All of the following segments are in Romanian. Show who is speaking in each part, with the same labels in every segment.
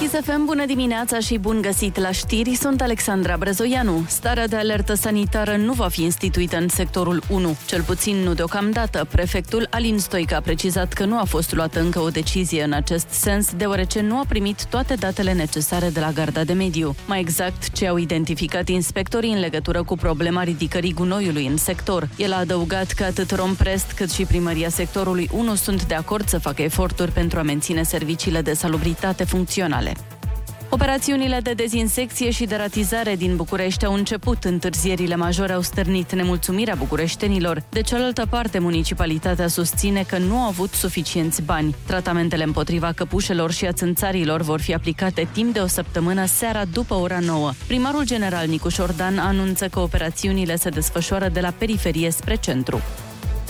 Speaker 1: Kiss FM, bună dimineața și bun găsit la știri, sunt Alexandra Brezoianu. Starea de alertă sanitară nu va fi instituită în sectorul 1, cel puțin nu deocamdată. Prefectul Alin Stoica a precizat că nu a fost luată încă o decizie în acest sens, deoarece nu a primit toate datele necesare de la Garda de Mediu. Mai exact, ce au identificat inspectorii în legătură cu problema ridicării gunoiului în sector. El a adăugat că atât Romprest cât și primăria sectorului 1 sunt de acord să facă eforturi pentru a menține serviciile de salubritate funcționale. Operațiunile de dezinsecție și deratizare din București au început. Întârzierile majore au stârnit nemulțumirea bucureștenilor. De cealaltă parte, municipalitatea susține că nu a avut suficienți bani. Tratamentele împotriva căpușelor și a țânțarilor vor fi aplicate timp de o săptămână seara după ora 9. Primarul general Nicu Șordan anunță că operațiunile se desfășoară de la periferie spre centru.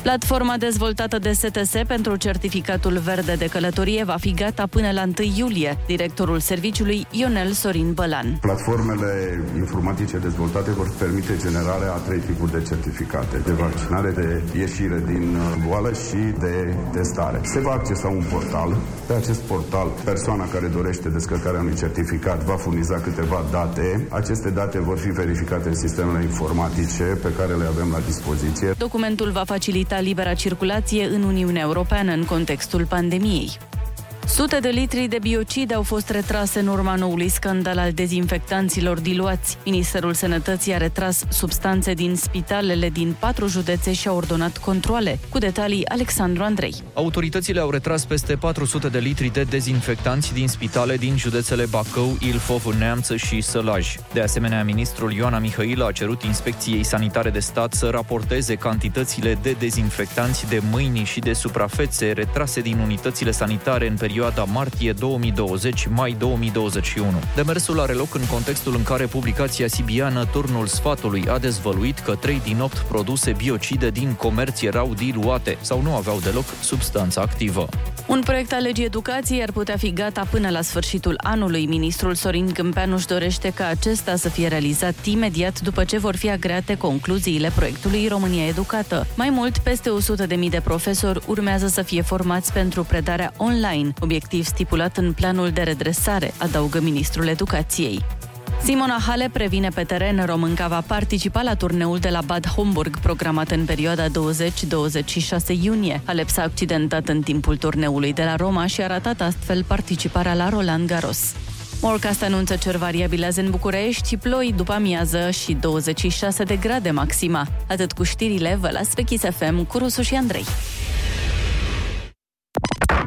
Speaker 1: Platforma dezvoltată de STS pentru certificatul verde de călătorie va fi gata până la 1 iulie. Directorul serviciului Ionel Sorin Bălan.
Speaker 2: Platformele informatice dezvoltate vor permite generarea a trei tipuri de certificate, de vaccinare, de ieșire din uh, boală și de testare. Se va accesa un portal. Pe acest portal, persoana care dorește descărcarea unui certificat va furniza câteva date. Aceste date vor fi verificate în sistemele informatice pe care le avem la dispoziție.
Speaker 1: Documentul va facilita libera circulație în Uniunea Europeană în contextul pandemiei. Sute de litri de biocid au fost retrase în urma noului scandal al dezinfectanților diluați. Ministerul Sănătății a retras substanțe din spitalele din patru județe și a ordonat controle. Cu detalii, Alexandru Andrei.
Speaker 3: Autoritățile au retras peste 400 de litri de dezinfectanți din spitale din județele Bacău, Ilfov, Neamță și Sălaj. De asemenea, ministrul Ioana Mihail a cerut Inspecției Sanitare de Stat să raporteze cantitățile de dezinfectanți de mâini și de suprafețe retrase din unitățile sanitare în perioada perioada martie 2020-mai 2021. Demersul are loc în contextul în care publicația sibiană Turnul Sfatului a dezvăluit că 3 din 8 produse biocide din comerț erau diluate sau nu aveau deloc substanța activă.
Speaker 1: Un proiect al legii educației ar putea fi gata până la sfârșitul anului. Ministrul Sorin Câmpeanu își dorește ca acesta să fie realizat imediat după ce vor fi agreate concluziile proiectului România Educată. Mai mult, peste 100.000 de profesori urmează să fie formați pentru predarea online, obiectiv stipulat în planul de redresare, adaugă ministrul educației. Simona Hale previne pe teren românca va participa la turneul de la Bad Homburg, programat în perioada 20-26 iunie. Halep s-a accidentat în timpul turneului de la Roma și a ratat astfel participarea la Roland Garros. Morcast anunță cer variabil azi în București, ploi după amiază și 26 de grade maxima. Atât cu știrile, vă las pe Kiss FM cu Rusu și Andrei.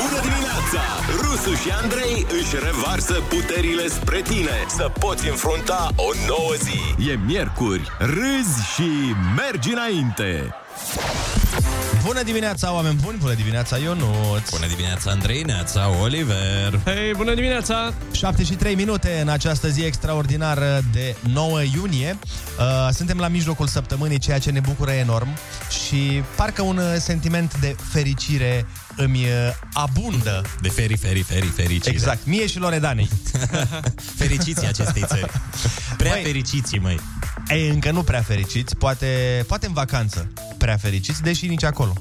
Speaker 4: Bună dimineața! Rusu și Andrei își revarsă puterile spre tine să poți înfrunta o nouă zi. E miercuri, râzi și mergi înainte!
Speaker 5: Bună dimineața, oameni buni! Bună dimineața, Ionuț!
Speaker 6: Bună dimineața, Andrei, neața, Oliver!
Speaker 7: Hei, bună dimineața!
Speaker 5: 73 minute în această zi extraordinară de 9 iunie. Uh, suntem la mijlocul săptămânii, ceea ce ne bucură enorm și parcă un uh, sentiment de fericire îmi uh, abundă.
Speaker 6: De feri, feri, feri, fericire.
Speaker 5: Exact, mie și Loredanei.
Speaker 6: fericiții acestei țări. Prea măi, fericiții, măi.
Speaker 5: Ei, încă nu prea fericiți, poate, poate în vacanță prea fericiți, deși nici acolo.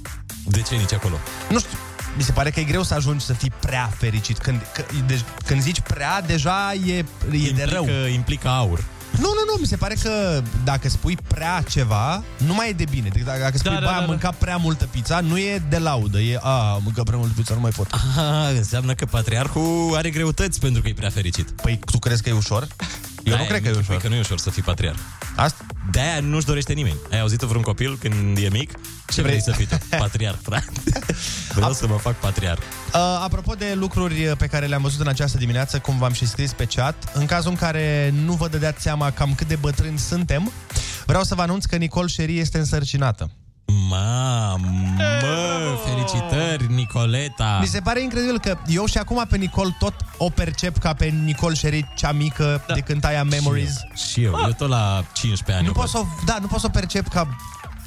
Speaker 6: De ce nici acolo?
Speaker 5: Nu știu, mi se pare că e greu să ajungi să fii prea fericit. Când, că, deci, când zici prea, deja e, e
Speaker 6: implică,
Speaker 5: de rău.
Speaker 6: Implică aur.
Speaker 5: Nu, nu, nu, mi se pare că dacă spui prea ceva, nu mai e de bine. Deci dacă, dacă spui, da, ba, da, da, am mâncat prea multă pizza, nu e de laudă, e, a, am mâncat prea multă pizza, nu mai pot.
Speaker 6: Aha, înseamnă că patriarhul are greutăți pentru că e prea fericit.
Speaker 5: Păi tu crezi că e ușor? Eu
Speaker 6: Aia,
Speaker 5: nu cred că e ușor.
Speaker 6: că nu e ușor să fii patriarh.
Speaker 5: Asta?
Speaker 6: De-aia nu-și dorește nimeni. Ai auzit vreun copil când e mic? Ce vrei, vrei să fii tu? Patriarh, frate. Vreau Ap- să mă fac patriarh.
Speaker 5: Uh, apropo de lucruri pe care le-am văzut în această dimineață, cum v-am și scris pe chat, în cazul în care nu vă dădeați seama cam cât de bătrâni suntem, vreau să vă anunț că Nicol Șerie este însărcinată.
Speaker 6: Ah. Mamă, felicitări, Nicoleta!
Speaker 5: Mi se pare incredibil că eu și acum pe Nicol tot o percep ca pe Nicol Șeri, cea mică, da. de când aia Memories.
Speaker 6: Și eu, și eu, ah. eu tot la 15 ani.
Speaker 5: Nu pot să, da, nu pot să o percep ca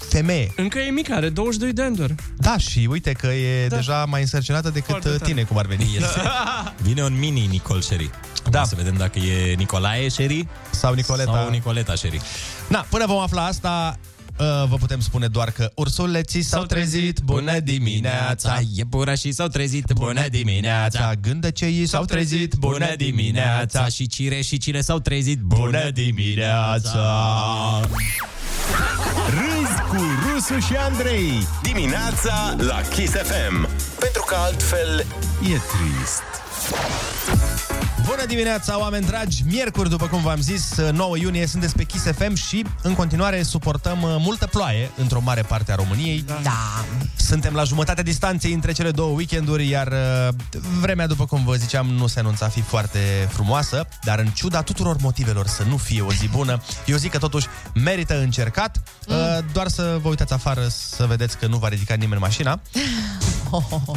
Speaker 5: femeie.
Speaker 7: Încă e mică, are 22 de ani doar.
Speaker 5: Da, și uite că e da. deja mai însărcinată decât
Speaker 7: Foarte tare.
Speaker 5: tine, cum ar veni.
Speaker 6: Este. Vine un mini Nicol Sherry. Da. Să vedem dacă e Nicolae Sherry
Speaker 5: Sau Nicoleta.
Speaker 6: sau Nicoleta Sherry.
Speaker 5: Na, până vom afla asta, uh, vă putem spune doar că ursuleții s-au trezit, bună dimineața!
Speaker 6: Iepurașii s-au trezit, bună dimineața!
Speaker 5: dimineața. Gândăceii s-au trezit, bună dimineața!
Speaker 6: Și cire și cile s-au trezit,
Speaker 5: Bună dimineața!
Speaker 8: Râzi cu Rusu și Andrei Dimineața la Kiss FM Pentru că altfel e trist
Speaker 5: Bună dimineața, oameni dragi! Miercuri, după cum v-am zis, 9 iunie sunteți pe Kiss FM și în continuare suportăm uh, multă ploaie într-o mare parte a României.
Speaker 9: Da.
Speaker 5: Suntem la jumătatea distanței între cele două weekenduri, iar uh, vremea, după cum vă ziceam, nu se anunța a fi foarte frumoasă, dar în ciuda tuturor motivelor să nu fie o zi bună, eu zic că totuși merită încercat, mm. doar să vă uitați afară să vedeți că nu va ridica nimeni mașina.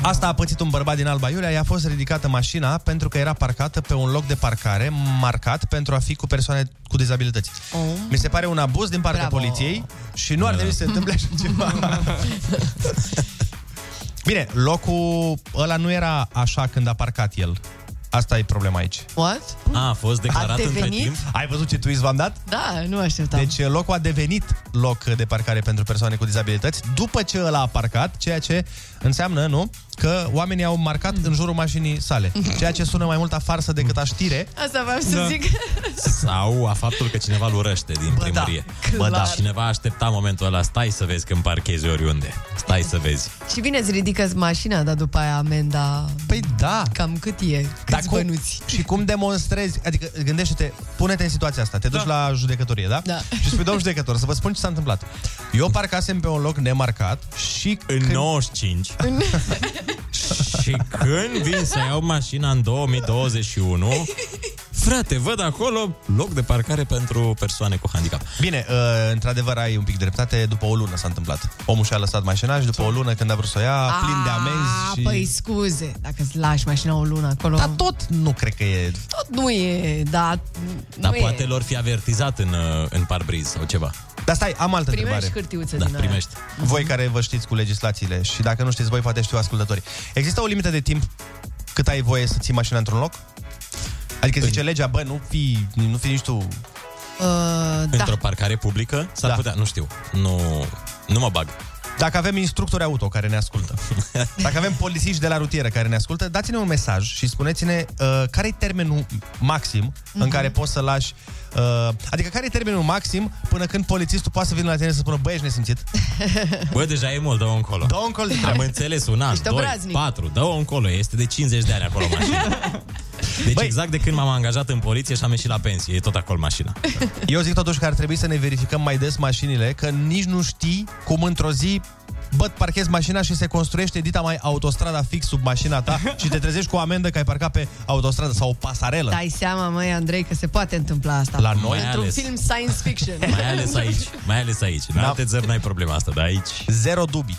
Speaker 5: Asta a pățit un bărbat din Alba Iulia, i-a fost ridicată mașina pentru că era parcată pe un loc de parcare marcat pentru a fi cu persoane cu dizabilități.
Speaker 9: Oh.
Speaker 5: Mi se pare un abuz din partea
Speaker 9: Bravo.
Speaker 5: poliției și nu ar trebui să se întâmple așa ceva. Bine, locul ăla nu era așa când a parcat el. Asta e problema aici.
Speaker 9: What?
Speaker 6: A, a fost declarat
Speaker 9: A
Speaker 6: între
Speaker 9: devenit?
Speaker 6: timp.
Speaker 5: Ai văzut ce twist v-am dat?
Speaker 9: Da, nu așteptam. Deci...
Speaker 5: Deci locul a devenit loc de parcare pentru persoane cu dizabilități după ce ăla a parcat, ceea ce înseamnă, nu, că oamenii au marcat
Speaker 9: Mm.
Speaker 5: în jurul mașinii sale. Ceea ce sună mai mult a farsă decât a știre.
Speaker 9: Asta vreau să da. zic.
Speaker 6: Sau a faptul că cineva îl urăște din
Speaker 5: da.
Speaker 6: primărie.
Speaker 9: Bă, da.
Speaker 6: Cineva aștepta momentul ăla, stai să vezi când parchezi oriunde. Stai să vezi.
Speaker 9: Și bine îți ridică mașina, dar după aia amenda...
Speaker 5: Păi da.
Speaker 9: Cam cât e? Câți
Speaker 5: Dar cum-
Speaker 9: bănuți?
Speaker 5: Și cum demonstrezi, adică gândește-te, pune-te în situația asta, te duci da. la judecătorie, da?
Speaker 9: Da.
Speaker 5: Și spui, domnul judecător, să vă spun ce s-a întâmplat. Eu parcasem pe un loc nemarcat și
Speaker 6: În 95. și când vin să iau mașina în 2021, frate, văd acolo loc de parcare pentru persoane cu handicap.
Speaker 5: Bine, uh, într-adevăr ai un pic dreptate, după o lună s-a întâmplat. Omul și-a lăsat mașina și după o lună când a vrut să o ia, plin de amenzi și...
Speaker 9: Păi scuze, dacă îți lași mașina o lună acolo...
Speaker 5: Dar tot nu cred că e...
Speaker 9: tot nu e, da...
Speaker 6: Dar
Speaker 9: nu
Speaker 6: poate
Speaker 9: e.
Speaker 6: lor fi avertizat în, uh, în parbriz sau ceva.
Speaker 5: Dar stai, am altă
Speaker 9: Primești
Speaker 5: întrebare.
Speaker 9: hârtiuță
Speaker 6: Da,
Speaker 9: din aia.
Speaker 6: primești.
Speaker 5: Voi care vă știți cu legislațiile și dacă nu știți voi, poate știu ascultătorii. Există o limită de timp cât ai voie să ții mașina într-un loc? Adică
Speaker 6: Păi-
Speaker 5: zice legea, bă, nu fi, nu fi nici tu...
Speaker 9: Uh, da.
Speaker 6: Într-o parcare publică? S-ar
Speaker 5: Da.
Speaker 6: putea, nu știu. Nu, nu mă bag.
Speaker 5: Dacă avem instructori auto care ne ascultă, dacă avem polițiști de la rutieră care ne ascultă, dați-ne un mesaj și spuneți-ne uh, care e termenul maxim mm-hmm. în care poți să lași... Uh, adică care e termenul maxim până când polițistul poate să vină la tine să spună, bă, ești nesimțit?
Speaker 6: Bă, deja e mult, dă-o încolo.
Speaker 5: Dă-o încolo.
Speaker 6: Am înțeles un an,
Speaker 9: Ești
Speaker 6: doi,
Speaker 9: obraznic.
Speaker 6: patru, dă-o încolo, este de 50 de ani acolo mașina. Deci
Speaker 5: Băi.
Speaker 6: exact de când m-am angajat în poliție și am ieșit la pensie, e tot acolo mașina.
Speaker 5: Eu zic totuși că ar trebui să ne verificăm mai des mașinile, că nici nu știi cum într-o zi bă, parchezi mașina și se construiește dita mai autostrada fix sub mașina ta și te trezești cu o amendă că ai parcat pe autostradă sau o pasarelă.
Speaker 9: Dai seama, măi, Andrei, că se poate întâmpla asta.
Speaker 5: La noi?
Speaker 6: Mai
Speaker 9: Într-un
Speaker 6: ales.
Speaker 9: film science fiction.
Speaker 6: Mai ales aici, mai ales aici. În
Speaker 5: Da.
Speaker 6: alte țări n-ai problema asta, dar aici...
Speaker 5: Zero dubii.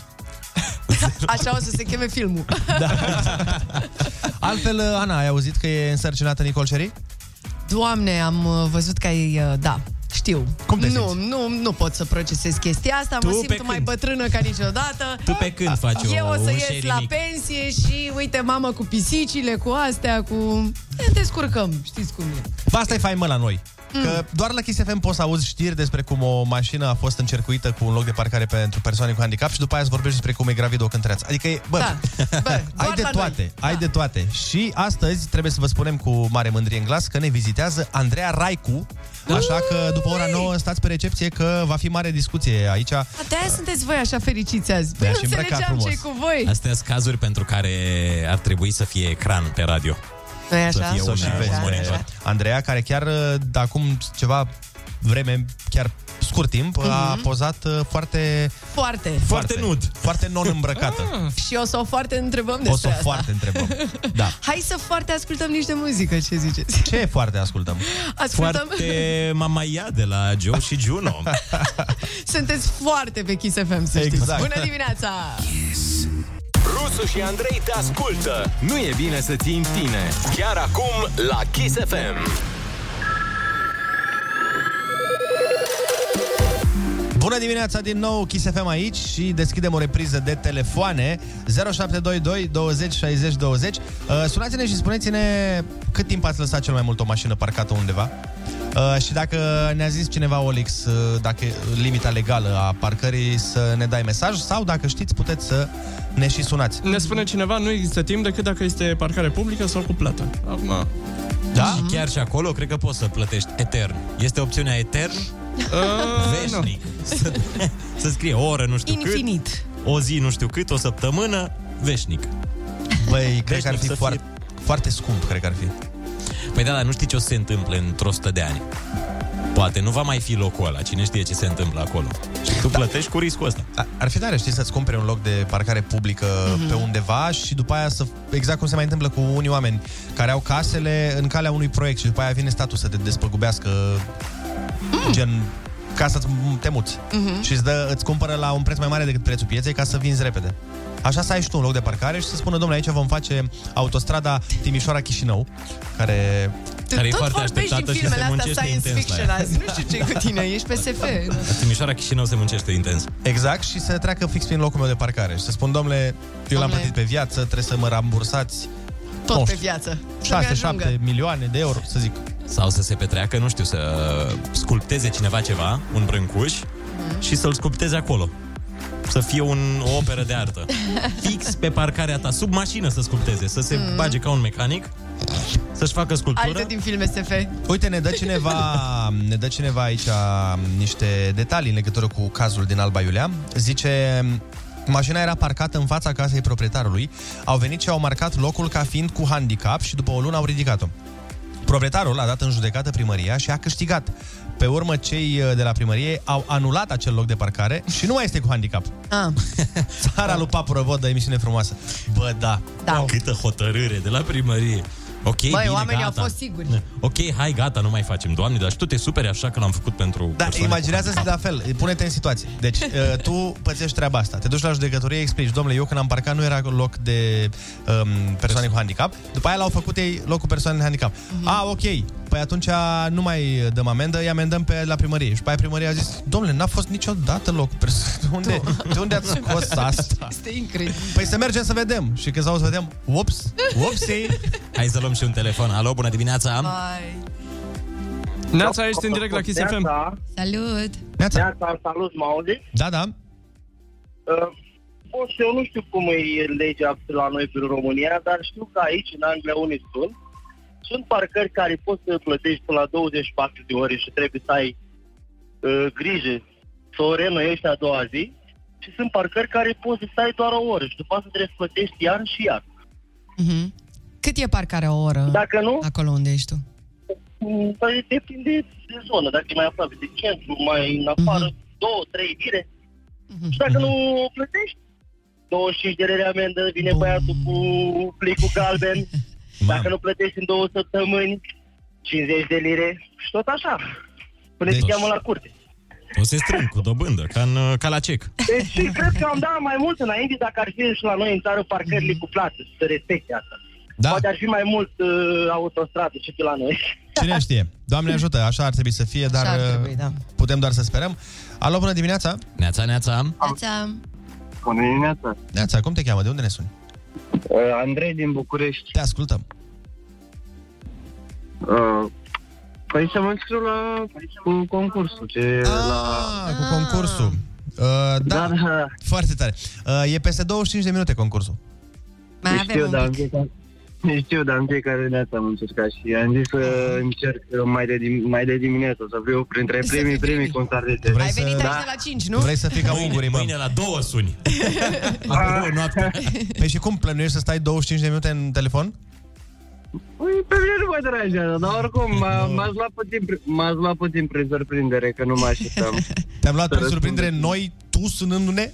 Speaker 9: Așa o să se cheme filmul.
Speaker 5: Altfel, Ana, ai auzit că e însărcinată Nicol Ceri?
Speaker 9: Doamne, am uh, văzut că ai... uh, Da, știu.
Speaker 5: Cum te
Speaker 9: nu,
Speaker 5: simți?
Speaker 9: nu, nu pot să procesez chestia asta,
Speaker 6: Tu
Speaker 9: mă
Speaker 6: pe
Speaker 9: simt
Speaker 6: când?
Speaker 9: mai bătrână ca niciodată.
Speaker 6: Tu pe când faci
Speaker 9: Eu
Speaker 6: o,
Speaker 9: o să
Speaker 6: un
Speaker 9: ies
Speaker 6: sharing
Speaker 9: la
Speaker 6: mic?
Speaker 9: pensie și uite, mamă, cu pisicile, cu astea, cu... Ne descurcăm, știți cum e.
Speaker 5: Bă, asta e faimă la noi.
Speaker 9: Mm.
Speaker 5: Că doar la Kiss FM poți să auzi știri despre cum o mașină a fost încercuită cu un loc de parcare pentru persoane cu handicap și după aia îți vorbești despre cum e gravidă o cântăreață. Adică, e, bă,
Speaker 9: Da, bă, doar
Speaker 5: Ai de
Speaker 9: la
Speaker 5: toate,
Speaker 9: noi. Da.
Speaker 5: ai de toate. Și astăzi trebuie să vă spunem cu mare mândrie în glas că ne vizitează Andreea Raicu, așa că după ora 9 stați pe recepție că va fi mare discuție aici.
Speaker 9: De-aia sunteți voi așa fericiți azi.
Speaker 5: De-aia
Speaker 9: Păi nu
Speaker 5: și îmbrăcat
Speaker 9: înțelegeam ce
Speaker 5: frumos.
Speaker 9: cu voi.
Speaker 6: Astea sunt cazuri pentru care ar trebui să fie ecran pe radio.
Speaker 9: Nu e așa?
Speaker 6: fie
Speaker 5: Să o și
Speaker 6: Bună,
Speaker 5: vezi
Speaker 6: bună
Speaker 5: pe
Speaker 6: ziua.
Speaker 5: Andreea, care chiar uh, de acum ceva vreme, chiar scurt timp, a pozat uh, foarte...
Speaker 9: Foarte. Mm.
Speaker 6: Foarte nud.
Speaker 5: Foarte non-îmbrăcată.
Speaker 10: Mm.
Speaker 9: Și o să o foarte întrebăm
Speaker 5: o
Speaker 9: despre
Speaker 5: să o
Speaker 9: asta.
Speaker 5: foarte întrebăm. Da.
Speaker 9: Hai să foarte ascultăm niște muzică, ce ziceți?
Speaker 5: Ce foarte ascultăm?
Speaker 9: Ascultăm, foarte...
Speaker 6: Foarte mamaia de la Joe și Juno.
Speaker 9: sunteți foarte pe Kiss FM, să știți.
Speaker 5: Exact.
Speaker 9: Bună dimineața!
Speaker 8: Rusu și Andrei te ascultă Nu e bine să ții în tine Chiar acum la Kiss FM
Speaker 5: Bună dimineața din nou, Kiss FM aici și deschidem o repriză de telefoane 0722 20 60 20. Uh, Sunați-ne și spuneți-ne cât timp ați lăsat cel mai mult o mașină parcată undeva. Uh, și dacă ne-a zis cineva Olix uh, dacă limita legală a parcării să ne dai mesaj sau dacă știți puteți să ne și sunați.
Speaker 7: Ne spune cineva, nu există timp decât dacă este parcare publică sau cu plată. Acum...
Speaker 6: Da?
Speaker 5: Mhm.
Speaker 6: Și chiar și acolo, cred că poți să plătești etern. Este opțiunea etern? Veșnic. Să, să scrie o oră, nu știu
Speaker 9: Infinit.
Speaker 6: cât, o zi, nu știu cât, o săptămână, veșnic.
Speaker 5: Băi, cred că ar fi
Speaker 6: să
Speaker 5: foarte, foarte scump, cred că ar fi.
Speaker 6: Păi da, dar nu știi ce o să se întâmple într-o sută de ani. Poate nu va mai fi locul ăla, cine știe ce se întâmplă acolo. Și tu plătești cu riscul ăsta.
Speaker 5: A- Ar fi tare, știi, să-ți cumpere un loc de parcare publică
Speaker 9: Mhm.
Speaker 5: mm-hmm. pe undeva și după aia să... Exact cum se mai întâmplă cu unii oameni care au casele în calea unui proiect și după aia vine statul să te despăgubească mm. gen ca să te muți.
Speaker 9: Mhm.
Speaker 5: Mm-hmm. Și îți, dă, îți cumpără la un preț mai mare decât prețul pieței ca să vinzi repede. Așa să ai și tu un loc de parcare și să spună, domnule, aici vom face autostrada Timișoara-Chișinău, care...
Speaker 9: Tu
Speaker 6: Care e
Speaker 9: tot
Speaker 6: foarte
Speaker 9: vorbești din
Speaker 6: așteptată și
Speaker 9: filmele
Speaker 6: se
Speaker 9: astea
Speaker 6: muncește
Speaker 9: science
Speaker 6: intens da. la ea.
Speaker 9: fiction azi. Nu știu ce cu tine, ești pe SF.
Speaker 6: La Timișoara Chișinău se muncește intens.
Speaker 5: Exact, și să treacă fix prin locul meu de parcare. Și să spun, domnule, eu l-am
Speaker 9: Domnule.
Speaker 5: plătit pe viață, trebuie să mă rambursați
Speaker 9: Tot
Speaker 5: Nu
Speaker 9: pe
Speaker 5: știu.
Speaker 9: viață. Să-mi ajungă.
Speaker 5: 6-7 milioane de euro, să zic.
Speaker 6: Sau să se petreacă, nu știu, să sculpteze cineva ceva, un brâncuș,
Speaker 9: Mhm.
Speaker 6: și să-l sculpteze acolo. Să fie un, o operă de artă. Fix pe parcarea ta, sub mașină să sculpteze, să se
Speaker 9: Mhm.
Speaker 6: bage ca un mecanic, să-și facă sculptură.
Speaker 9: Altă din filme SF.
Speaker 5: Uite, ne dă cineva, ne dă cineva aici um, niște detalii în legătură cu cazul din Alba Iulia. Zice, mașina era parcată în fața casei proprietarului, au venit și au marcat locul ca fiind cu handicap și după o lună au ridicat-o. Proprietarul a dat în judecată primăria și a câștigat. Pe urmă, cei uh, de la primărie au anulat acel loc de parcare și nu mai este cu handicap.
Speaker 9: Ah,
Speaker 5: Țara lui Papură, văd, dă emisiune frumoasă. Da. Bă, da.
Speaker 9: da.
Speaker 6: Câtă hotărâre de la primărie. Ok,
Speaker 9: Băi,
Speaker 6: bine,
Speaker 9: oamenii
Speaker 6: gata.
Speaker 9: au fost siguri.
Speaker 6: Ok, hai, gata, nu mai facem. Doamne, dar și tu te superi așa că l-am făcut pentru
Speaker 5: Da,
Speaker 6: persoane cu
Speaker 5: imaginează-ți de la fel, pune-te în situație. Deci, uh, tu pățești treaba asta, te duci la judecătorie, explici, domnule, eu când am parcat nu era loc de um, persoane cu handicap, după aia l-au făcut ei locul persoanelor cu handicap.
Speaker 9: Mhm.
Speaker 5: A, ok, păi atunci nu mai dăm amendă, îi amendăm pe la primărie. Și după aia primăria a zis, domnule, n-a fost niciodată loc perso- de unde, de unde ați scos
Speaker 9: Da.
Speaker 5: asta?
Speaker 9: Este incredibil.
Speaker 5: Păi să mergem să vedem. Și când s-au să vedem, ups,
Speaker 6: Upsi! Hai să luăm și un telefon. Alo, bună dimineața!
Speaker 9: Vai.
Speaker 7: Neața, ești în direct la Kiss FM.
Speaker 9: Salut!
Speaker 5: neața.
Speaker 11: Da. Neața, salut, mă auzi?
Speaker 5: Da, da.
Speaker 11: Uh, Boss, eu nu știu cum e legea la noi prin România, dar știu că aici, în Anglia, unii sunt. Sunt parcări care poți să plătești până la 24 de ore și trebuie să ai uh, grijă să o renoiești a doua zi. Și sunt parcări care poți să stai doar o oră și după asta trebuie să plătești iar și iar.
Speaker 9: Mhm. Cât e parcarea o oră
Speaker 11: Dacă nu,
Speaker 9: acolo unde ești tu?
Speaker 11: m, păi depinde de zonă, dacă e mai aproape de centru, mai
Speaker 5: Mhm.
Speaker 11: în afară, două, trei lire. Și dacă nu o plătești, 25 de lei amendă, vine
Speaker 9: Bum.
Speaker 11: băiatul cu plicul galben. Dacă nu plătești în două săptămâni, 50 de lire și tot așa. Până
Speaker 5: Deci-
Speaker 11: deci... cheamă la curte.
Speaker 6: O se strâng cu dobândă, ca, în, uh, ca la cec.
Speaker 11: Deci și cred că am dat mai mult înainte dacă ar fi și la noi în țară parcările cu plată, să respecte asta.
Speaker 5: Mhm. Da.
Speaker 11: Poate ar fi mai mult uh, autostradă și pe la noi.
Speaker 5: Cine știe? Doamne ajută, așa ar trebui să fie,
Speaker 9: Da. Așa
Speaker 5: dar
Speaker 9: ar trebui,
Speaker 5: uh,
Speaker 9: da.
Speaker 5: putem doar să sperăm. Alo, bună dimineața!
Speaker 6: Neața, neața!
Speaker 9: Ața,
Speaker 11: Bună dimineața!
Speaker 5: Neața, cum te cheamă? De unde ne suni?
Speaker 11: Uh, Andrei din București.
Speaker 5: Te ascultăm.
Speaker 11: Uh, păi să mă înscriu la cu concursul. Ce,
Speaker 5: Ah, cu concursul.
Speaker 9: Ah.
Speaker 5: Uh, da,
Speaker 11: Dar,
Speaker 5: foarte tare. Uh, e peste 25 de minute concursul.
Speaker 9: mai avem
Speaker 11: știu, dar
Speaker 9: un
Speaker 11: în
Speaker 9: pic.
Speaker 11: fiecare, știu, dar în fiecare dată am încercat și am zis să încerc mai de, dim- mai de dimineață, să fiu printre
Speaker 9: Să
Speaker 11: primii,
Speaker 9: fii
Speaker 11: primii
Speaker 9: primii.
Speaker 11: cum s-ar zice.
Speaker 5: Vrei
Speaker 9: Ai
Speaker 5: să-
Speaker 9: venit
Speaker 5: da.
Speaker 9: aici de la 5, nu?
Speaker 5: Vrei să fii ca ungurii,
Speaker 6: Mâine,
Speaker 5: mă.
Speaker 6: mâine la două suni. la două noapte.
Speaker 5: Păi și cum, plănuiești să stai 25 de minute în telefon?
Speaker 11: Ui, pe mine nu mă deranjează, dar oricum m-a- m-ați luat puțin, pri- m-ați luat puțin prin surprindere, că nu mă așteptam.
Speaker 5: Te-am luat
Speaker 11: Să
Speaker 5: prin surprindere
Speaker 11: răspund.
Speaker 5: noi, tu sunându-ne?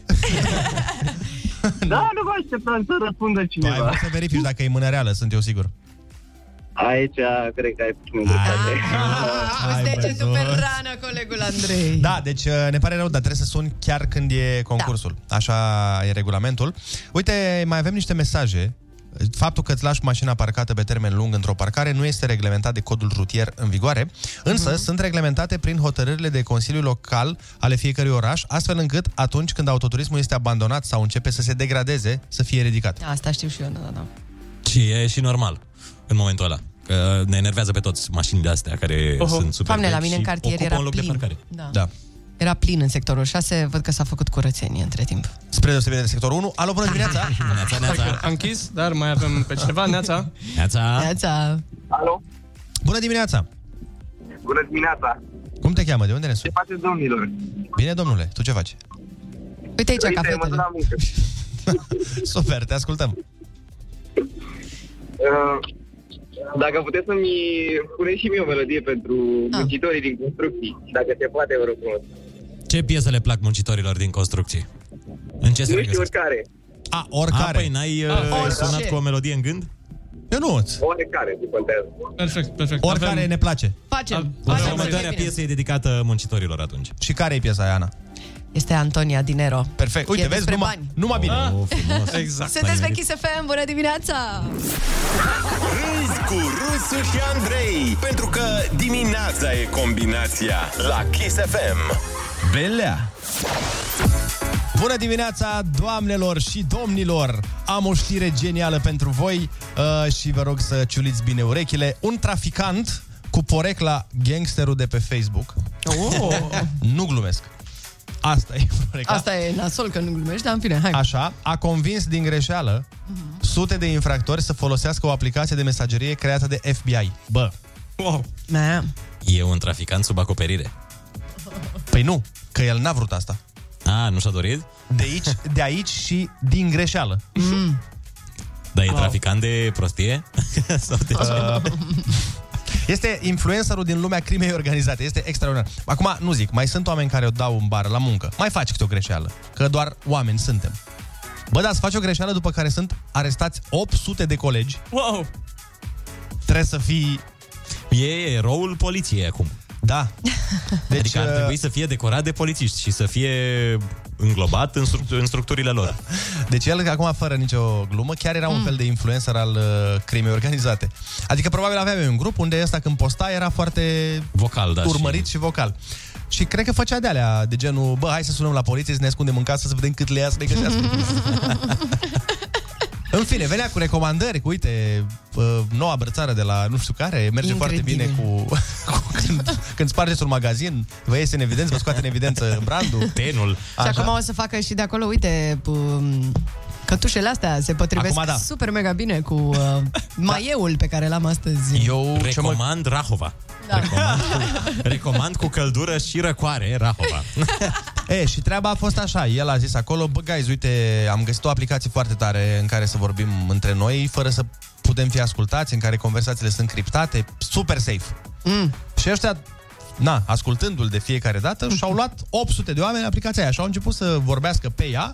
Speaker 11: da, nu mă așteptam să răspundă
Speaker 5: Tu ai
Speaker 11: cineva.
Speaker 5: vrut să verifici dacă e mână reală, sunt eu sigur.
Speaker 11: Aici cred că ai puțin dreptate.
Speaker 9: Ah,
Speaker 5: Hai,
Speaker 9: Ai degetul
Speaker 5: băi,
Speaker 9: pe
Speaker 5: băi.
Speaker 9: rană, colegul Andrei.
Speaker 5: Da, deci uh, ne pare rău, dar trebuie să suni
Speaker 9: Da.
Speaker 5: chiar când e concursul. Așa e regulamentul. Uite, mai avem niște mesaje faptul că îți lași mașina parcată pe termen lung într-o parcare nu este reglementat de codul rutier în vigoare,
Speaker 9: Mhm.
Speaker 5: însă sunt reglementate prin hotărârile de Consiliul Local ale fiecărui oraș, astfel încât atunci când autoturismul este abandonat sau începe să se degradeze, să fie ridicat.
Speaker 10: Asta știu și eu, da, da, da.
Speaker 6: Și e și normal în momentul ăla. Că ne enervează pe toți mașinile astea care
Speaker 10: Oho.
Speaker 6: Oho. sunt super
Speaker 10: Doamne, la
Speaker 6: vechi
Speaker 10: mine în
Speaker 6: și
Speaker 10: cartier
Speaker 6: ocupă
Speaker 10: era
Speaker 6: un loc de
Speaker 10: plin.
Speaker 6: parcare.
Speaker 10: Da. Era plin în sectorul 6, văd că s-a făcut curățenie între timp.
Speaker 5: Spre deosebire de sectorul 1. Alo, bună dimineața!
Speaker 6: neața, neața.
Speaker 7: A închis, dar mai avem pe cineva. Neața.
Speaker 6: Neața.
Speaker 10: Neața.
Speaker 12: Alo?
Speaker 5: Bună dimineața!
Speaker 12: Bună dimineața!
Speaker 5: Cum te cheamă? De unde ne suni?
Speaker 12: Faceți domnilor!
Speaker 5: Bine, domnule, tu ce faci?
Speaker 10: Uite aici
Speaker 12: Uite, mă duc
Speaker 10: cafetele.
Speaker 12: la muncă.
Speaker 5: Super, te ascultăm.
Speaker 12: Uh, Dacă puteți să-mi puneți și mie o melodie pentru muncitorii din construcții, dacă se poate, vă rog frumos.
Speaker 6: Ce piese le plac muncitorilor din construcții? În ce se
Speaker 12: Nu știu
Speaker 6: regăsesc?
Speaker 12: oricare.
Speaker 5: A,
Speaker 6: A, păi n-ai uh, sunat cu o melodie în gând?
Speaker 5: Eu nu.
Speaker 12: Oricare, nu contează.
Speaker 7: Perfect, perfect.
Speaker 5: Oricare ne place.
Speaker 10: Facem.
Speaker 6: Așa,
Speaker 10: Facem.
Speaker 6: următoarea
Speaker 10: bine.
Speaker 6: piesă e dedicată muncitorilor atunci.
Speaker 5: Și care e piesa aia, Ana?
Speaker 10: Este Antonia Dinero.
Speaker 5: Perfect. Uite,
Speaker 10: E
Speaker 5: vezi,
Speaker 10: despre
Speaker 5: numai,
Speaker 10: bani.
Speaker 5: numai bine.
Speaker 7: Ah.
Speaker 6: O, frumos.
Speaker 7: Exact.
Speaker 10: Sunteți pe Kiss FM, bună dimineața!
Speaker 8: Râzi cu Rusu și Andrei Pentru că dimineața e combinația La Kiss FM Belea
Speaker 5: Bună dimineața, doamnelor și domnilor! Am o știre genială pentru voi uh, și vă rog să ciuliți bine urechile. Un traficant cu porecla gangsterul de pe Facebook.
Speaker 10: Oh.
Speaker 5: Nu glumesc. Asta e da? porecla.
Speaker 10: Asta e nasol că nu glumești, dar în fine, hai. Mhm.
Speaker 5: Așa, a convins din greșeală sute de infractori să folosească o aplicație de mesagerie creată de FBI. Bă,
Speaker 7: Wow.
Speaker 10: Da.
Speaker 6: E un traficant sub acoperire.
Speaker 5: păi nu, că el n-a vrut asta.
Speaker 6: A, nu și-a dorit?
Speaker 5: De aici, de aici și din greșeală.
Speaker 6: Dar Da, e traficant de prostie? Sau de ce?
Speaker 10: Uh.
Speaker 5: Este influencerul din lumea crimei organizate. Este extraordinar. Acum, nu zic, mai sunt oameni care o dau în bară la muncă. Mai faci câte o greșeală. Că doar oameni suntem. Bă, dar să faci o greșeală după care sunt arestați 800 de colegi.
Speaker 7: Wow.
Speaker 5: Trebuie să fii...
Speaker 6: E eroul poliției acum.
Speaker 5: Da. Deci,
Speaker 6: Deci, adică ar trebui să fie decorat de polițiști și să fie înglobat în, stru- în structurile lor.
Speaker 5: deci el, acum, fără nicio glumă, chiar era mm. un fel de influencer al uh, crimei organizate. Adică, probabil aveam un grup unde ăsta, când posta, era foarte
Speaker 6: Vocal, da.
Speaker 5: da, urmărit și... și vocal. Și cred că făcea de alea, de genul, bă, hai să sunăm la poliție, să ne ascundem în casă, să vedem cât le ia să ne găsească. în fine, venea cu recomandări, cu, uite, uh, noua brățară de la nu știu care, merge
Speaker 10: Incredibil.
Speaker 5: foarte bine cu, cu când, când spargeți un magazin, vă iese în evidență, vă scoate în evidență brandul.
Speaker 6: Și... Tenul.
Speaker 10: Și
Speaker 5: Așa.
Speaker 10: acum o să facă și de acolo, uite, um, cătușele astea se potrivesc
Speaker 5: Acum da.
Speaker 10: super mega bine cu uh,
Speaker 6: Da.
Speaker 10: maieul pe care l-am astăzi.
Speaker 5: Eu ce mă...
Speaker 6: Recomand Rahova.
Speaker 10: Da.
Speaker 6: Recomand, cu, recomand cu căldură și răcoare Rahova.
Speaker 5: E, și treaba a fost așa, el a zis acolo, bă, guys, uite, am găsit o aplicație foarte tare în care să vorbim între noi, fără să putem fi ascultați, în care conversațiile sunt criptate, super safe.
Speaker 10: Mm.
Speaker 5: Și ăștia, na, ascultându-l de fiecare dată, și-au luat 800 de oameni aplicația aia și au început să vorbească pe ea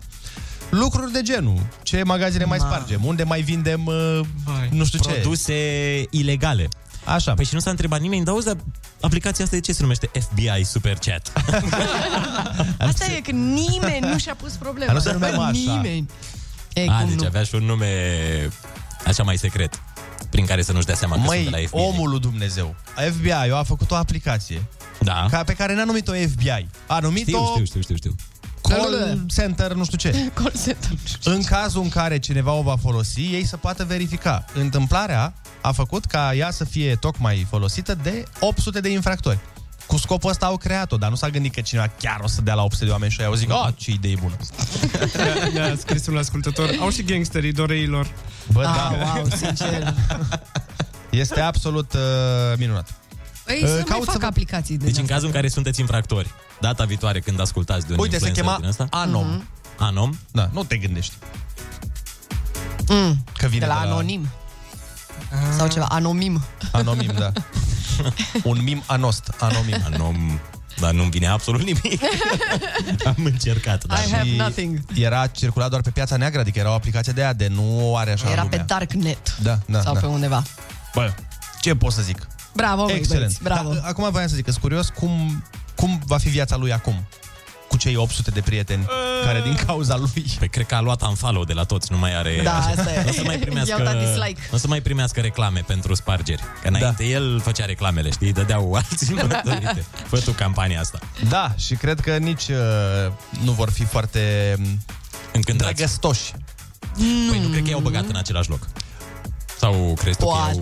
Speaker 5: lucruri de genul. Ce magazine mai spargem, unde mai vindem uh,
Speaker 7: Vai.
Speaker 5: nu știu ce.
Speaker 6: Produse ilegale.
Speaker 5: Așa.
Speaker 6: Păi și nu s-a întrebat nimeni, dar auzi, dar aplicația asta de ce se numește FBI Super Chat?
Speaker 10: Asta e că nimeni nu și-a pus problema.
Speaker 5: Dar nu se numeam așa.
Speaker 10: Nimeni. E,
Speaker 6: A,
Speaker 10: cum
Speaker 6: deci
Speaker 10: nu?
Speaker 6: avea și un nume așa mai secret, prin care să nu-și dea seama că sunt de la
Speaker 5: Măi,
Speaker 6: FBI.
Speaker 5: omul lui Dumnezeu, FBI-ul a făcut o aplicație
Speaker 6: Da.
Speaker 5: ca, pe care n-a numit-o FBI. A numit-o
Speaker 6: Știu, știu, știu, știu, știu.
Speaker 5: call center, nu știu ce.
Speaker 10: Call center.
Speaker 5: În cazul în care cineva o va folosi, ei să poată verifica. Întâmplarea a făcut ca ea să fie tocmai folosită de 800 de infractori. Cu scopul ăsta au creat-o, dar nu s-a gândit că cineva chiar o să dea la 800 de oameni și au zic, oh, ce idee bună.
Speaker 7: Ne-a scris un ascultător. Au și gangsterii doreilor.
Speaker 5: Bă,
Speaker 10: Ah,
Speaker 5: da,
Speaker 10: wow, sincer.
Speaker 5: este absolut uh, minunat.
Speaker 10: Păi
Speaker 5: Uh,
Speaker 10: să mai
Speaker 5: caut să
Speaker 10: fac
Speaker 5: vă-
Speaker 10: aplicații.
Speaker 6: Deci
Speaker 10: De
Speaker 6: în cazul în care sunteți infractori, data viitoare când ascultați de un
Speaker 5: Uite, se
Speaker 6: influencer
Speaker 5: chema
Speaker 6: din asta,
Speaker 5: Anom.
Speaker 10: Mhm.
Speaker 6: Anom,
Speaker 5: Da, nu te gândești.
Speaker 10: Mm.
Speaker 5: Că vine
Speaker 10: de la anonim.
Speaker 5: Ah.
Speaker 10: Sau ceva, anonim.
Speaker 5: Anonim, da. Un mim anost, anonim.
Speaker 6: Anom, dar nu-mi vine absolut nimic. Am încercat,
Speaker 5: Da,
Speaker 6: dar...
Speaker 10: I have nothing.
Speaker 5: Era circulat doar pe piața neagră, adică era o aplicație de aia de nu o are așa
Speaker 10: Era
Speaker 5: lumea.
Speaker 10: pe Darknet.
Speaker 5: Da, da,
Speaker 10: Sau
Speaker 5: da.
Speaker 10: pe undeva.
Speaker 5: Bă, ce pot să zic?
Speaker 10: Bravo, băi,
Speaker 5: Excelent. Da,
Speaker 10: băieți, bravo.
Speaker 5: Dar, acum voiam să zic, sunt curios cum, cum va fi viața lui acum. Cu cu cei 800 de prieteni care din cauza lui...
Speaker 6: Ă. Pe cred că a luat unfollow de la toți, nu mai are...
Speaker 9: Da, asta e.
Speaker 6: Nu o să mai primească,
Speaker 9: I-au dat dislike.
Speaker 6: nu o să mai primească reclame pentru spargeri. Că înainte da. el făcea reclamele, știi? Dădeau alții mărturite. Fă tu campania asta.
Speaker 5: Da, și cred că nici uh, nu vor fi foarte mm,
Speaker 6: Încântați.
Speaker 5: drăgăstoși.
Speaker 6: Păi nu cred că i-au băgat în același loc. Sau crezi tu că i-au...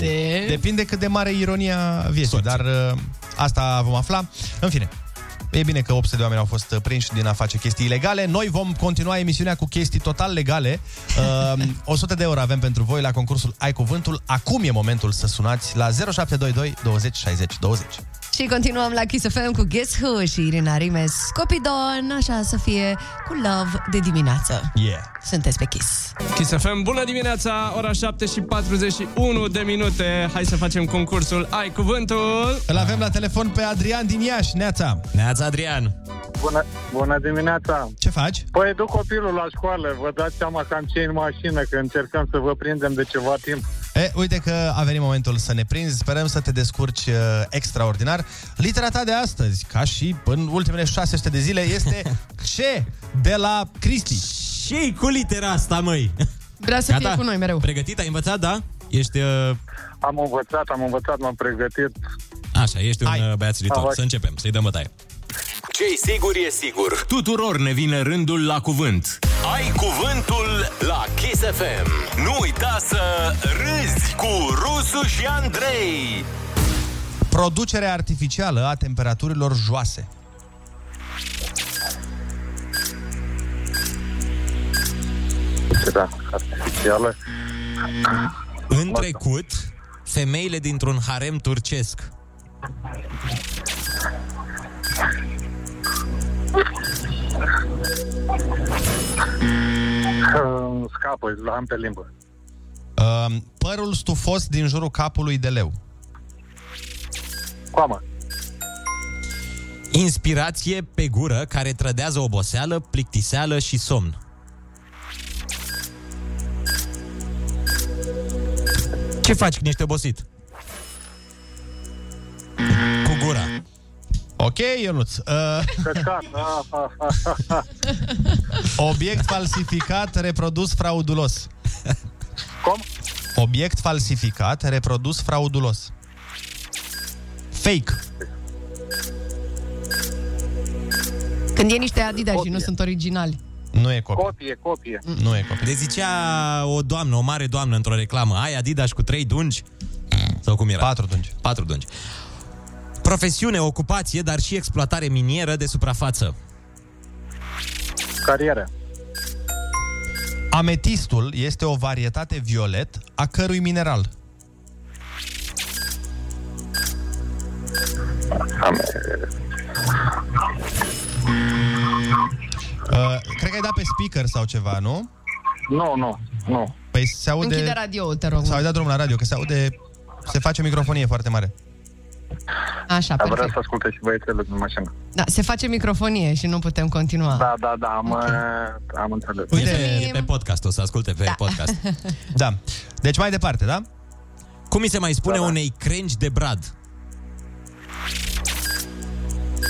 Speaker 5: Depinde cât de mare e ironia vieții, dar uh, asta vom afla. În fine, e bine că 800 de oameni au fost uh, prinși din a face chestii ilegale. Noi vom continua emisiunea cu chestii total legale. Uh, 100 de euro avem pentru voi la concursul Ai Cuvântul. Acum e momentul să sunați la 0722 20 60 20.
Speaker 10: Și continuăm la Kiss FM cu Guess Who și Irina Rimes. Copidon, așa să fie cu love de dimineață.
Speaker 5: Yeah.
Speaker 10: Sunteți pe Kiss.
Speaker 7: Kiss FM, bună dimineața, ora 7 și 41 de minute. Hai să facem concursul Ai Cuvântul.
Speaker 5: Îl avem la telefon pe Adrian din Iași. Neața!
Speaker 6: Neața, Adrian!
Speaker 13: Bună, bună dimineața!
Speaker 5: Ce faci?
Speaker 13: Păi duc copilul la școală, vă dați seama că am cei în mașină, că încercăm să vă prindem de ceva timp.
Speaker 5: E, uite că a venit momentul să ne prinzi, sperăm să te descurci uh, extraordinar. Litera ta de astăzi, ca și în ultimele 600 de zile, este C de la Cristi.
Speaker 6: ce cu litera asta, măi?
Speaker 9: Vrea să fie cu noi mereu.
Speaker 6: Pregătit, ai învățat, da? Ești... Uh...
Speaker 13: Am învățat, am învățat, m-am pregătit.
Speaker 6: Așa, ești un Hai. băiat silitor.
Speaker 13: Hai.
Speaker 6: Să începem, să-i dăm bătaie.
Speaker 4: Ce-i sigur e sigur.
Speaker 6: Tuturor ne vine rândul la cuvânt.
Speaker 4: Ai cuvântul la Kiss FM. Nu uita să râzi cu Rusu și Andrei.
Speaker 5: Producerea artificială a temperaturilor joase.
Speaker 13: Da, artificială.
Speaker 6: În trecut, femeile dintr-un harem turcesc
Speaker 13: Îmi Scapă, îl am pe limbă.
Speaker 5: Uh, părul stufos din jurul capului de leu.
Speaker 13: Coamă.
Speaker 6: Inspirație pe gură care trădează oboseală, plictiseală și somn. Ce faci când ești obosit? Cu gura.
Speaker 5: Ok, Ionuț. Uh,
Speaker 13: Căcat. Ah, ah, ah, ah, ah.
Speaker 5: obiect falsificat, reprodus fraudulos.
Speaker 13: Cum?
Speaker 5: Obiect falsificat, reprodus fraudulos. Fake.
Speaker 9: Când e niște Adidas și nu sunt originali.
Speaker 5: Nu e copii.
Speaker 13: Copie, copie.
Speaker 5: Nu e copii.
Speaker 6: De zicea o doamnă, o mare doamnă într-o reclamă, ai Adidas cu trei dungi? Sau cum era?
Speaker 5: Patru dungi.
Speaker 6: Patru dungi. Profesiune, ocupație, dar și exploatare minieră de suprafață.
Speaker 13: Carieră.
Speaker 5: Ametistul este o varietate violet a cărui mineral.
Speaker 13: Am,
Speaker 5: Uh, cred că ai dat pe speaker sau ceva, nu?
Speaker 13: nu, nu, nu.
Speaker 5: Păi se aude...
Speaker 9: Închide radio te rog.
Speaker 5: Sau ai dat drumul la radio, că se aude... Se face microfonie foarte mare.
Speaker 9: Așa,
Speaker 13: Dar vreau
Speaker 9: Da, perfect.
Speaker 13: să asculte și băiețelul din mașină.
Speaker 9: Da, se face microfonie și nu putem continua.
Speaker 13: Da, da, da, am, uh, am înțeles.
Speaker 5: Uite,
Speaker 6: E pe podcast, o să asculte pe da. podcast.
Speaker 5: da. Deci mai departe, da?
Speaker 6: Cum mi se mai spune da, da. unei crengi de brad?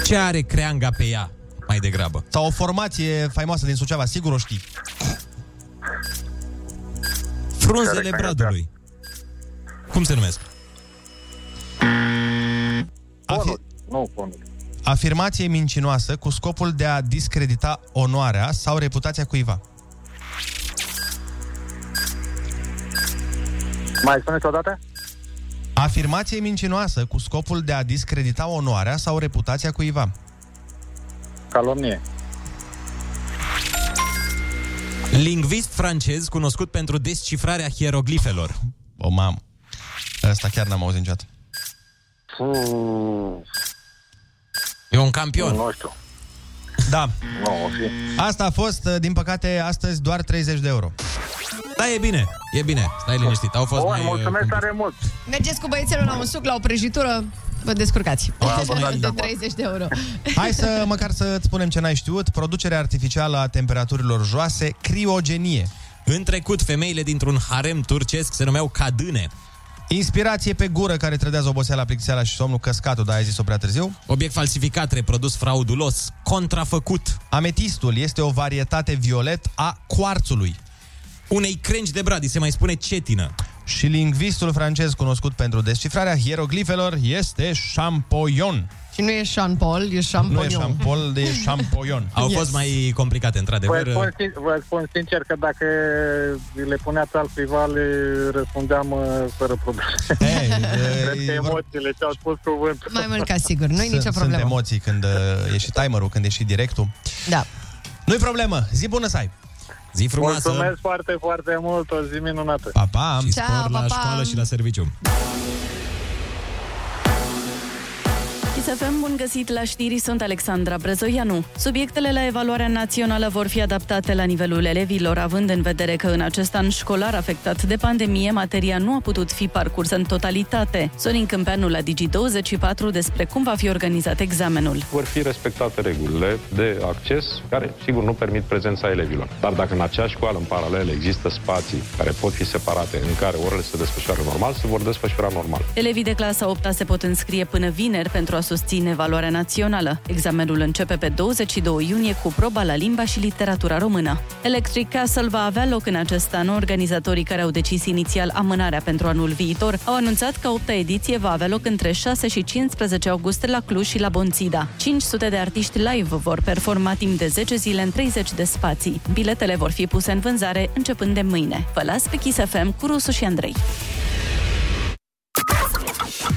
Speaker 6: Ce are creanga pe ea, mai degrabă?
Speaker 5: Sau o formație faimoasă din Suceava, sigur o știi.
Speaker 6: Frunzele
Speaker 13: Care creanga
Speaker 6: bradului. Cum se numesc?
Speaker 5: Afi-
Speaker 13: Nu, fondul.
Speaker 5: afirmație mincinoasă cu scopul de a discredita onoarea sau reputația cuiva.
Speaker 13: Mai spuneți o dată?
Speaker 5: Afirmație mincinoasă cu scopul de a discredita onoarea sau reputația cuiva.
Speaker 13: Calomnie.
Speaker 6: Lingvist francez cunoscut pentru descifrarea hieroglifelor.
Speaker 5: O, mamă. Asta chiar n-am auzit niciodată.
Speaker 13: Puh,
Speaker 6: E un campion.
Speaker 13: nu știu.
Speaker 5: Da,
Speaker 13: Nu, o fi.
Speaker 5: asta a fost, din păcate, astăzi doar 30 de euro.
Speaker 6: Da, e bine, e bine. Stai liniștit, au fost
Speaker 13: Bun,
Speaker 6: mai...
Speaker 13: mulțumesc
Speaker 6: uh,
Speaker 13: tare mult.
Speaker 9: Mergeți cu băiețelul la un suc, la o prăjitură, vă descurcați. de 30 de euro.
Speaker 5: Hai să, măcar să-ți spunem ce n-ai știut. Producerea artificială a temperaturilor joase, criogenie.
Speaker 6: În trecut, femeile dintr-un harem turcesc se numeau cadâne.
Speaker 5: Inspirație pe gură care trădează oboseala, plictiseala și somnul, căscatul, dar ai zis-o prea târziu.
Speaker 6: Obiect falsificat, reprodus fraudulos, contrafăcut.
Speaker 5: Ametistul este o varietate violet a quarțului.
Speaker 6: Unei crengi de bradi se mai spune cetină.
Speaker 5: Și lingvistul francez cunoscut pentru descifrarea hieroglifelor este șampoion.
Speaker 9: Și nu e Sean Paul, e șamponion.
Speaker 5: Nu e șampol, de e șampoion.
Speaker 6: Au yes. fost mai complicate,
Speaker 13: Vă
Speaker 12: Păi,
Speaker 6: într-adevăr.
Speaker 13: spun, sin- vă spun sincer că dacă le puneați altcuiva, le răspundeam uh, fără probleme.
Speaker 5: Hey,
Speaker 13: Cred că emoțiile și-au spus cuvântul.
Speaker 10: Mai mult ca sigur, nu e nicio
Speaker 5: Sunt
Speaker 10: problemă.
Speaker 5: emoții când uh, e și timerul, când e și directul.
Speaker 10: Da.
Speaker 5: Nu-i problemă, zi bună să ai!
Speaker 6: Zi frumoasă!
Speaker 13: Mulțumesc foarte, foarte mult, o zi minunată.
Speaker 5: Pa, pa!
Speaker 6: Și
Speaker 10: Ceau,
Speaker 6: spor la
Speaker 10: pa, pa.
Speaker 6: școală și la serviciu.
Speaker 1: Chisafem, bun găsit la știri, sunt Alexandra Brezoianu. Subiectele la evaluarea națională vor fi adaptate la nivelul elevilor, având în vedere că în acest an școlar afectat de pandemie, materia nu a putut fi parcursă în totalitate. Sorin Câmpeanu la Digi24 despre cum va fi organizat examenul.
Speaker 14: vor fi respectate regulile de acces, care sigur nu permit prezența elevilor. Dar dacă în acea școală, în paralel, există spații care pot fi separate, în care orele se desfășoară normal, se vor desfășura normal.
Speaker 1: Elevii de clasa 8 se pot înscrie până vineri pentru a susține valoarea națională. Examenul începe pe 22 iunie cu proba la limba și literatura română. Electric Castle va avea loc în acest an. Organizatorii care au decis inițial amânarea pentru anul viitor au anunțat că 8 ediție va avea loc între 6 și 15 august la Cluj și la Bonțida. 500 de artiști live vor performa timp de 10 zile în 30 de spații. Biletele vor fi puse în vânzare începând de mâine. Vă las pe Kiss FM cu Rusu și Andrei.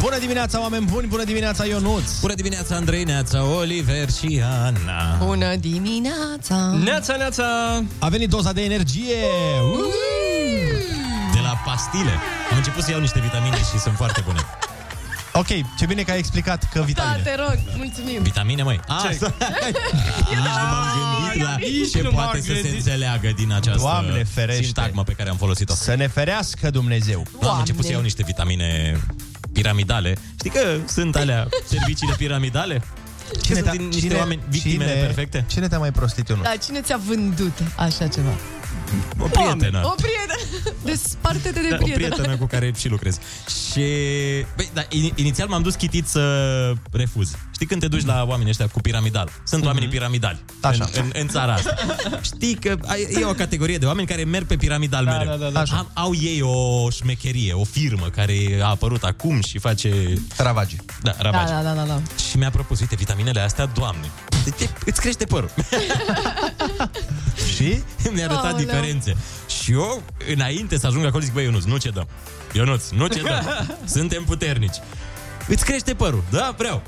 Speaker 5: Bună dimineața, oameni buni! Bună dimineața, Ionuț!
Speaker 6: Bună dimineața, Andrei, Neața, Oliver și Ana.
Speaker 9: Bună dimineața!
Speaker 7: Neața, neața!
Speaker 5: A venit doza de energie!
Speaker 9: Da,
Speaker 6: De la pastile. Am început să iau niște vitamine și sunt foarte bune.
Speaker 5: Ok, ce bine că ai explicat că
Speaker 9: Da,
Speaker 5: vitamine.
Speaker 9: te rog, mulțumim!
Speaker 6: Vitamine, măi. A,
Speaker 5: Ce?
Speaker 6: asta- m-am gândit la
Speaker 7: nici
Speaker 6: ce
Speaker 7: nu m-am
Speaker 6: poate să se
Speaker 7: gândit.
Speaker 6: înțeleagă din această
Speaker 5: Doamne ferește.
Speaker 6: sintagmă pe care am folosit-o.
Speaker 5: Să ne ferească Dumnezeu!
Speaker 6: Am început să iau niște vitamine piramidale. Știi că sunt alea serviciile piramidale? Cine sunt
Speaker 5: te-a-
Speaker 6: din niște oameni victimele
Speaker 5: cine,
Speaker 6: perfecte?
Speaker 5: Cine te-a mai prostit, Ionuț?
Speaker 9: Dar Da, cine ți-a vândut așa ceva?
Speaker 6: O prietenă.
Speaker 9: O prietenă! Desparte-te de
Speaker 6: Da, o
Speaker 9: prietenă!
Speaker 6: prietenă cu care și lucrez. Și... Băi, da, ini- inițial m-am dus chitit să refuz. Știi când te duci la oamenii ăștia cu piramidal? Sunt oamenii piramidali
Speaker 5: Așa.
Speaker 6: În, în, în țara asta. Știi că ai- e o categorie de oameni care merg pe piramidal mereu.
Speaker 7: da, da,
Speaker 5: da.
Speaker 6: Am, au ei o șmecherie, o firmă care a apărut acum și face...
Speaker 5: Travagi.
Speaker 6: Da,
Speaker 9: Da,
Speaker 6: rabagi.
Speaker 9: da, da, da, da.
Speaker 6: Și mi-a propus, uite, vitaminele astea, doamne, de te, îți crește părul. și mi-a arătat
Speaker 9: Aoleu.
Speaker 6: diferențe. Și eu, înainte să ajung acolo, zic, băi, Ionuț, nu cedăm. Ionuț, nu cedăm. Suntem puternici. Îți crește părul. Da, vreau.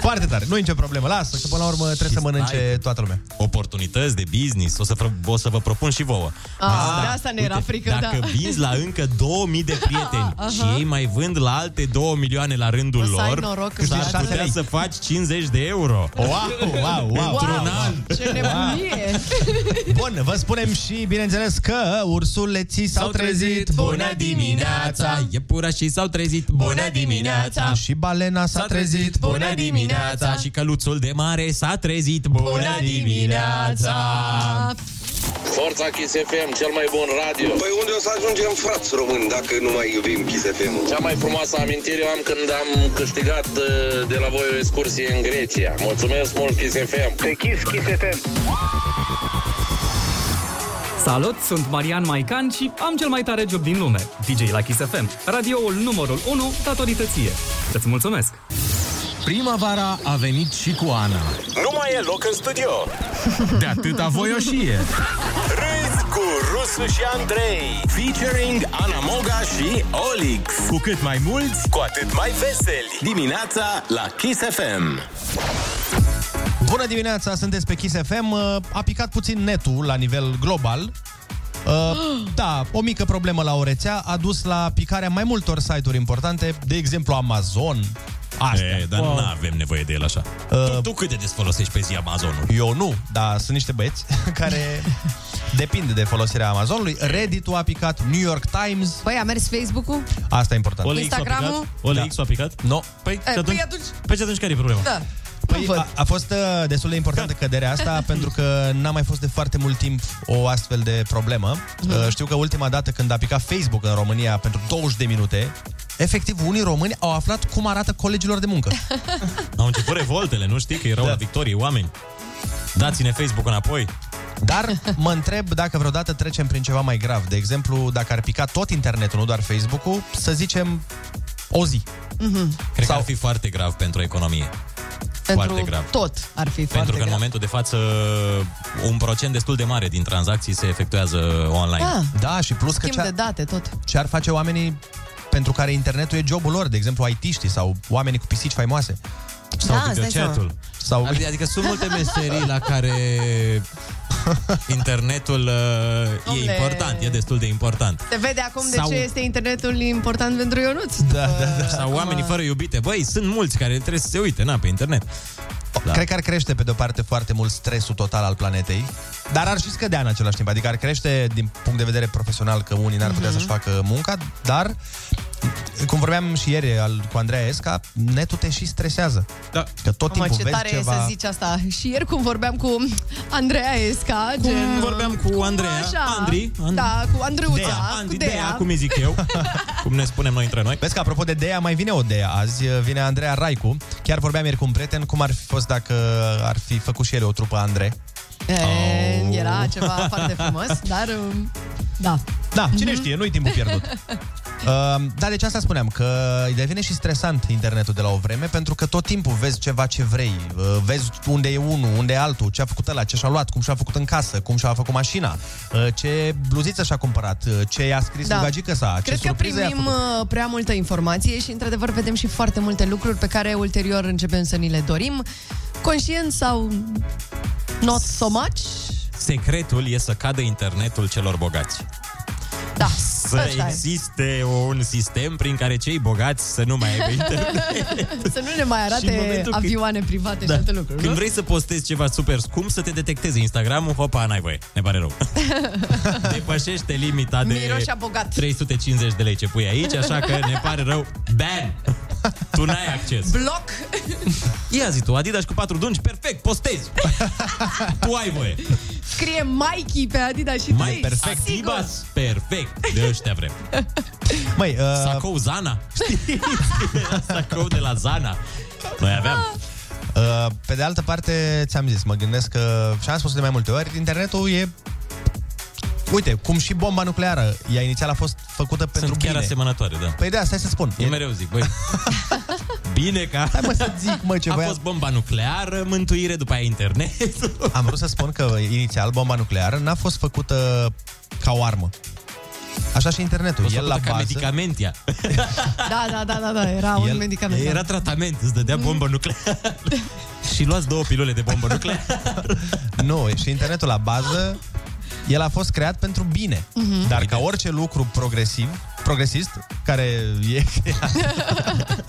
Speaker 5: Foarte tare, nu e nicio problemă, lasă, că până la urmă trebuie să mănânce toată lumea.
Speaker 6: Oportunități de business, o să, fr- o să vă propun și vouă.
Speaker 9: Ah,
Speaker 6: Am zis,
Speaker 9: de asta ne era frică,
Speaker 6: Dacă
Speaker 9: da.
Speaker 6: vinzi la încă 2000 de prieteni și ei mai vând la alte 2 milioane la rândul
Speaker 9: O să ai
Speaker 6: lor,
Speaker 9: noroc în
Speaker 6: s-ar
Speaker 9: viața
Speaker 6: putea
Speaker 9: ta.
Speaker 6: să faci 50 de euro.
Speaker 5: Wow, wow, wow!
Speaker 6: Într-un an.
Speaker 9: Ce nebunie!
Speaker 5: Bun, vă spunem și, bineînțeles, că ursuleții s-au trezit.
Speaker 6: Bună dimineața Iepurașii s-au trezit Bună dimineața
Speaker 5: Și balena s-a trezit.
Speaker 6: Bună dimineața Și căluțul de mare s-a trezit Bună dimineața
Speaker 15: Forța Kiss FM, cel mai bun radio.
Speaker 8: Păi unde o să ajungem, frați români, dacă nu mai iubim Kiss FM?
Speaker 15: Cea mai frumoasă amintire o am când am câștigat uh, de la voi o excursie în Grecia. Mulțumesc mult, Kiss FM.
Speaker 13: Te Kiss, Kiss FM.
Speaker 16: Salut, sunt Marian Maican și am cel mai tare job din lume, DJ la Kiss FM, radioul numărul 1 datorită ție. Îți mulțumesc!
Speaker 4: Primăvara a venit și cu Ana.
Speaker 8: Nu mai e loc în studio.
Speaker 4: De atâta voioșie.
Speaker 8: Râzi cu Rusu și Andrei. Featuring Ana Moga și Olix.
Speaker 4: Cu cât mai mulți,
Speaker 8: Cu atât mai veseli. Dimineața la Kiss FM.
Speaker 5: Bună dimineața, sunteți pe Kiss FM. Uh, A picat puțin netul la nivel global. Uh, da, o mică problemă la o rețea a dus la picarea mai multor site-uri importante, de exemplu Amazon, Uh, Astea.
Speaker 6: E, Eh, dar nu avem nevoie de el așa. Uh, tu, tu cât de des folosești pe zi Amazonul?
Speaker 5: Eu nu, dar sunt niște băieți care depinde de folosirea Amazonului. Reddit-ul a picat, New York Times,
Speaker 10: Păi, a mers Facebook-ul?
Speaker 5: asta e important. Da.
Speaker 10: OLX-ul a picat? Instagram-ul?
Speaker 6: OLX-ul a picat?
Speaker 5: Nu.
Speaker 6: Păi,
Speaker 9: Eh,
Speaker 10: păi atunci- atunci-
Speaker 6: păi și atunci care e problema?
Speaker 10: Da.
Speaker 5: Păi, a, a fost uh, destul de importantă căderea asta pentru că n-a mai fost de foarte mult timp o astfel de problemă. Uh, știu că ultima dată când a picat Facebook în România pentru 20 de minute, efectiv unii români au aflat cum arată colegilor de muncă.
Speaker 6: Au început revoltele, nu știi că erau da. la victorie oameni. Dați-ne Facebook înapoi.
Speaker 5: Dar mă întreb dacă vreodată trecem prin ceva mai grav. De exemplu, dacă ar pica tot internetul, nu doar Facebook-ul, să zicem o zi.
Speaker 9: Mhm.
Speaker 10: Mm-hmm.
Speaker 6: Cred Sau... că ar fi foarte grav pentru economie.
Speaker 10: Pentru
Speaker 6: Foarte grav.
Speaker 10: tot ar fi
Speaker 6: Pentru
Speaker 10: foarte
Speaker 6: că în
Speaker 10: grav.
Speaker 6: momentul de față un procent destul de mare din tranzacții se efectuează online.
Speaker 10: Ah.
Speaker 5: Da, și plus că
Speaker 10: Schimb
Speaker 5: ce-ar-
Speaker 10: de date, tot.
Speaker 5: ce ar face oamenii pentru care internetul e jobul lor, de exemplu IT-știi sau oamenii cu pisici faimoase.
Speaker 10: Sau Da, îți dai videochatul.
Speaker 5: Sau...
Speaker 6: Adică- adică sunt multe meserii la care internetul uh, e
Speaker 10: Dom'le.
Speaker 6: important, e destul de important.
Speaker 10: Te vede acum
Speaker 6: Sau-
Speaker 10: de ce este internetul important pentru Ionuț.
Speaker 5: Da, da, da.
Speaker 6: Sau oamenii fără iubite. Băi, sunt mulți care trebuie să se uite, na, pe internet.
Speaker 5: Da. Cred că ar crește, pe de-o parte, foarte mult stresul total al planetei, dar ar și scădea în același timp. Adică ar crește din punct de vedere profesional că unii n-ar putea
Speaker 6: Mhm.
Speaker 5: să-și facă munca, dar, cum vorbeam și ieri al, cu Andreea Esca, netul te și stresează.
Speaker 7: Da.
Speaker 5: Că tot
Speaker 10: Mă,
Speaker 5: timpul
Speaker 10: ce
Speaker 5: vezi
Speaker 10: tare
Speaker 5: ceva...
Speaker 10: e să zici asta. Și ieri cum vorbeam cu Andreea Esca,
Speaker 6: Cum
Speaker 10: gen...
Speaker 6: vorbeam cu Andreea, Andri, Andri.
Speaker 10: Da, cu Andreuța,
Speaker 6: Dea,
Speaker 10: cu
Speaker 6: Andi,
Speaker 10: Dea.
Speaker 6: Dea, cum îi zic eu. cum ne spunem noi între noi.
Speaker 5: Vezi că, apropo de Dea, mai vine o Dea azi, uh, vine Andreea Raicu. Chiar vorbeam ieri cu un prieten cum ar fi fost dacă ar fi făcut și el o trupă Andrei.
Speaker 6: Oh.
Speaker 10: E, Era ceva foarte frumos, dar... um, Da.
Speaker 5: Da, cine știe, nu-i timpul pierdut. Uh, da, deci asta spuneam, că îi devine și stresant internetul de la o vreme, pentru că tot timpul vezi ceva ce vrei, uh, vezi unde e unul, unde e altul, ce a făcut ăla, ce și-a luat, cum și-a făcut în casă, cum și-a făcut mașina, uh, ce bluziță și-a cumpărat, uh, ce i-a scris da. gagică sa, ce
Speaker 10: Cred că
Speaker 5: surprize i-a
Speaker 10: primim
Speaker 5: făcut.
Speaker 10: uh, prea multă informație și, într-adevăr, vedem și foarte multe lucruri pe care ulterior începem să ni le dorim, conștient sau not so much.
Speaker 6: Secretul e să cadă internetul celor bogați.
Speaker 10: Da,
Speaker 6: Să
Speaker 10: ăsta e.
Speaker 6: existe un sistem prin care cei bogați să nu mai aibă internet.
Speaker 10: Să nu ne mai
Speaker 6: Și în
Speaker 10: arate
Speaker 6: momentul când-
Speaker 10: avioane private și
Speaker 6: Da.
Speaker 10: alte lucruri.
Speaker 6: Când
Speaker 10: nu?
Speaker 6: vrei să postezi ceva super scump, să te detecteze Instagramul, hopa, n-ai voie, ne pare rău. Depășește limita de
Speaker 10: Miroșa bogat.
Speaker 6: 350 de lei ce pui aici, așa că ne pare rău, ban! Tu n-ai acces.
Speaker 10: Bloc.
Speaker 6: Ia zi tu, Adidas cu patru dungi, perfect, postezi! tu ai voie.
Speaker 10: Scrie Mikey pe Adidas și
Speaker 6: Mai
Speaker 10: tu,
Speaker 6: perfect,
Speaker 10: sigur.
Speaker 6: Ibas, perfect, de ăștia vrem.
Speaker 5: Măi, uh...
Speaker 6: Sacou Zana, știi? Sacou de la Zana. Noi aveam.
Speaker 5: Uh, Pe de altă parte, ți-am zis, mă gândesc că, și am spus de mai multe ori, internetul e... Uite, cum și bomba nucleară, ea inițial a fost făcută pentru
Speaker 6: Sunt chiar
Speaker 5: bine.
Speaker 6: asemănătoare, da.
Speaker 5: Păi de asta să spun.
Speaker 6: Eu mereu zic, băi, bine că...
Speaker 5: Hai mă să zic, mă, ce
Speaker 6: A
Speaker 5: voia-
Speaker 6: fost bomba nucleară, mântuire, după aia internet.
Speaker 5: Am vrut să spun că inițial bomba nucleară n-a fost făcută ca o armă. Așa și internetul.
Speaker 6: fost
Speaker 5: El la
Speaker 6: făcută
Speaker 5: bază...
Speaker 6: ca medicament, ea.
Speaker 10: Da, da, da, da, da, era un medicament.
Speaker 6: Era
Speaker 10: Era...
Speaker 6: tratament, îți dădea bombă nucleară. și luați două pilule de bombă nucleară.
Speaker 5: Nu, și internetul la bază, el a fost creat pentru bine.
Speaker 10: Mhm.
Speaker 5: Dar ca orice lucru progresiv, progresist, care e creat,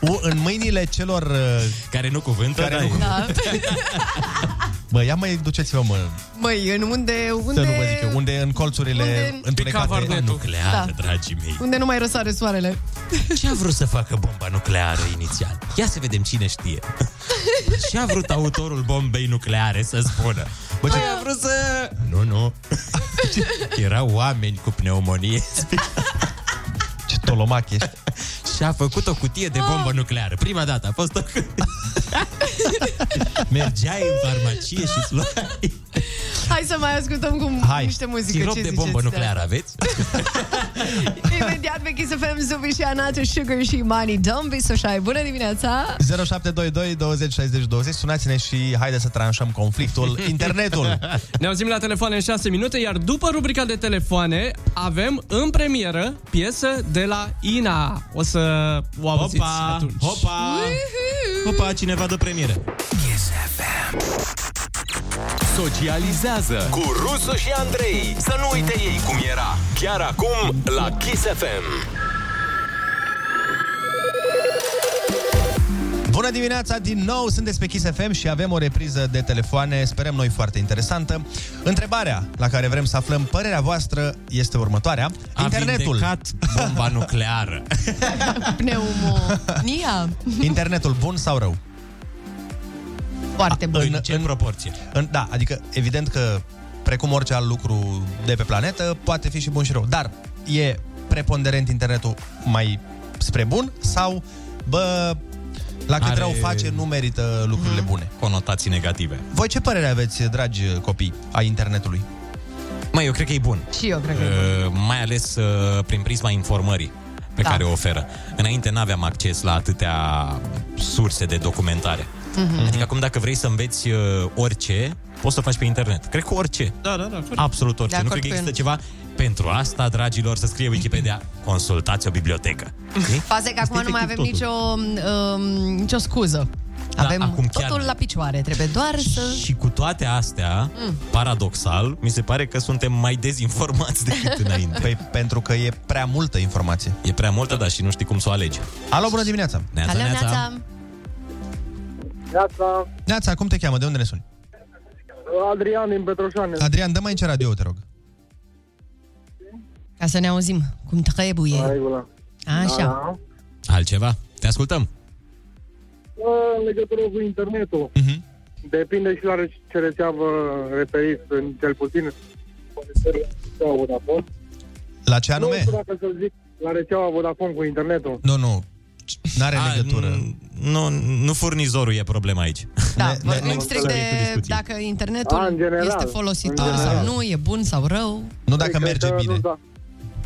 Speaker 5: u- în mâinile celor... uh,
Speaker 6: Care nu cuvântă,
Speaker 5: Care nu cuvântă.
Speaker 10: Da.
Speaker 5: Bă, ia mai duceți-vă, mă,
Speaker 10: Măi, în unde,
Speaker 5: unde... să nu vă
Speaker 10: unde,
Speaker 5: zic eu, unde în colțurile
Speaker 10: Unde-
Speaker 5: întunecate.
Speaker 6: Bomba nucleară,
Speaker 10: Da.
Speaker 6: dragii mei.
Speaker 10: unde nu mai răsare soarele.
Speaker 6: Ce a vrut să facă bomba nucleară inițial? Ia să vedem cine știe. Ce a vrut autorul bombei nucleare să spună? Bă, ce a vrut să... Nu, nu. Erau oameni cu pneumonie.
Speaker 5: Ce tolomac ești.
Speaker 6: Și a făcut o cutie de bombă nucleară. Prima dată a fost o... Mergeai în farmacie și îți luai
Speaker 10: Hai să mai ascultăm cu
Speaker 6: Hai,
Speaker 10: niște muzică.
Speaker 6: sirop
Speaker 10: ce
Speaker 6: de
Speaker 10: ziceți,
Speaker 6: bombă
Speaker 10: da.
Speaker 6: nucleară aveți?
Speaker 10: Imediat pe Kiss FM, Zubi și Anatu, Sugar și Money. Don't be so shy. Bună dimineața!
Speaker 5: 0722 20 60 20 Sunați-ne și haide să tranșăm conflictul Internetul
Speaker 7: Ne auzim la telefoane în 6 minute, iar după rubrica de telefoane avem în premieră piesă de la Ina. O să o auziți
Speaker 6: Hopa,
Speaker 7: atunci.
Speaker 6: hopa, hopa, cineva dă premieră.
Speaker 4: Socializează
Speaker 8: Cu Rusu și Andrei. Să nu uite ei cum era.
Speaker 4: Chiar acum la Kiss FM
Speaker 5: Bună dimineața din nou, sunteți pe Kiss FM și avem o repriză de telefoane, sperăm noi foarte interesantă. Întrebarea la care vrem să aflăm părerea voastră este următoarea.
Speaker 6: A vindecat bomba
Speaker 5: nucleară.
Speaker 10: Pneumonia.
Speaker 5: Internetul bun sau rău?
Speaker 10: Foarte
Speaker 5: bun. În, ce în, proporție? În, da, adică evident că precum orice alt lucru de pe planetă, poate fi și bun și rău. Dar e preponderent internetul mai spre bun sau, bă, la cât
Speaker 6: Are-
Speaker 5: Are... rău face, nu merită lucrurile bune.
Speaker 6: Conotații negative.
Speaker 5: Voi ce părere aveți, dragi copii, a internetului?
Speaker 6: Mai eu cred că e bun.
Speaker 10: Și eu cred că
Speaker 6: Uh, mai ales uh, prin prisma informării pe
Speaker 10: Da.
Speaker 6: care o oferă. Înainte n-aveam acces la atâtea surse de documentare.
Speaker 10: Mhm.
Speaker 6: Adică acum dacă vrei să înveți uh, orice, poți să o faci pe internet. Cred că orice.
Speaker 7: Da, da, da. corect.
Speaker 6: Absolut orice.
Speaker 7: De
Speaker 6: nu
Speaker 7: acord
Speaker 6: cred că
Speaker 7: cu
Speaker 6: există
Speaker 7: el.
Speaker 6: ceva. Pentru asta, dragilor, să scrie Wikipedia, consultați o bibliotecă. Știi?
Speaker 10: Faza e că acum nu mai avem
Speaker 6: efectiv
Speaker 10: nicio, um, nicio scuză. Avem da,
Speaker 6: acum
Speaker 10: acum
Speaker 6: chiar
Speaker 10: totul
Speaker 6: nu.
Speaker 10: la picioare. Trebuie doar să...
Speaker 6: Și cu toate astea,
Speaker 10: Mm.
Speaker 6: mm. paradoxal, mi se pare că suntem mai dezinformați decât înainte.
Speaker 5: Păi pentru că e prea multă informație.
Speaker 6: E prea multă, da, și nu știi cum să o alegi.
Speaker 5: Alo, bună dimineața!
Speaker 6: Neața, Alo, neața. neața.
Speaker 13: Neața,
Speaker 5: Neața, cum te cheamă? De unde ne suni?
Speaker 13: Adrian din Petroșane.
Speaker 5: Adrian, dă mai în ce radio, te rog.
Speaker 10: Ca să ne auzim cum trebuie. Așa.
Speaker 13: Da.
Speaker 6: Altceva? Te ascultăm.
Speaker 13: Bă, În legătură cu internetul.
Speaker 5: Mhm.
Speaker 13: Uh-huh. Depinde și la re- ce rețea vă referiți, în cel puțin. La Vodafone.
Speaker 5: La ce anume?
Speaker 13: Nu știu dacă să zic la rețeaua Vodafone cu internetul.
Speaker 5: Nu, nu. N-are
Speaker 6: A, legătură. Nu, nu furnizorul e problema aici.
Speaker 10: Da,
Speaker 6: Ne- ne-
Speaker 10: vorbim
Speaker 6: ne-
Speaker 10: strict
Speaker 6: subiectul
Speaker 10: de
Speaker 6: discuției.
Speaker 10: dacă internetul
Speaker 13: A, Ah, în general.
Speaker 10: este folositor
Speaker 13: În
Speaker 10: sau
Speaker 13: general.
Speaker 10: nu, e bun sau rău.
Speaker 5: Nu dacă merge
Speaker 13: că
Speaker 5: bine.
Speaker 13: Nu, da.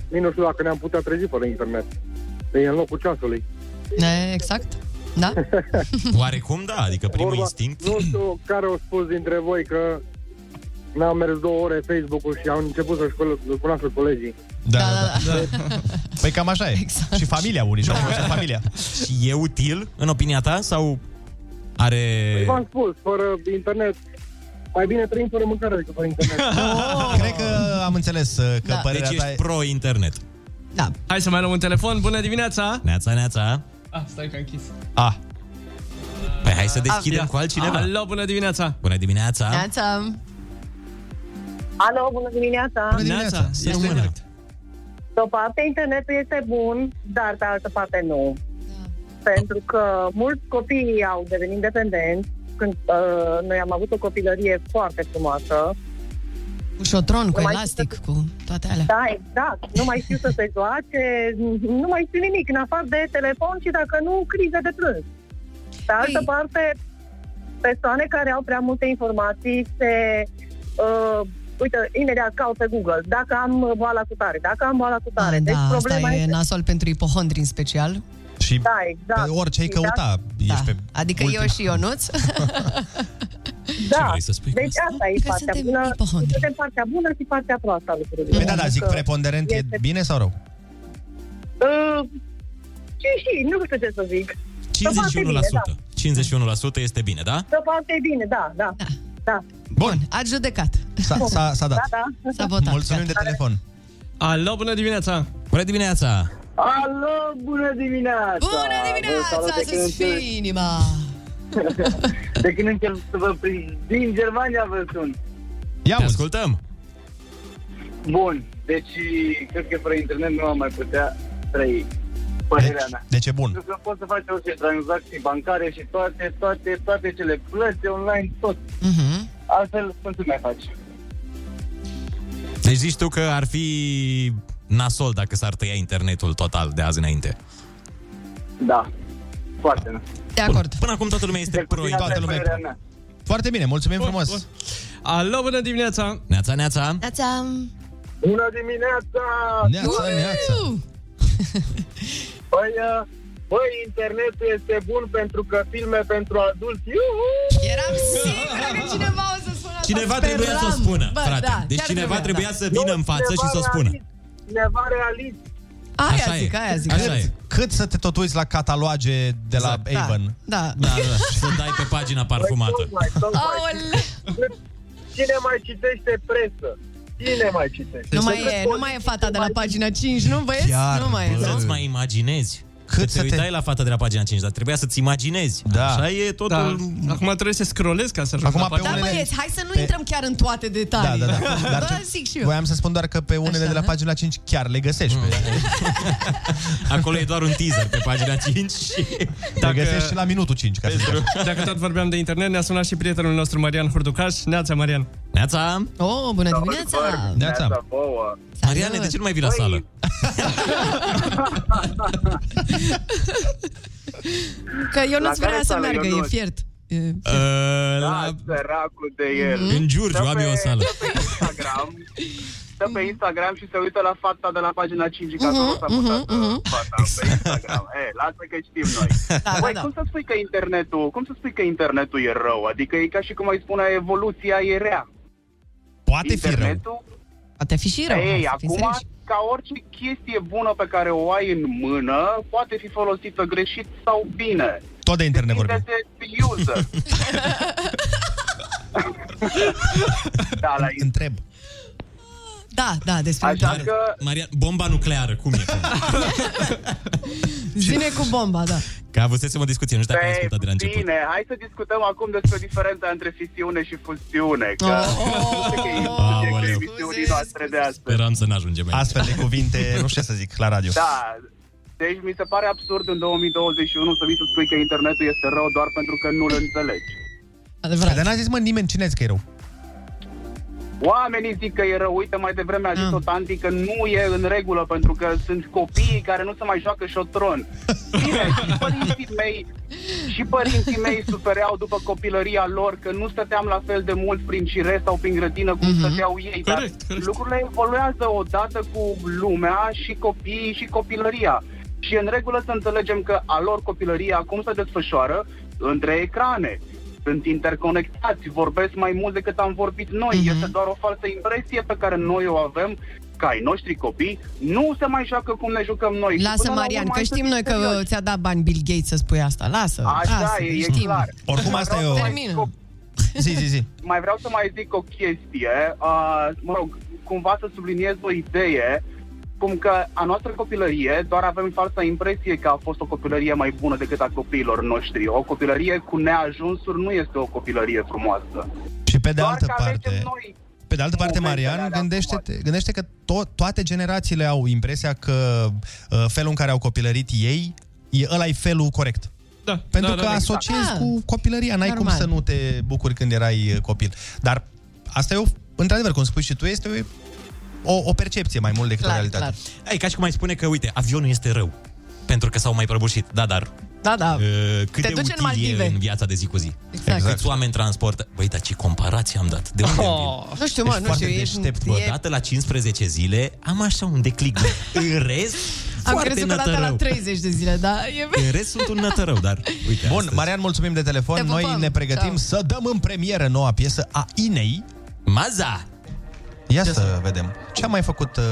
Speaker 13: Nici nu știu dacă ne-am putea trezi fără internet. E în locul ceasului.
Speaker 10: E, exact. Da?
Speaker 6: Oarecum da, adică primul Vorba... instinct.
Speaker 13: Nu știu care au spus dintre voi că n-am mers două ore Facebook-ul și au început să-și colo- cunoască colegii.
Speaker 5: Da, da, da. Păi cam așa e. Și familia unii, și familia.
Speaker 6: Și e util, în opinia ta, sau
Speaker 5: Păi.
Speaker 12: Păi
Speaker 6: are...
Speaker 13: V-am spus, fără internet, mai bine trăim fără mâncare decât fără internet.
Speaker 12: Oh!
Speaker 5: Cred că am înțeles uh, că
Speaker 6: Da.
Speaker 5: părerea
Speaker 6: Deci
Speaker 5: ta
Speaker 6: ești pro-internet.
Speaker 10: Da.
Speaker 7: Hai să mai luăm un telefon. Bună dimineața!
Speaker 6: Neața, neața.
Speaker 7: Ah, stai că am închis.
Speaker 6: Ah. Păi hai să deschidem cu altcineva.
Speaker 7: Alo, bună dimineața!
Speaker 6: Bună
Speaker 17: Da?
Speaker 6: dimineața!
Speaker 10: Neața.
Speaker 17: Alo, bună dimineața!
Speaker 7: Ești în direct.
Speaker 17: Pe o parte, internetul este bun, dar pe altă parte nu.
Speaker 9: Da.
Speaker 17: Pentru că mulți copii au devenit dependenți. Când uh, noi am avut o copilărie foarte frumoasă.
Speaker 10: Cu șotron, cu
Speaker 17: Nu mai
Speaker 10: elastic, cu toate alea.
Speaker 17: Da, exact. Nu mai știu să se joace, nu mai știu nimic, în afară de telefon și dacă nu, crize de plâns.
Speaker 10: Păi-
Speaker 17: Pe altă parte, persoane care au prea multe informații se... Uh, uite, imediat caut pe Google. Dacă am boala cu tare, dacă am boala cu tare. deci
Speaker 10: Da, asta
Speaker 17: problema
Speaker 10: e nasol pentru ipohondri în special.
Speaker 5: Și
Speaker 17: da, exact.
Speaker 10: pe orice ai
Speaker 17: Exact.
Speaker 10: căuta,
Speaker 5: ești pe
Speaker 10: Adică
Speaker 5: ultima.
Speaker 10: eu și Ionuț.
Speaker 17: Da.
Speaker 5: vrei să spui cu
Speaker 17: deci asta e
Speaker 10: Adică
Speaker 17: partea bună. Suntem partea bună și partea proastă a lucrurilor.
Speaker 5: Păi da, da, zic,
Speaker 17: Adică,
Speaker 5: preponderent e bine sau rău?
Speaker 17: uh, și, și, nu știu ce să zic. Pe parte e bine, da.
Speaker 6: 51% este bine, da?
Speaker 17: Pe parte e bine, da, da. da.
Speaker 5: Bun.
Speaker 10: Ați judecat.
Speaker 5: S-a, s-a, s-a dat.
Speaker 17: Da, da.
Speaker 10: S-a votat.
Speaker 5: Mulțumim de telefon.
Speaker 7: Alo, bună dimineața!
Speaker 6: Bună dimineața!
Speaker 12: Alo, bună dimineața!
Speaker 10: Bună
Speaker 12: Vă salut
Speaker 10: dimineața,
Speaker 12: de
Speaker 10: să-ți
Speaker 12: când-
Speaker 10: fie inima.
Speaker 12: De când încerc să vă prind, din Germania vă sun.
Speaker 5: Ia Te
Speaker 6: ascultăm!
Speaker 12: Bun, deci cred că fără internet nu am mai putea trăi. Părerea mea.
Speaker 5: Deci e bun.
Speaker 12: Pentru că poți să faci orice tranzacții bancare și toate, toate, toate cele plăți online, tot.
Speaker 10: Mhm.
Speaker 12: Altfel, cum să mai faci?
Speaker 6: Deci zici tu că ar fi nasol dacă s-ar tăia internetul total de azi înainte.
Speaker 12: Da, foarte nasol.
Speaker 10: De acord.
Speaker 6: Până acum toată lumea este pro
Speaker 5: Toată lumea e pro. Foarte bine, mulțumim frumos.
Speaker 7: Alo, bună dimineața!
Speaker 6: Neața, neața!
Speaker 10: Neața.
Speaker 12: Bună dimineața!
Speaker 5: Neața, neața!
Speaker 12: Păi, uh, băi, internetul este bun pentru că filme pentru adulți... Iuhu!
Speaker 10: Eram sigură că da, cineva o să spună
Speaker 6: Cineva trebuia să o spună, frate. deci cineva trebuia să vină în față și să o spună.
Speaker 12: Cineva realist.
Speaker 10: Aia zic, aia zic.
Speaker 5: Cât, cât să te tot uiți la cataloage de la
Speaker 10: Da,
Speaker 5: Avon?
Speaker 10: Da.
Speaker 6: Da, da, da. Să dai pe pagina parfumată.
Speaker 10: Aoleu.
Speaker 13: Cine mai citește presă? Cine mai citește?
Speaker 10: Nu mai e, nu mai e fata de la pagina 5, nu vezi? nu mai e.
Speaker 6: Cât
Speaker 10: da?
Speaker 6: să-ți mai imaginezi? Cât te uitai la fata de la pagina 5, dar trebuia să-ți imaginezi. Da. Așa e totul... Da. Acum trebuie să scrollezi ca să ajungi
Speaker 5: Acum la pe
Speaker 10: Da, băieți, hai să nu intrăm chiar în toate
Speaker 5: Da,
Speaker 10: detalii.
Speaker 5: da, da.
Speaker 10: Dar ce... zic și eu. da?
Speaker 5: Voiam să spun doar că pe unele de la pagina 5 chiar le găsești.
Speaker 7: Mm.
Speaker 6: Acolo e doar un teaser pe pagina 5 și...
Speaker 5: Dacă... Le găsești și la minutul 5. Ca să zic.
Speaker 7: Dacă tot vorbeam de internet, ne-a sunat și prietenul nostru Marian Hurducaș. Neața, Marian.
Speaker 6: Neața.
Speaker 10: Oh, bună
Speaker 5: Da,
Speaker 7: Da,
Speaker 10: dimineața!
Speaker 7: Neața.
Speaker 6: Mariane, de ce nu mai vii
Speaker 13: Păi,
Speaker 6: la sală?
Speaker 10: Că eu
Speaker 13: La
Speaker 10: nu-ți
Speaker 13: care
Speaker 10: vrea să
Speaker 13: sală,
Speaker 10: meargă, e
Speaker 13: Ionuț?
Speaker 10: fiert.
Speaker 13: Da, săracul de el.
Speaker 6: În Giurgiu am eu o sală.
Speaker 13: Stă pe Instagram, stă pe Instagram și se uită la fata de la pagina 5 ca să nu s-a mutat uh, fata pe Instagram. E, lasă că știm noi. Băi, cum să spui că internetul, cum să spui că internetul e rău? Adică e ca și cum ai spune evoluția e rea.
Speaker 5: Poate
Speaker 13: fi rău.
Speaker 10: Poate fi și rău. hai
Speaker 13: Ei,
Speaker 10: să fim
Speaker 13: acum,
Speaker 10: serioși.
Speaker 13: ca orice chestie bună pe care o ai în mână, poate fi folosită greșit sau bine.
Speaker 5: Tot de internet vorbim.
Speaker 13: Depinde de user. da, la
Speaker 5: Întreb.
Speaker 10: Da, da, despre
Speaker 6: Așa că... Maria, bomba nucleară, cum e?
Speaker 10: Zine cu bomba, da.
Speaker 6: Că avusesem o discuție, nu știu dacă ai ascultat de la început.
Speaker 13: Bine, hai să discutăm acum despre diferența între fisiune și fuziune. Că
Speaker 5: Oh.
Speaker 6: Aoleu.
Speaker 13: emisiunii noastre de astăzi.
Speaker 6: Speram să n-ajungem aici.
Speaker 5: Astfel de cuvinte, nu știu ce să zic, la radio.
Speaker 13: Da, deci mi se pare absurd în 2021 să vii să spui că internetul este rău doar pentru că nu-l înțelegi.
Speaker 10: Adevărat.
Speaker 5: Dar n-a zis, mă, nimeni cine zice că e rău.
Speaker 13: Oamenii zic că e rău, uite mai devreme a zis
Speaker 5: Ah.
Speaker 13: o tanti că nu e în regulă pentru că sunt copiii care nu se mai joacă șotron. Bine, și părinții mei, și părinții mei sufereau după copilăria lor că nu stăteam la fel de mult prin cire sau prin grădină cum
Speaker 11: Mhm.
Speaker 13: stăteau ei. Dar lucrurile evoluează odată cu lumea și copiii și copilăria. Și e în regulă să înțelegem că a lor copilărie acum se desfășoară între ecrane. Sunt interconectați, vorbesc mai mult decât am vorbit noi.
Speaker 10: Mhm.
Speaker 13: Mm-hmm. Este doar o falsă impresie pe care noi o avem că ai noștri copii nu se mai joacă cum ne jucăm noi. Și
Speaker 10: Lasă,
Speaker 13: Păi, până la
Speaker 10: Marian,
Speaker 13: urmă
Speaker 10: că
Speaker 13: hai să
Speaker 10: știm
Speaker 13: fim
Speaker 10: noi că
Speaker 13: serioși.
Speaker 10: ți-a dat bani Bill Gates să spui asta. Lasă,
Speaker 13: Așa
Speaker 10: lasă,
Speaker 13: e,
Speaker 10: că
Speaker 13: e
Speaker 10: știm.
Speaker 13: clar.
Speaker 5: Ah, Oricum asta e o...
Speaker 10: Termină.
Speaker 5: Zi, zi, zi.
Speaker 13: Mai vreau să mai zic o chestie, uh, mă rog, cumva să subliniez o idee, cum că a noastră copilărie doar avem falsa impresie că a fost o copilărie mai bună decât a copiilor noștri. O copilărie cu neajunsuri nu este o copilărie frumoasă.
Speaker 5: Și pe de
Speaker 13: doar
Speaker 5: altă
Speaker 13: că
Speaker 5: parte...
Speaker 13: alegem noi
Speaker 5: Pe de altă parte, Marian, gândește-te, gândește că to- toate generațiile au impresia că uh, felul în care au copilărit ei, e, ăla e felul corect.
Speaker 7: Da,
Speaker 5: Pentru
Speaker 7: da,
Speaker 5: că
Speaker 7: da, exact.
Speaker 5: asociezi
Speaker 7: Da.
Speaker 5: cu copilăria, n-ai
Speaker 7: Normal.
Speaker 5: cum să nu te bucuri când erai uh, copil. Dar asta e o, într-adevăr, cum spui și tu, este o, o percepție mai mult decât o realitate.
Speaker 6: Ai, ca și cum ai spune că, uite, avionul este rău. Pentru că s-au mai prăbușit. Da, dar
Speaker 10: Da, da.
Speaker 6: uh, cât
Speaker 10: Te
Speaker 6: de
Speaker 10: duci
Speaker 6: util
Speaker 10: în Maldive.
Speaker 6: e în viața de zi cu zi.
Speaker 10: Exact.
Speaker 6: Câți oameni transportă. Băi, dar ce comparații am dat. De unde oh.
Speaker 10: Nu știu, mă, nu știu, ești- e-
Speaker 6: Odată la 15 zile am așa un declic. În rest,
Speaker 10: Am
Speaker 6: foarte
Speaker 10: crezut că data la
Speaker 6: nătărău.
Speaker 10: 30 de zile, da? E...
Speaker 6: În rest sunt un nătărău, dar uite
Speaker 5: Bun, Marian, mulțumim de telefon.
Speaker 10: Te
Speaker 5: Noi
Speaker 10: pupăm.
Speaker 5: ne pregătim
Speaker 10: Ciao.
Speaker 5: să dăm în premieră noua piesă a Inei.
Speaker 6: Maza!
Speaker 5: Ia să vedem. Ce am mai făcut... Uh...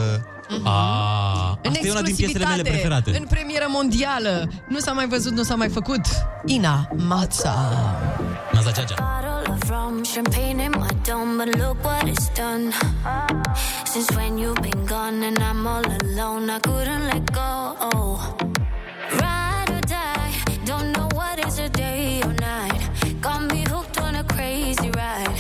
Speaker 6: Ah,
Speaker 10: În exclusivitate, În premieră mondială. Nu s-a mai văzut, nu s-a mai făcut. Ina Mața.
Speaker 6: Maza Geagea.
Speaker 18: Bottle of rum, champagne in my dome, but look what it's done. Since when you've been gone and I'm all alone, I couldn't let go. Ride or die, don't know what is a day or night. Got me hooked on a crazy ride.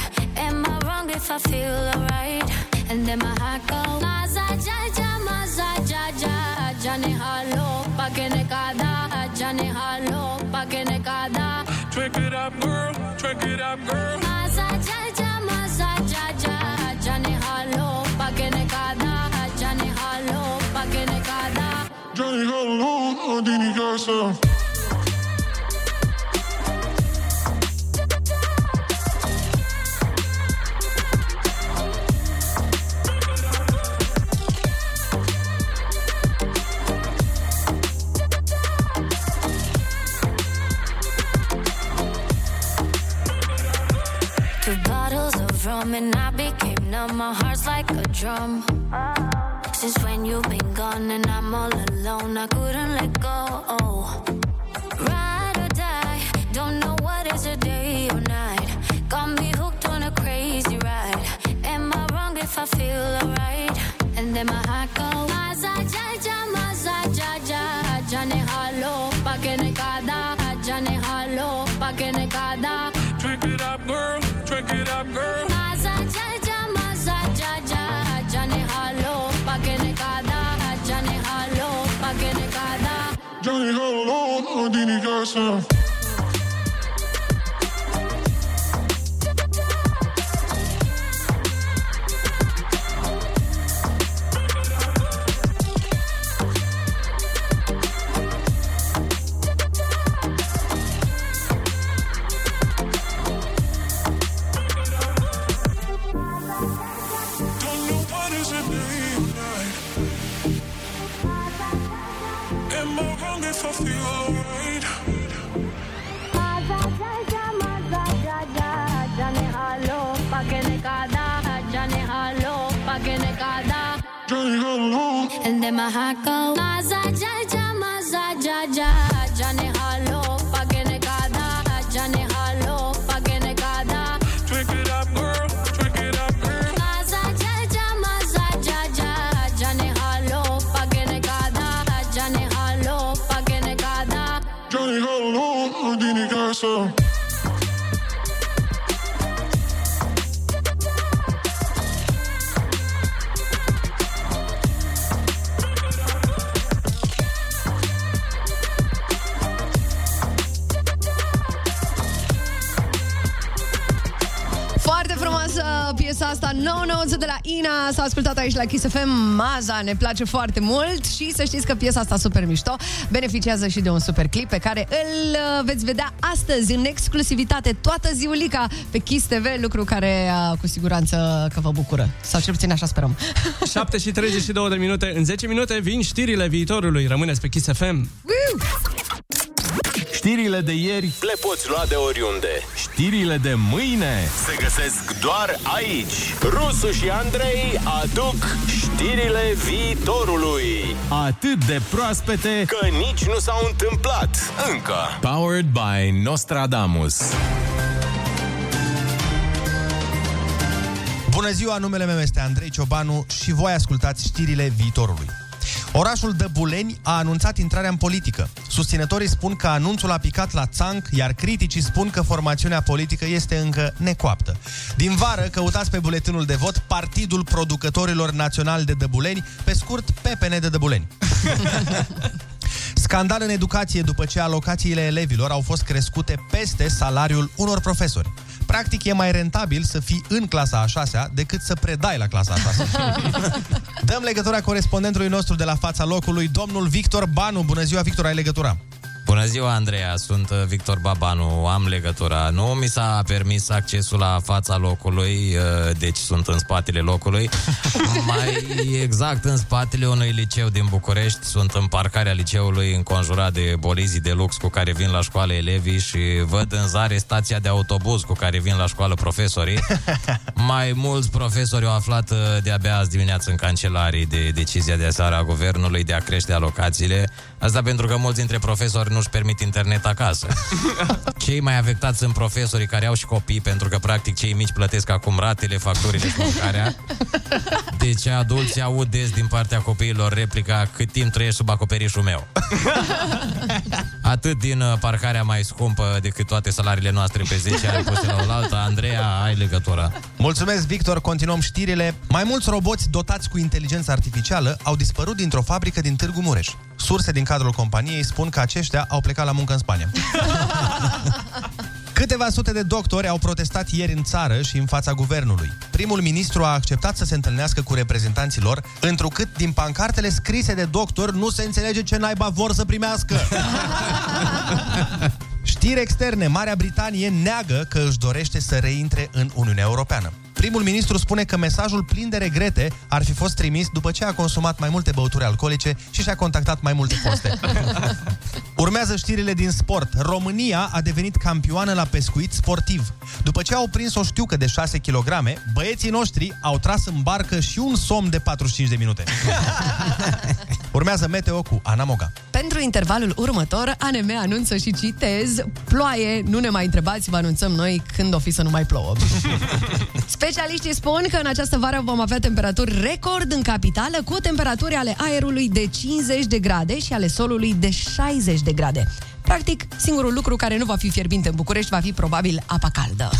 Speaker 18: Am I wrong if I feel alright? And then my heart goes, Maza ja ja, maza ja ja, jane halo, pa ke ne kada, jane halo, pa ke ne kada.
Speaker 19: Drink it up, girl. Drink it up, girl.
Speaker 18: Maza ja ja, maza ja ja, jane halo, pa ke ne kada, jane halo, pa ke ne kada.
Speaker 19: Johnny Hollow, oh, Dini Garza.
Speaker 18: Two bottles of rum and I became numb. My heart's like a drum. Since when you've been gone and I'm all alone, I couldn't let go. Ride or die, don't know what is a day or night. Got me hooked on a crazy ride. if I feel alright. And then my heart goes, Maza Jaja, Maza Jaja, Jane Halo, Pakene Kada, Jane Halo, Pakene Kada.
Speaker 19: Drink it up, girl. Drink it up, girl.
Speaker 18: Maza Jaja, Maza Jaja, Jane Halo, Pakene Kada, Jane Halo, Pakene Kada.
Speaker 19: Johnny Hold on, Houdini Casa. Don't know what is a day or night. Am I wrong if I feel alright?
Speaker 18: And then my heart goes, Maza Jaja, Maza Jaja, Jane Halo, Pagene Kada, Jane Halo, Pagene Kada.
Speaker 19: Drink it up, girl. Drink it up, girl.
Speaker 18: Maza Jaja, Maza Jaja, Jane Halo, Pagene Kada, Jane Halo, Pagene Kada.
Speaker 19: Johnny Hold on, Houdini Casa.
Speaker 10: Foarte frumoasă piesa asta, nouă nouță de la Ina. S-a ascultat aici la Kiss FM. Maza, ne place foarte mult și să știți că piesa asta super mișto beneficiază și de un super clip pe care îl uh, veți vedea astăzi în exclusivitate toată ziulica pe Kiss TV, lucru care uh, cu siguranță că vă bucură. Sau cel puțin așa sperăm.
Speaker 7: 7 și 32 de minute. În 10 minute vin știrile viitorului. Rămâneți pe Kiss FM.
Speaker 4: Știrile de ieri le poți lua de oriunde.
Speaker 8: Știrile de mâine
Speaker 4: Se găsesc doar aici.
Speaker 8: Rusu și Andrei aduc știrile viitorului. Atât de proaspete că nici nu s-au întâmplat încă.
Speaker 4: Powered by Nostradamus.
Speaker 5: Bună ziua, numele meu este Andrei Ciobanu și voi ascultați știrile viitorului. Orașul Dăbuleni a anunțat intrarea în politică. Susținătorii spun că anunțul a picat la țanc, iar criticii spun că formațiunea politică este încă necoaptă. Din vară căutați pe buletinul de vot Partidul Producătorilor Național de Dăbuleni, pe scurt PPN de Dăbuleni. Scandal în educație după ce alocațiile elevilor au fost crescute peste salariul unor profesori. Practic e mai rentabil să fii în clasa a șasea decât să predai la clasa a șasea. Dăm legătura corespondentului nostru de la fața locului, domnul Victor Banu. Bună ziua, Victor, ai legătura?
Speaker 6: Bună ziua, Andreea, sunt uh, Victor Babanu, am legătura. Nu mi s-a permis accesul la fața locului, uh, deci sunt în spatele locului. Mai exact în spatele unui liceu din București, sunt în parcarea liceului înconjurat de bolizii de lux cu care vin la școală elevii și văd în zare stația de autobuz cu care vin la școală profesorii. Mai mulți profesori au aflat uh, de-abia azi dimineață în cancelarii de decizia de aseară a guvernului de a crește alocațiile. Asta pentru că mulți dintre profesori nu-și permit internet acasă. Cei mai afectați sunt profesorii care au și copii, pentru că practic cei mici plătesc acum ratele, facturile și mâncarea. Deci adulții aud des din partea copiilor replica cât timp trăiești sub acoperișul meu. Atât din uh, parcarea mai scumpă decât toate salariile noastre pe 10 ani puse la oaltă. Andreea, ai legătura.
Speaker 5: Mulțumesc, Victor. Continuăm știrile. Mai mulți roboți dotați cu inteligență artificială au dispărut dintr-o fabrică din Târgu Mureș. Surse din cadrul companiei spun că aceștia au plecat la muncă în Spania. Câteva sute de doctori au protestat ieri în țară și în fața guvernului. Primul ministru a acceptat să se întâlnească cu reprezentanții lor, întrucât din pancartele scrise de doctori nu se înțelege ce naiba vor să primească. Știri externe, Marea Britanie neagă că își dorește să reintre în Uniunea Europeană. Primul ministru spune că mesajul plin de regrete ar fi fost trimis după ce a consumat mai multe băuturi alcoolice și și-a contactat mai multe foste. Urmează știrile din sport. România a devenit campioană la pescuit sportiv. După ce au prins o știucă de 6 kg, băieții noștri au tras în barcă și un somn de 45 de minute. Urmează meteo cu Ana Moga.
Speaker 10: Pentru intervalul următor, ANM anunță și citez Ploaie, nu ne mai întrebați, vă anunțăm noi când o fi să nu mai plouă. Specialiștii spun că în această vară vom avea temperaturi record în capitală cu temperaturi ale aerului de 50 de grade și ale solului de 60 de grade. Practic, singurul lucru care nu va fi fierbinte în București va fi probabil apa caldă.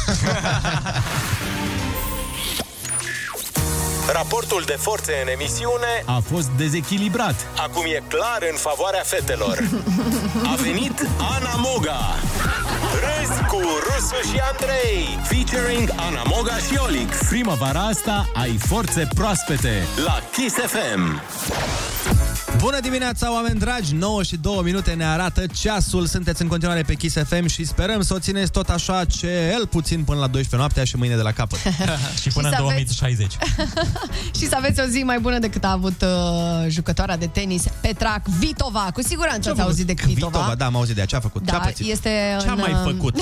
Speaker 8: Raportul de forțe în emisiune
Speaker 20: A fost dezechilibrat.
Speaker 8: acum e clar în favoarea fetelor. A venit Ana Moga. Râzi cu Rusu și Andrei. Featuring Ana Moga și Olic.
Speaker 20: Primăvara asta ai forțe proaspete.
Speaker 8: La Kiss FM.
Speaker 5: Bună dimineața, oameni dragi! 9 și 2 minute ne arată ceasul. Sunteți în continuare pe Kiss FM și sperăm să o țineți tot așa cel puțin până la 12 noaptea și mâine de la capăt.
Speaker 6: și până
Speaker 10: să
Speaker 6: în
Speaker 10: aveți-
Speaker 6: 2060.
Speaker 10: și să aveți o zi mai bună decât a avut uh, jucătoarea de tenis Petra Vitova. Cu siguranță ați auzit de Kvitova.
Speaker 5: Vitova, da, am auzit de ea. Ce a făcut? Ce a
Speaker 10: Da,
Speaker 5: pățit?
Speaker 10: este
Speaker 5: Ce-a
Speaker 10: în,
Speaker 5: mai
Speaker 10: uh,
Speaker 5: făcut?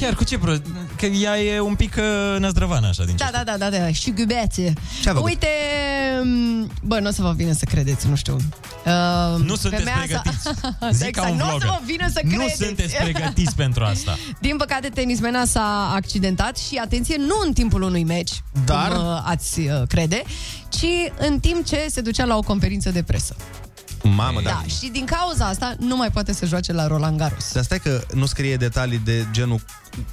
Speaker 6: Chiar cu ce pro... Că ea e un pic uh, năzdrăvană așa din ce.
Speaker 10: Da, da, da, da, da, și ghiubețe.
Speaker 6: Ce-a făcut?
Speaker 10: Uite, m, bă, nu o să vă vină să credeți, nu știu. Uh,
Speaker 6: Nu sunteți
Speaker 10: femeia
Speaker 6: pregătiți.
Speaker 10: asta-
Speaker 6: Zic
Speaker 10: exact,
Speaker 6: ca un
Speaker 10: nu o să
Speaker 6: vlogger.
Speaker 10: vă vină să
Speaker 6: Nu
Speaker 10: credeți.
Speaker 6: sunteți pregătiți pentru asta.
Speaker 10: Din păcate, tenismena s-a accidentat și, atenție, nu în timpul unui meci,
Speaker 6: Dar?
Speaker 10: cum uh, ați uh, crede, ci în timp ce se ducea la o conferință de presă.
Speaker 5: Mamă,
Speaker 10: Da,
Speaker 5: da.
Speaker 10: și din cauza asta nu mai poate să joace la Roland Garros.
Speaker 5: Dar stai că nu scrie detalii de genul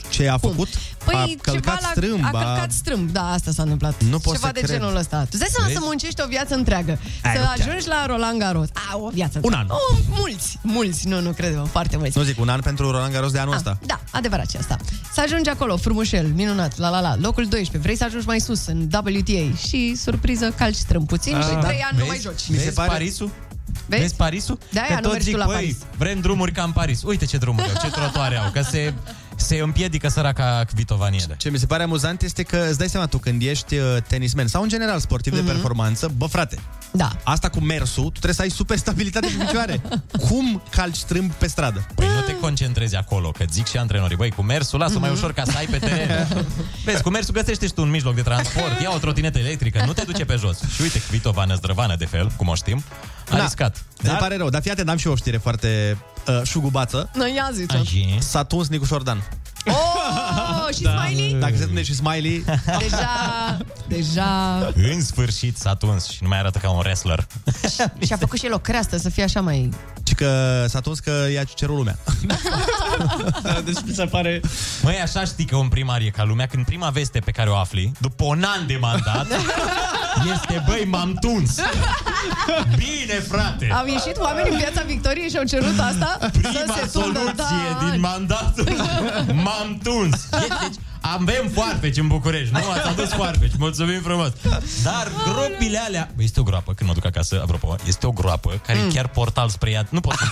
Speaker 5: ce a făcut? a călcat
Speaker 10: Păi, la-
Speaker 5: strâmb,
Speaker 10: a călcat strâmb, da, asta s-a întâmplat.
Speaker 5: Nu pot
Speaker 10: ceva
Speaker 5: să
Speaker 10: de
Speaker 5: cred.
Speaker 10: genul ăsta. Tu dai seama
Speaker 5: Vezi?
Speaker 10: să muncești o viață întreagă,
Speaker 5: Ai,
Speaker 10: să
Speaker 5: nu chiar.
Speaker 10: ajungi la Roland Garros. A, o viață.
Speaker 5: Un
Speaker 10: întreagă. O, mulți, mulți, nu, nu credem, foarte mulți.
Speaker 5: Nu zic, un an pentru Roland Garros de anul ăsta.
Speaker 10: Da, adevărat și asta. Să ajungi acolo, frumușel, minunat, la la la, locul 12, vrei să ajungi mai sus în WTA și, surpriză, calci strâmb puțin
Speaker 5: Ah.
Speaker 10: și 3 ani nu mai joci.
Speaker 6: Mi se pare... Ah, Parisul? Vezi,
Speaker 10: Vezi?
Speaker 6: Vezi Parisul?
Speaker 10: De-aia
Speaker 6: că
Speaker 10: nu
Speaker 6: toți
Speaker 10: mergi
Speaker 6: zic,
Speaker 10: tu la
Speaker 6: băi,
Speaker 10: Paris."
Speaker 6: vrem drumuri ca în Paris. Uite ce drumuri au, ce trotuare au, că se, se împiedică săraca Kvitova în ele.
Speaker 5: Ce mi se pare amuzant este că îți dai seama tu când ești uh, tenismen sau în general sportiv de performanță, bă frate,
Speaker 10: Mhm. da.
Speaker 5: asta cu mersul, tu trebuie să ai super stabilitate pe picioare. Cum calci strâmb pe stradă?
Speaker 6: Păi nu te concentrezi acolo, că zic și antrenorii, băi, cu mersul lasă
Speaker 5: Mhm.
Speaker 6: mai ușor ca să ai pe teren. Vezi, cu mersul găsești și tu un mijloc de transport, ia o trotinetă electrică, nu te duce pe jos. Și uite, Kvitova năzdrăvană de fel, cum o știm, a
Speaker 5: Da.
Speaker 6: riscat.
Speaker 5: Dar... Îmi pare rău, dar fii atent, am și eu o știre foarte uh, șugubață.
Speaker 10: Nu, ia zi
Speaker 5: S-a tuns Nicu Șordan.
Speaker 10: Oh, și
Speaker 5: Da.
Speaker 10: Smiley?
Speaker 5: Dacă se tunde și Smiley...
Speaker 10: Deja, deja...
Speaker 6: În sfârșit s-a tuns și nu mai arată ca un wrestler.
Speaker 10: Și a făcut și el o creastă să fie așa mai...
Speaker 5: Și că s-a tuns că i-a cerut lumea.
Speaker 6: deci mi se pare... Măi, așa știi că un primar e ca lumea când prima veste pe care o afli, după un an de mandat, este, băi, m-am tuns. Bine, frate.
Speaker 10: Au ieșit oameni în piața Victoriei și au cerut asta să se tundă, da.
Speaker 6: soluție din mandatul M-am tuns E- deci, avem foarfeci în București Nu ați adus foarfeci, mulțumim frumos Dar gropile alea Bă, Este o groapă, când mă duc acasă, apropo Este o groapă care
Speaker 10: Mm.
Speaker 6: e chiar portal spre ea Nu poți să-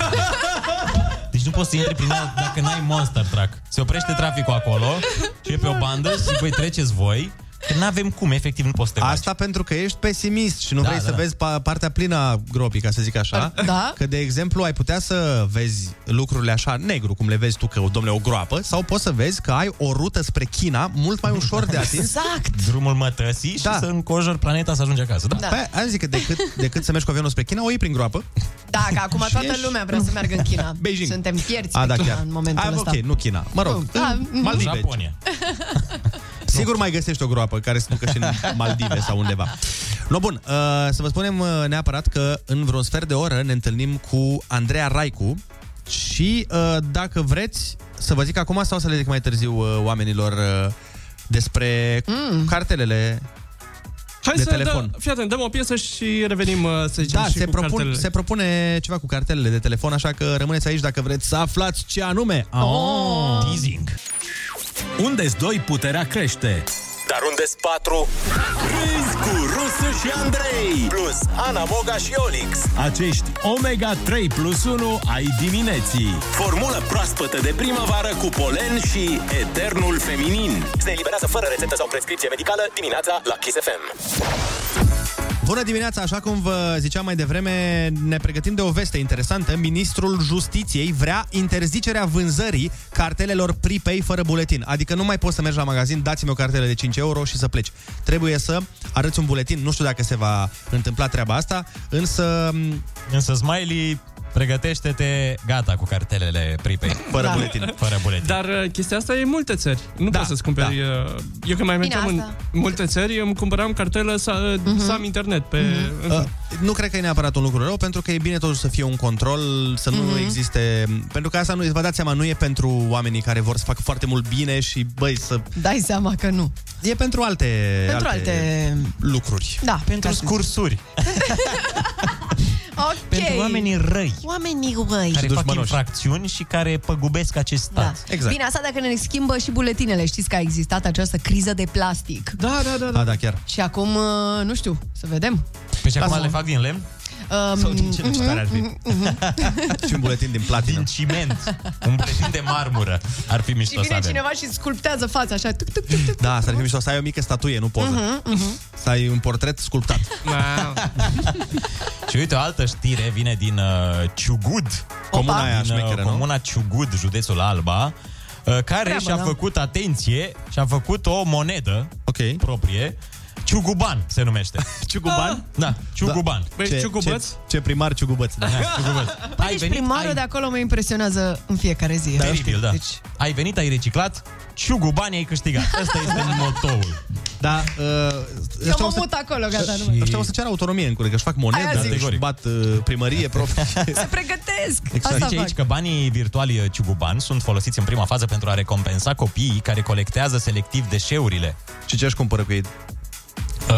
Speaker 6: deci nu poți să intri prin ea dacă n-ai monster truck. Se oprește traficul acolo și e pe o bandă și voi treceți voi că n-avem cum, efectiv nu poți să te
Speaker 5: Asta pentru că ești pesimist și nu
Speaker 6: Da,
Speaker 5: vrei
Speaker 6: da,
Speaker 5: să
Speaker 6: da.
Speaker 5: vezi pa- partea plină a gropii, ca să zic așa.
Speaker 10: Da.
Speaker 5: Că, de exemplu, ai putea să vezi lucrurile așa negru, cum le vezi tu, că, domnule, o groapă, sau poți să vezi că ai o rută spre China mult mai ușor de atins. Da.
Speaker 10: Exact.
Speaker 6: Drumul mătăsii și să încojori planeta să ajungi acasă. Da.
Speaker 5: Păi, am zis că decât, decât să mergi cu avionul spre China, o iei prin groapă.
Speaker 10: Da, că acum
Speaker 5: Și
Speaker 10: toată
Speaker 5: ești-
Speaker 10: lumea vrea să meargă în China.
Speaker 5: Beijing.
Speaker 10: Suntem fierți
Speaker 5: A,
Speaker 10: pe
Speaker 5: da,
Speaker 10: China
Speaker 5: chiar.
Speaker 10: în momentul
Speaker 5: A,
Speaker 10: ăsta.
Speaker 5: ok, nu China. Mă rog,
Speaker 10: Da,
Speaker 5: în
Speaker 10: mhm.
Speaker 5: Maldive.
Speaker 6: Japonia.
Speaker 5: Sigur mai găsești o groapă care se ducă și în Maldive sau undeva. No, bun, uh, să vă spunem uh, neapărat că în vreun sfert de oră ne întâlnim cu Andreea Raicu și uh, dacă vreți să vă zic acum sau să le zic mai târziu uh, oamenilor uh, despre mm. cartelele
Speaker 7: Hai
Speaker 5: de
Speaker 7: să
Speaker 5: telefon.
Speaker 7: Dă, fii atent, dăm o piesă și revenim, uh, să zicem,
Speaker 5: Da,
Speaker 7: și
Speaker 5: se,
Speaker 7: cu
Speaker 5: propun,
Speaker 7: cartelele.
Speaker 5: se propune ceva cu cartelele de telefon, așa că rămâneți aici dacă vreți să aflați ce anume.
Speaker 4: Oh.
Speaker 5: Teasing.
Speaker 20: unde doi puterea crește.
Speaker 8: Dar unde sunt patru? Râzi cu Rusu și Andrei. Plus Ana Moga și Olix.
Speaker 20: Acești Omega 3 plus 1 ai dimineții.
Speaker 8: Formulă proaspătă de primăvară cu polen și eternul feminin. Se eliberează fără rețetă sau prescripție medicală dimineața la Kiss FM.
Speaker 5: Bună dimineața, așa cum vă ziceam mai devreme, ne pregătim de o veste interesantă. Ministrul Justiției vrea interzicerea vânzării cartelelor prepay fără buletin. Adică nu mai poți să mergi la magazin, dați-mi o cartelă de 5 euro și să pleci. Trebuie să arăți un buletin, nu știu dacă se va întâmpla treaba asta, însă...
Speaker 6: Însă Smiley Pregătește-te, gata, cu cartelele pripei.
Speaker 10: Da.
Speaker 6: Fără buletin. Fără buletin.
Speaker 7: Dar uh, chestia asta e în multe țări. Nu da, poți să-ți cumperi... Da. Eu când mai
Speaker 10: Bine,
Speaker 7: mergeam în
Speaker 10: asta. Mhm.
Speaker 7: multe țări, îmi cumpăram cartelă să, uh-huh. să am internet pe... Uh-huh.
Speaker 5: Uh, nu cred că e neapărat un lucru rău, pentru că e bine totuși să fie un control, să nu
Speaker 7: Mhm.
Speaker 5: existe... Pentru că asta, nu, vă dați seama, nu e pentru oamenii care vor să facă foarte mult bine și, băi, să...
Speaker 10: Dai seama că nu.
Speaker 5: E pentru alte...
Speaker 10: Pentru alte-
Speaker 5: Lucruri.
Speaker 10: Da,
Speaker 5: Pentru scursuri.
Speaker 10: Ok.
Speaker 6: Pentru oamenii răi.
Speaker 10: Oamenii răi.
Speaker 6: Care fac infracțiuni și care păgubesc acest stat. Da.
Speaker 5: Exact.
Speaker 10: Exact. Bine, asta dacă ne schimbă și buletinele. Știți că a existat această criză de plastic.
Speaker 7: Da, da, da.
Speaker 5: da. da chiar.
Speaker 10: Și acum, uh, nu știu, să vedem.
Speaker 6: Păi și acum
Speaker 10: Lasă-mă.
Speaker 6: le fac din lemn?
Speaker 10: Um,
Speaker 6: Sau din ce Mm-hmm, nu știu care ar fi.
Speaker 5: și un buletin din platină. Din
Speaker 6: ciment. Un buletin de marmură. Ar fi
Speaker 10: Și
Speaker 6: mișto
Speaker 10: vine cineva și sculptează fața așa. Tuc, tuc, tuc, tuc.
Speaker 5: Da, să ar fi mișto să ai o mică statuie, nu poză.
Speaker 10: Mhm, Da. mhm.
Speaker 5: Să ai un portret sculptat.
Speaker 6: Și uite, o altă știre vine din uh, Ciugud.
Speaker 5: Comuna aia
Speaker 6: din, uh,
Speaker 5: șmecheră, nu?
Speaker 6: Comuna Ciugud, județul Alba, uh, care
Speaker 5: Treabă,
Speaker 6: și-a
Speaker 5: da.
Speaker 6: făcut, atenție, și-a făcut o monedă proprie. Ciuguban se numește.
Speaker 5: Ciuguban?
Speaker 6: Da, Ciuguban.
Speaker 5: Da. Băi, Ce- ciugubăț? ce- primar ciugubăț. Da.
Speaker 6: ciugubăț.
Speaker 10: Păi deci primarul de acolo mă impresionează în fiecare zi.
Speaker 6: Teribil, da. Deci... Ai venit, ai reciclat, ciugubani ai câștigat. Asta este motoul.
Speaker 5: Da,
Speaker 6: Uh,
Speaker 5: Deci
Speaker 10: Eu mă mut acolo, gata, nu mai-
Speaker 5: Și... Ăștia o să ceară autonomie în curând, că își fac
Speaker 10: Aia
Speaker 5: monedă,
Speaker 10: zic.
Speaker 5: își bat uh, primărie, prof.
Speaker 10: Se pregătesc.
Speaker 6: Exact.
Speaker 10: Asta
Speaker 6: Zice
Speaker 10: fac.
Speaker 6: aici că banii virtuali uh, Ciuguban sunt folosiți în prima fază pentru a recompensa copiii care colectează selectiv deșeurile.
Speaker 5: Și ce își cumpără cu ei?
Speaker 6: Uh,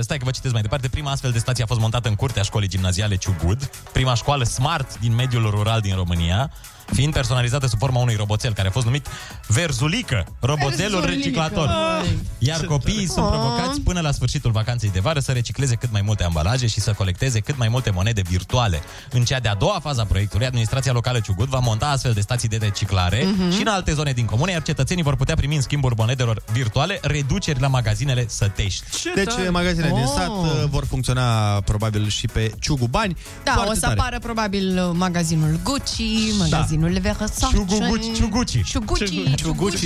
Speaker 6: stai că vă citesc mai departe. Prima astfel de stație a fost montată în curtea școlii gimnaziale Ciugud, prima școală smart din mediul rural din România, fiind personalizată sub forma unui roboțel care a fost numit Verzulică, roboțelul
Speaker 8: Verzulică.
Speaker 6: reciclator.
Speaker 8: Ah,
Speaker 6: Iar copiii sunt
Speaker 8: Ah.
Speaker 6: provocați până la sfârșitul vacanței de vară să recicleze cât mai multe ambalaje și să colecteze cât mai multe monede virtuale. În cea de-a doua fază a proiectului, administrația locală Ciugud va monta astfel de stații de reciclare
Speaker 8: Mhm.
Speaker 6: și în alte zone din comune, iar cetățenii vor putea primi în schimbul monedelor virtuale reduceri la magazinele sătești. Oh,
Speaker 5: Deci magazinele din sat uh, vor funcționa probabil și pe ciugu bani.
Speaker 10: Da,
Speaker 5: Foarte
Speaker 10: o să
Speaker 5: tare.
Speaker 10: apară probabil uh, magazinul Gucci, magazinul da. Versace.
Speaker 6: Ciuguguci, ciuguci.
Speaker 10: Ciuguci, ciuguci.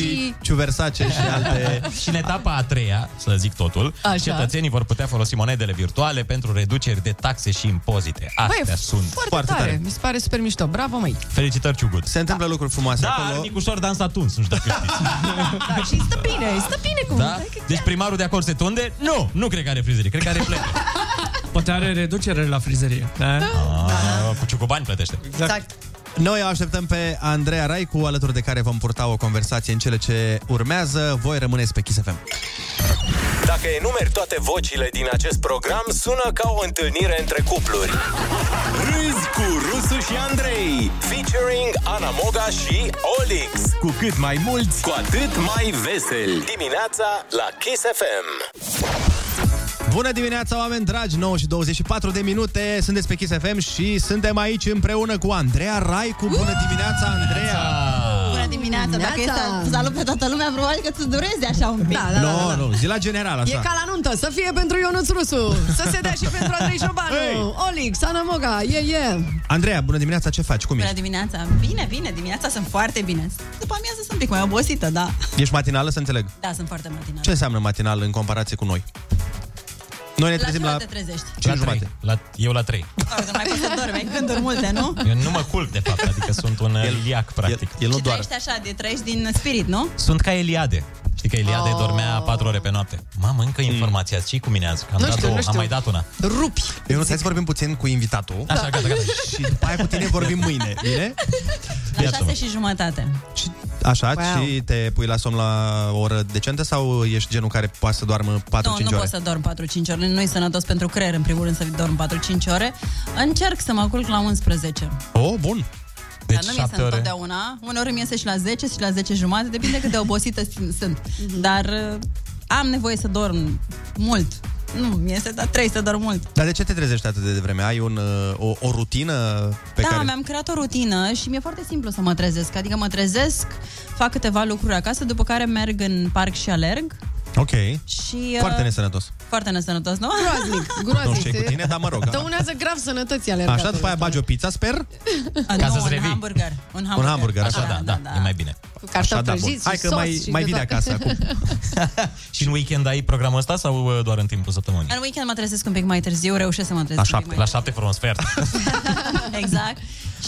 Speaker 5: ciuversace și alte...
Speaker 6: Și în etapa a treia, să zic totul,
Speaker 10: Așa.
Speaker 6: Așa. cetățenii vor putea folosi monedele virtuale pentru reduceri de taxe și impozite. Astea
Speaker 10: Băi,
Speaker 6: sunt.
Speaker 10: Foarte, tare. Mi se pare super mișto. Bravo, măi.
Speaker 6: Felicitări, Ciugud.
Speaker 5: Se întâmplă lucruri frumoase
Speaker 6: da,
Speaker 5: acolo.
Speaker 6: Da, Nicușor dansa atunci, nu știu dacă știți.
Speaker 10: da, și stă bine, stă bine cu
Speaker 6: Da? Deci primarul de acolo se tunde? Nu, nu cred că are frizerie, cred că are plete.
Speaker 7: Poate are reducere la frizerie. Da?
Speaker 6: Ah, Cu ciucobani plătește.
Speaker 10: Exact.
Speaker 5: Noi o așteptăm pe Andreea Raicu, alături de care vom purta o conversație în cele ce urmează. Voi rămâneți pe Kiss FM.
Speaker 8: Dacă enumeri toate vocile din acest program, sună ca o întâlnire între cupluri. Râzi cu Rusu și Andrei, featuring Ana Moga și Olix.
Speaker 20: Cu cât mai mulți,
Speaker 8: cu atât mai veseli. Dimineața la Kiss FM.
Speaker 5: Bună dimineața, oameni dragi! 9 și 24 de minute, sunteți pe Kiss FM și suntem aici împreună cu Andreea Raicu. Bună dimineața, Andreea!
Speaker 6: Ah,
Speaker 21: Bună dimineața, dacă e să salut pe toată lumea, probabil că ți dureze așa un pic. Da,
Speaker 5: Nu, no, nu, zi la general,
Speaker 10: E
Speaker 5: așa.
Speaker 10: ca la nuntă, să fie pentru Ionuț Rusu, să se dea și pentru Andrei Șobanu, Olix, Ana Moga, e, e.
Speaker 5: Andreea, bună dimineața, ce faci? Cum
Speaker 21: Bună
Speaker 5: ești?
Speaker 21: dimineața! Bine, bine, dimineața sunt foarte bine. După amiază sunt un pic mai obosită, da.
Speaker 5: Ești matinală, să înțeleg.
Speaker 21: Da, sunt foarte matinală.
Speaker 5: Ce înseamnă matinal în comparație cu noi? Noi ne
Speaker 21: La
Speaker 5: trezim
Speaker 21: ce oră
Speaker 5: la...
Speaker 21: te trezești?
Speaker 5: Cinci
Speaker 21: La trei.
Speaker 5: jumate.
Speaker 6: La, eu la 3.
Speaker 21: Oricum, mai poți să dormi, ai gânduri multe, nu?
Speaker 6: Eu nu mă culc, de fapt, adică sunt un el, iliac, practic. El, el
Speaker 21: Și trăiești așa, de, trăiești din spirit, nu?
Speaker 6: Sunt ca Eliade. Știi că Eliade
Speaker 21: Oh.
Speaker 6: oh. dormea 4 ore pe noapte. Mamă, încă informația. Ce cu mine azi? Că am,
Speaker 21: Nu
Speaker 6: dat
Speaker 21: știu,
Speaker 6: o,
Speaker 21: nu
Speaker 6: am
Speaker 21: știu.
Speaker 6: mai dat una.
Speaker 10: Rupi.
Speaker 5: Eu nu, hai să vorbim puțin cu invitatul.
Speaker 6: Așa, gata, gata.
Speaker 5: Și după aia cu tine vorbim mâine, bine?
Speaker 21: Da. La
Speaker 5: Iată-mă.
Speaker 21: șase și jumătate.
Speaker 5: Așa,
Speaker 21: Wow.
Speaker 5: wow. și te pui la somn la o oră decentă sau ești genul care poate să doarmă 4-5
Speaker 21: nu, nu
Speaker 5: ore?
Speaker 21: pot să dorm 4-5 ore. Nu e sănătos pentru creier, în primul rând, să dorm 4-5 ore. Încerc să mă culc la 11.
Speaker 5: Oh, bun.
Speaker 21: Deci Dar nu mi se întotdeauna. Uneori mi iese și la 10 și la 10 jumate, depinde cât de obosită sin- sunt.
Speaker 10: Mhm.
Speaker 21: Dar uh, am nevoie să dorm mult. Nu, mi iese, dar trebuie să dorm mult.
Speaker 5: Dar de ce te trezești atât de devreme? Ai un, uh, o, o rutină pe
Speaker 21: da,
Speaker 5: care...
Speaker 21: mi-am creat o rutină și mi-e foarte simplu să mă trezesc. Adică mă trezesc, fac câteva lucruri acasă, după care merg în parc și alerg.
Speaker 5: Ok.
Speaker 21: Și,
Speaker 5: Foarte
Speaker 21: uh,
Speaker 5: nesănătos.
Speaker 21: Foarte nesănătos, nu?
Speaker 10: Groaznic,
Speaker 5: Nu
Speaker 10: groaznic.
Speaker 5: știu ce e cu tine, dar mă rog. da.
Speaker 10: Dăunează grav sănătății alergatul.
Speaker 5: Așa, după aia bagi o pizza, sper?
Speaker 21: Ca
Speaker 5: să-ți
Speaker 21: un
Speaker 5: revii.
Speaker 21: hamburger. Un hamburger.
Speaker 5: Un hamburger, așa,
Speaker 6: da, da, da, e mai bine.
Speaker 10: cartofi
Speaker 6: Așa, da, bun.
Speaker 10: prăjiți
Speaker 6: Hai
Speaker 10: și
Speaker 6: că
Speaker 10: sos
Speaker 6: mai-
Speaker 10: și
Speaker 6: mai
Speaker 10: de
Speaker 6: vine
Speaker 10: toate.
Speaker 6: acasă acum. Și în weekend ai programul ăsta sau uh, doar în timpul săptămânii?
Speaker 21: În weekend mă trezesc un pic mai târziu, reușesc să mă trezesc
Speaker 6: La
Speaker 21: un pic
Speaker 6: șapte. La șapte fără un sfert.
Speaker 21: mai Exact.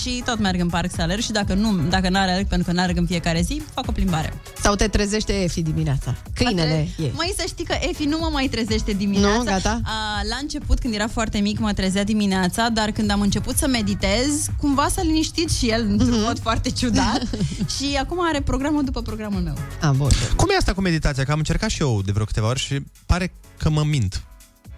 Speaker 21: Și tot merg în parc să alerg și dacă nu, dacă nu alerg, pentru că nu alerg în fiecare zi, fac o plimbare.
Speaker 10: Sau te trezește Efi dimineața. Câinele e.
Speaker 21: Mai să știi că Efi nu mă mai trezește dimineața.
Speaker 10: Nu? Gata?
Speaker 21: A, la început, când era foarte mic, mă trezea dimineața, dar când am început să meditez, cumva s-a liniștit și el
Speaker 10: Mhm.
Speaker 21: într-un mod foarte ciudat. și acum are programul după programul meu.
Speaker 10: A, bun.
Speaker 5: Cum e asta cu meditația? Că am încercat și eu de vreo câteva ori și pare că mă mint.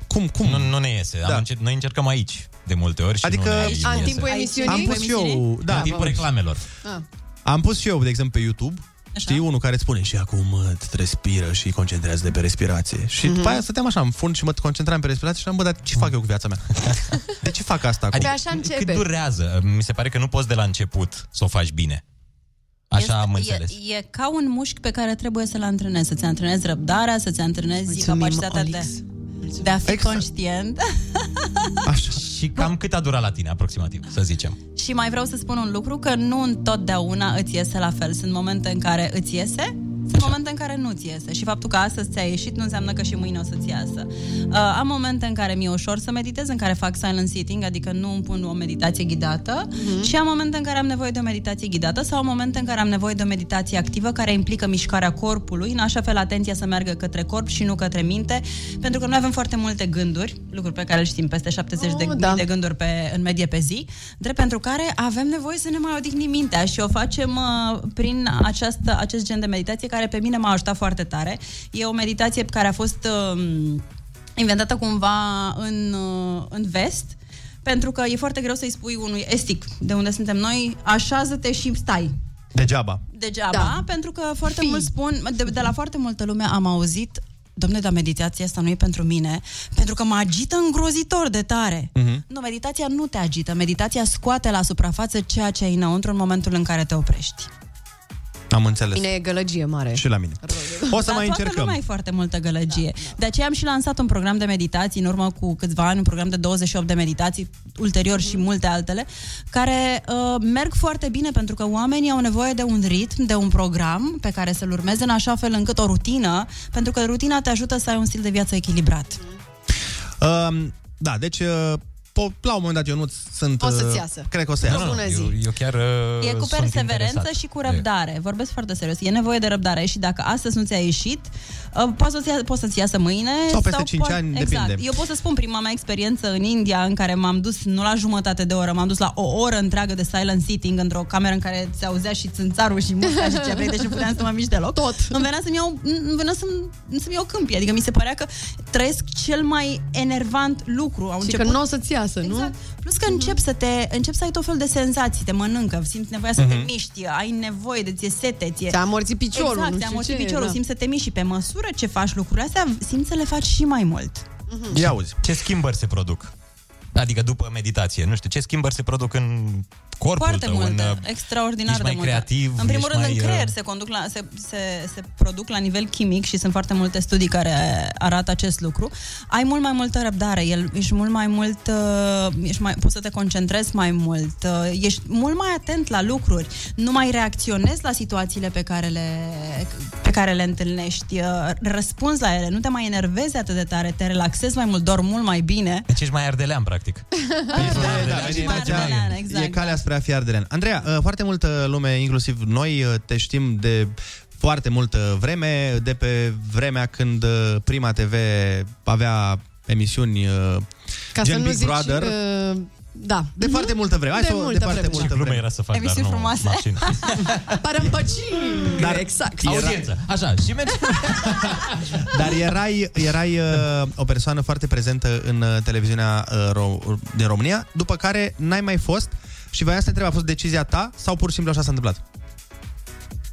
Speaker 5: Cum, cum?
Speaker 6: Nu, nu ne iese. Da. Am încer- noi încercăm aici de multe ori și
Speaker 5: Adică-
Speaker 6: nu ne
Speaker 5: Aici,
Speaker 10: în
Speaker 6: iese.
Speaker 10: timpul emisiunii?
Speaker 5: Am pus și eu, da.
Speaker 6: în timpul reclamelor.
Speaker 10: Ah.
Speaker 5: Am pus și eu, de exemplu, pe YouTube, Așa. știi, unul care îți spune și acum uh, te respiră și concentrează de pe respirație. Și
Speaker 10: Mhm.
Speaker 5: mm-hmm. după aia stăteam așa în fund și mă concentram pe respirație și am bă, dar ce fac eu cu viața mea? de ce fac asta?
Speaker 6: Adică,
Speaker 5: acum?
Speaker 6: Cât durează? Mi se pare că nu poți de la început să o faci bine. Așa este, am înțeles.
Speaker 21: E, e ca un mușchi pe care trebuie să-l antrenezi, să-ți antrenezi răbdarea, să-ți antrenezi capacitatea de, de a fi conștient.
Speaker 5: Așa.
Speaker 6: Și cam cât a durat la tine, aproximativ, să zicem?
Speaker 21: Și mai vreau să spun un lucru, că nu întotdeauna îți iese la fel. Sunt momente în care îți iese, sunt momente în care nu-ți iese. Și faptul că astăzi ți-a ieșit nu înseamnă că și mâine o să-ți iasă. Uh, am momente în care mi-e ușor să meditez, în care fac silent sitting, adică nu îmi pun o meditație ghidată.
Speaker 2: Mhm.
Speaker 21: Și am momente în care am nevoie de o meditație ghidată sau am momente în care am nevoie de o meditație activă care implică mișcarea corpului, în așa fel atenția să meargă către corp și nu către minte, pentru că noi avem foarte multe gânduri, lucruri pe care le știm, peste 70 de,
Speaker 10: Oh,
Speaker 21: oh,
Speaker 10: da.
Speaker 21: da. de gânduri pe, în medie pe zi, drept pentru care avem nevoie să ne mai odihnim mintea și o facem uh, prin această, acest gen de meditație care pe mine m-a ajutat foarte tare. E o meditație care a fost um, inventată cumva în, uh, în vest, pentru că e foarte greu să-i spui unui estic de unde suntem noi, așează-te și stai
Speaker 5: Degeaba.
Speaker 21: degeaba, da. pentru că foarte mulți spun, de, de la foarte multă lume am auzit Domne, dar meditația asta nu e pentru mine, pentru că mă agită îngrozitor de tare.
Speaker 2: Mhm.
Speaker 21: Nu, meditația nu te agită, meditația scoate la suprafață ceea ce ai înăuntru în momentul în care te oprești.
Speaker 5: Am înțeles.
Speaker 21: Mine e gălăgie mare.
Speaker 5: Și la mine. O să
Speaker 21: Dar
Speaker 5: mai
Speaker 21: toată
Speaker 5: încercăm.
Speaker 21: lumea e foarte multă gălăgie. Da, da. De aceea am și lansat un program de meditații în urmă cu câțiva ani, un program de 28 de meditații, ulterior și multe altele, care uh, merg foarte bine pentru că oamenii au nevoie de un ritm, de un program pe care să-l urmeze în așa fel încât o rutină, pentru că rutina te ajută să ai un stil de viață echilibrat.
Speaker 5: Um, da, deci uh, po- la un moment dat eu nu sunt...
Speaker 21: O
Speaker 5: uh,
Speaker 21: să-ți iasă.
Speaker 5: Cred că o să iasă.
Speaker 21: Nu, nu, Bună zi.
Speaker 6: Eu, eu chiar uh,
Speaker 21: E cu
Speaker 6: sunt
Speaker 21: perseverență
Speaker 6: interesat.
Speaker 21: și cu răbdare. Vorbesc foarte serios. E nevoie de răbdare și dacă astăzi nu ți-a ieșit, uh, poți să-ți, ia- poți să-ți iasă mâine.
Speaker 5: Sau peste cinci
Speaker 21: poate-
Speaker 5: ani,
Speaker 21: exact.
Speaker 5: depinde.
Speaker 21: Eu pot să spun prima mea experiență în India în care m-am dus nu la jumătate de oră, m-am dus la o oră întreagă de silent sitting într-o cameră în care se auzea și țânțarul și muzica și ce vrei, deci nu puteam să mă mișc deloc. Tot. Îmi venea să-mi iau, îmi venea să-mi, să-mi iau câmpii. Adică mi se părea că trăiesc cel mai enervant lucru. Au
Speaker 10: Și
Speaker 21: început...
Speaker 10: că nu o să-ți iasă, nu?
Speaker 21: Exact. Plus că încep să te încep să ai tot felul de senzații, te mănâncă, simți nevoia să
Speaker 10: Mhm.
Speaker 21: te miști, ai nevoie de ție sete, ție...
Speaker 10: Ți-a amorțit piciorul, nu
Speaker 21: Exact, ți-a
Speaker 10: știu
Speaker 21: amorțit
Speaker 10: ce,
Speaker 21: piciorul,
Speaker 10: da.
Speaker 21: simți să te miști și pe măsură ce faci lucrurile astea, simți să le faci și mai mult.
Speaker 10: Mhm.
Speaker 5: Ia auzi.
Speaker 6: Ce schimbări se produc? Adică după meditație, nu știu, ce schimbări se produc în corpul
Speaker 21: Foarte
Speaker 6: tău,
Speaker 21: multe,
Speaker 6: în, uh,
Speaker 21: extraordinar
Speaker 6: ești
Speaker 21: de
Speaker 6: mai
Speaker 21: multe.
Speaker 6: creativ,
Speaker 21: în primul
Speaker 6: ești
Speaker 21: rând,
Speaker 6: mai,
Speaker 21: în creier
Speaker 6: uh,
Speaker 21: se, conduc la, se, se, se produc la nivel chimic și sunt foarte multe studii care arată acest lucru. Ai mult mai multă răbdare, el, ești mult mai mult, uh, ești mai, poți să te concentrezi mai mult, uh, ești mult mai atent la lucruri, nu mai reacționezi la situațiile pe care le, pe care le întâlnești, uh, răspunzi la ele, nu te mai enervezi atât de tare, te relaxezi mai mult, dormi mult mai bine.
Speaker 6: Deci ești mai ardelean, practic.
Speaker 5: Da, meditația
Speaker 21: exact,
Speaker 5: e
Speaker 10: da.
Speaker 5: calea spre a fi ardelean. Andreea, uh, foarte multă lume, inclusiv noi, uh, te știm de foarte multă vreme, de pe vremea când uh, Prima TV avea emisiuni uh,
Speaker 10: Ca
Speaker 5: gen
Speaker 10: să nu
Speaker 5: Big
Speaker 10: zici,
Speaker 5: Brother.
Speaker 10: uh, da.
Speaker 5: De foarte multă vreme. Hai
Speaker 10: de
Speaker 5: să o-
Speaker 10: multă
Speaker 5: de foarte
Speaker 10: vreme.
Speaker 5: multă vreme. era să
Speaker 6: fac,
Speaker 10: Emisiuni dar nu frumoase. machine. Parămpăcii!
Speaker 5: Dar-
Speaker 10: exact.
Speaker 6: Audiență. Așa, și mergi.
Speaker 5: Dar erai, erai uh, o persoană foarte prezentă în uh, televiziunea uh, ro- din România, după care n-ai mai fost și voiam să te întreb, a fost decizia ta sau pur și simplu așa s-a întâmplat?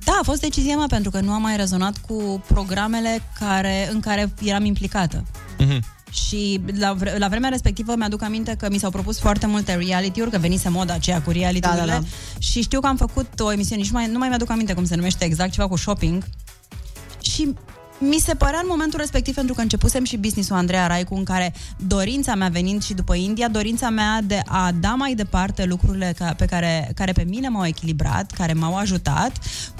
Speaker 21: Da, a fost decizia mea pentru că nu am mai rezonat cu programele care, în care eram implicată.
Speaker 5: Mm-hmm.
Speaker 21: Și la, vre- la vremea respectivă mi-aduc aminte că mi s-au propus foarte multe reality-uri, că venise moda aceea cu reality-urile.
Speaker 10: Da, da, da.
Speaker 21: Și știu că am făcut o emisiune, nici mai, nu mai mi-aduc aminte cum se numește exact, ceva cu shopping. Și mi se părea în momentul respectiv, pentru că începusem și business-ul Andreea Raicu, în care dorința mea venind și după India, dorința mea de a da mai departe lucrurile ca, pe care, care pe mine m-au echilibrat, care m-au ajutat,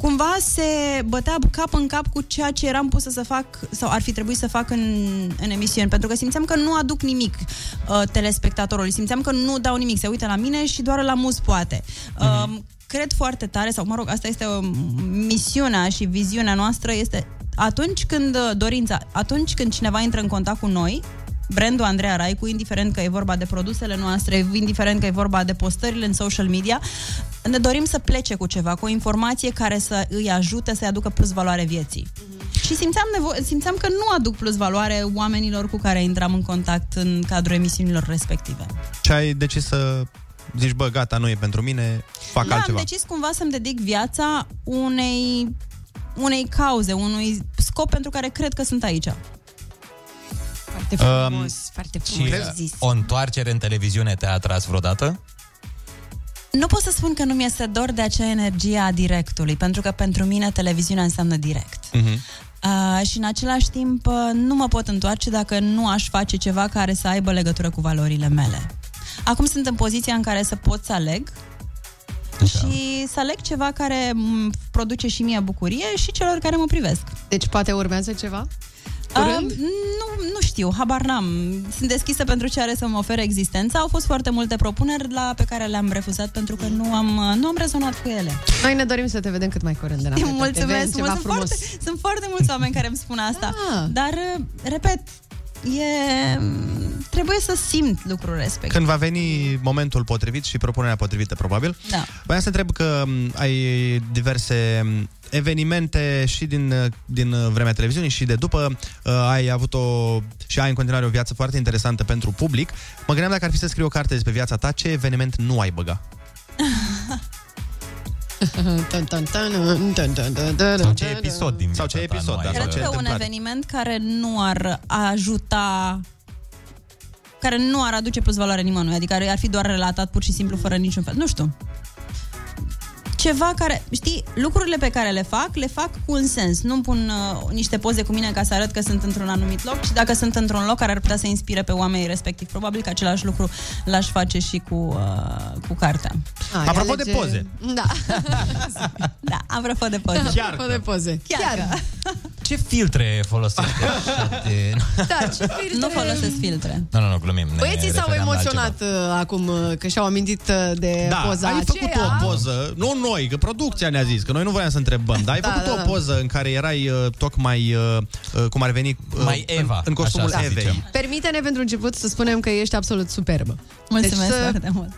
Speaker 21: cumva se bătea cap în cap cu ceea ce eram pusă să fac sau ar fi trebuit să fac în, în emisiuni, pentru că simțeam că nu aduc nimic uh, telespectatorului, simțeam că nu dau nimic, se uită la mine și doar la muz poate. Mm-hmm. Uh, cred foarte tare, sau mă rog, asta este o, misiunea și viziunea noastră, este atunci când uh, dorința, atunci când cineva intră în contact cu noi, brandul Andreea Raicu, indiferent că e vorba de produsele noastre, indiferent că e vorba de postările în social media, ne dorim să plece cu ceva, cu o informație care să îi ajute să-i aducă plus valoare vieții. Și simțeam, nevo- simțeam că nu aduc plus valoare oamenilor cu care intram în contact în cadrul emisiunilor respective.
Speaker 5: Ce ai decis să zici, bă, gata, nu e pentru mine, fac
Speaker 21: Da, am
Speaker 5: altceva.
Speaker 21: decis cumva să-mi dedic viața unei, unei cauze, unui scop pentru care cred că sunt aici.
Speaker 10: Foarte
Speaker 6: frumos,
Speaker 10: um, foarte
Speaker 6: Și Da. o întoarcere în televiziune te-a atras vreodată?
Speaker 21: Nu pot să spun că nu mi-este dor de acea energie a directului, pentru că pentru mine televiziunea înseamnă direct. Uh, și în același timp uh, nu mă pot întoarce dacă nu aș face ceva care să aibă legătură cu valorile mele. Acum sunt în poziția în care să pot să aleg și să aleg ceva care îmi produce și mie bucurie și celor care mă privesc.
Speaker 10: Deci poate urmează ceva?
Speaker 21: Uh, nu, nu știu, habar n-am. Sunt deschisă pentru ce are să mă ofere existența. Au fost foarte multe propuneri la pe care le-am refuzat pentru că nu am, nu am rezonat cu ele.
Speaker 10: Noi ne dorim să te vedem cât mai curând de la Metro TV,
Speaker 21: Mulțumesc, mult.
Speaker 10: ceva
Speaker 21: Sunt
Speaker 10: frumos.
Speaker 21: foarte, sunt foarte mulți oameni care îmi spun asta.
Speaker 10: Da.
Speaker 21: Dar, repet, e, trebuie să simt lucrul respectiv.
Speaker 5: Când va veni momentul potrivit și propunerea potrivită, probabil.
Speaker 21: Da.
Speaker 5: Vreau să întreb că m, ai diverse m, evenimente și din, din vremea televiziunii și de după uh, ai avut o și ai în continuare o viață foarte interesantă pentru public. Mă gândeam dacă ar fi să scriu o carte despre viața ta, ce eveniment nu ai băga?
Speaker 10: Tun, tun, tun, tun, tun, tun, tun.
Speaker 5: Sau ce episod din Sau ce episod, da, sau
Speaker 21: Cred
Speaker 5: ce
Speaker 21: că un
Speaker 5: întâmplare.
Speaker 21: eveniment care nu ar ajuta care nu ar aduce plus valoare nimănui, adică ar ar fi doar relatat pur și simplu fără niciun fel. Nu știu. Ceva care, știi, lucrurile pe care le fac, le fac cu un sens. Nu-mi pun uh, niște poze cu mine ca să arăt că sunt într-un anumit loc, ci dacă sunt într-un loc care ar putea să inspire pe oamenii respectiv. Probabil că același lucru l-aș face și cu, uh, cu cartea.
Speaker 10: Ai,
Speaker 21: Apropo
Speaker 10: alege-
Speaker 21: de poze.
Speaker 10: Da.
Speaker 21: deci, uh, da, apropo de poze.
Speaker 6: Chiar
Speaker 10: Apropo de poze. Chiar.
Speaker 6: Ce filtre folosești? Așa de-
Speaker 10: Da, ce filtre...
Speaker 21: Nu folosesc filtre.
Speaker 6: nu, nu, nu, glumim. ne
Speaker 10: Băieții s-au
Speaker 6: refeream la
Speaker 10: emoționat uh, acum uh, că și-au amintit uh, de
Speaker 5: Da,
Speaker 10: poza
Speaker 5: ai făcut
Speaker 10: aceea.
Speaker 5: o poză, nu noi, că producția ne-a zis, că noi nu voiam să întrebăm, dar ai
Speaker 10: Da,
Speaker 5: făcut
Speaker 10: da,
Speaker 5: o
Speaker 10: da.
Speaker 5: poză în care erai uh, tocmai, uh, uh, cum ar veni, uh,
Speaker 6: Mai Eva,
Speaker 5: în, în costumul
Speaker 6: așa să
Speaker 5: da. Evei.
Speaker 6: zicem.
Speaker 10: Permite-ne pentru început să spunem că ești absolut superbă.
Speaker 21: Mulțumesc
Speaker 10: să
Speaker 21: foarte mult.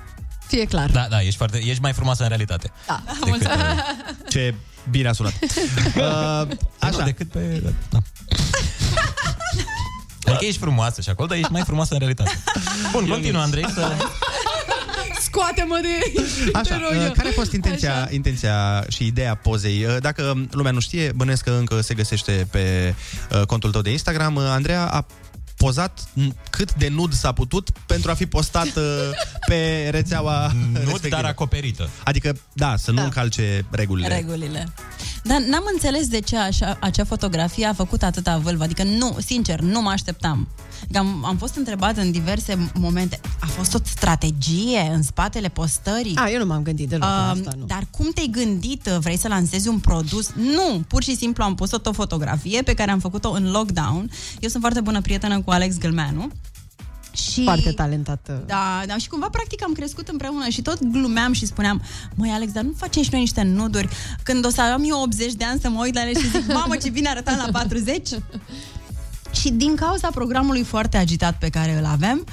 Speaker 10: Fie clar.
Speaker 6: altceva. Da, da, ești, foarte, ești mai frumoasă în realitate.
Speaker 10: Da.
Speaker 5: Ce bine a sunat. Uh,
Speaker 6: așa. Decât pe... Da. Adică ești frumoasă și acolo, dar ești mai frumoasă în realitate. Bun, continuă, Andrei, să...
Speaker 10: Scoate-mă de...
Speaker 5: Așa,
Speaker 10: te rog eu.
Speaker 5: uh, care a fost intenția, intenția și ideea pozei? Uh, Dacă um, lumea nu știe, bănuiesc că încă se găsește pe uh, contul tău de Instagram. Uh, Andreea a pozat n- cât de nud s-a putut pentru a fi postat uh, pe rețeaua
Speaker 6: Nu, dar acoperită.
Speaker 5: Adică, da, să nu încalce regulile.
Speaker 21: Regulile. Dar n-am înțeles de ce așa, acea fotografie a făcut atâta vâlvă. Adică nu, sincer, nu mă așteptam. Că Am, am fost întrebat în diverse momente, a fost o strategie în spatele postării? Uh,
Speaker 10: A, eu nu m-am gândit deloc la asta, nu.
Speaker 21: Dar cum te-ai gândit? uh, Vrei să lansezi un produs? Nu, pur și simplu am pus o fotografie pe care am făcut-o în lockdown. Eu sunt foarte bună prietenă cu Alex Gâlmeanu. Și...
Speaker 10: Foarte
Speaker 5: uh.
Speaker 10: talentată.
Speaker 21: Da, da, și cumva practic am crescut împreună și tot glumeam și spuneam, măi Alex, dar nu facem și noi niște nuduri când o să am eu 80 de ani să mă uit la ele și zic, mamă ce bine arătam la 40? și din cauza programului foarte agitat pe care îl avem,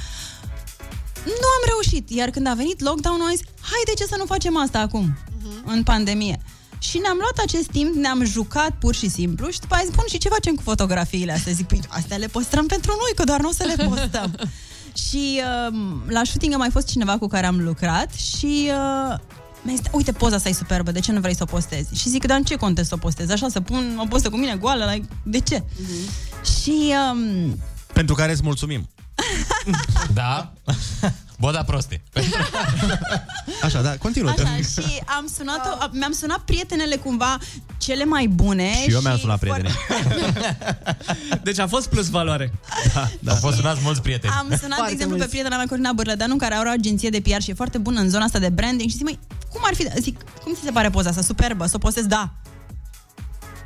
Speaker 21: nu am reușit. Iar când a venit lockdown, am zis, hai de ce să nu facem asta acum, în pandemie. Și ne-am luat acest timp, ne-am jucat pur și simplu și după aia zic, bun, și ce facem cu fotografiile astea? Zic, păi, astea le păstrăm pentru noi, că doar nu o să le postăm. și um, la shooting a mai fost cineva cu care am lucrat și uh, mi-a zis, uite, poza asta e superbă, de ce nu vrei să o postezi? Și zic, dar în ce contest să o postez? Așa să pun o poză cu mine goală, like, de ce?
Speaker 10: Mm-hmm.
Speaker 21: Și um,
Speaker 5: Pentru care îți mulțumim.
Speaker 6: da. Bă, da, proste.
Speaker 5: Așa, da, continuă.
Speaker 21: Așa, și am sunat, o- mi-am sunat prietenele cumva cele mai bune
Speaker 6: Și eu mi-am sunat prietene.
Speaker 7: Deci a fost plus valoare.
Speaker 6: Da, da. Au fost sunați mulți prieteni.
Speaker 21: Am sunat, de exemplu, pe prietena mea, Corina Bârlădeanu, care are o agenție de PR și e foarte bună în zona asta de branding și zic, măi, cum ar fi, zic, cum ți se pare poza asta, superbă, să o postez, da.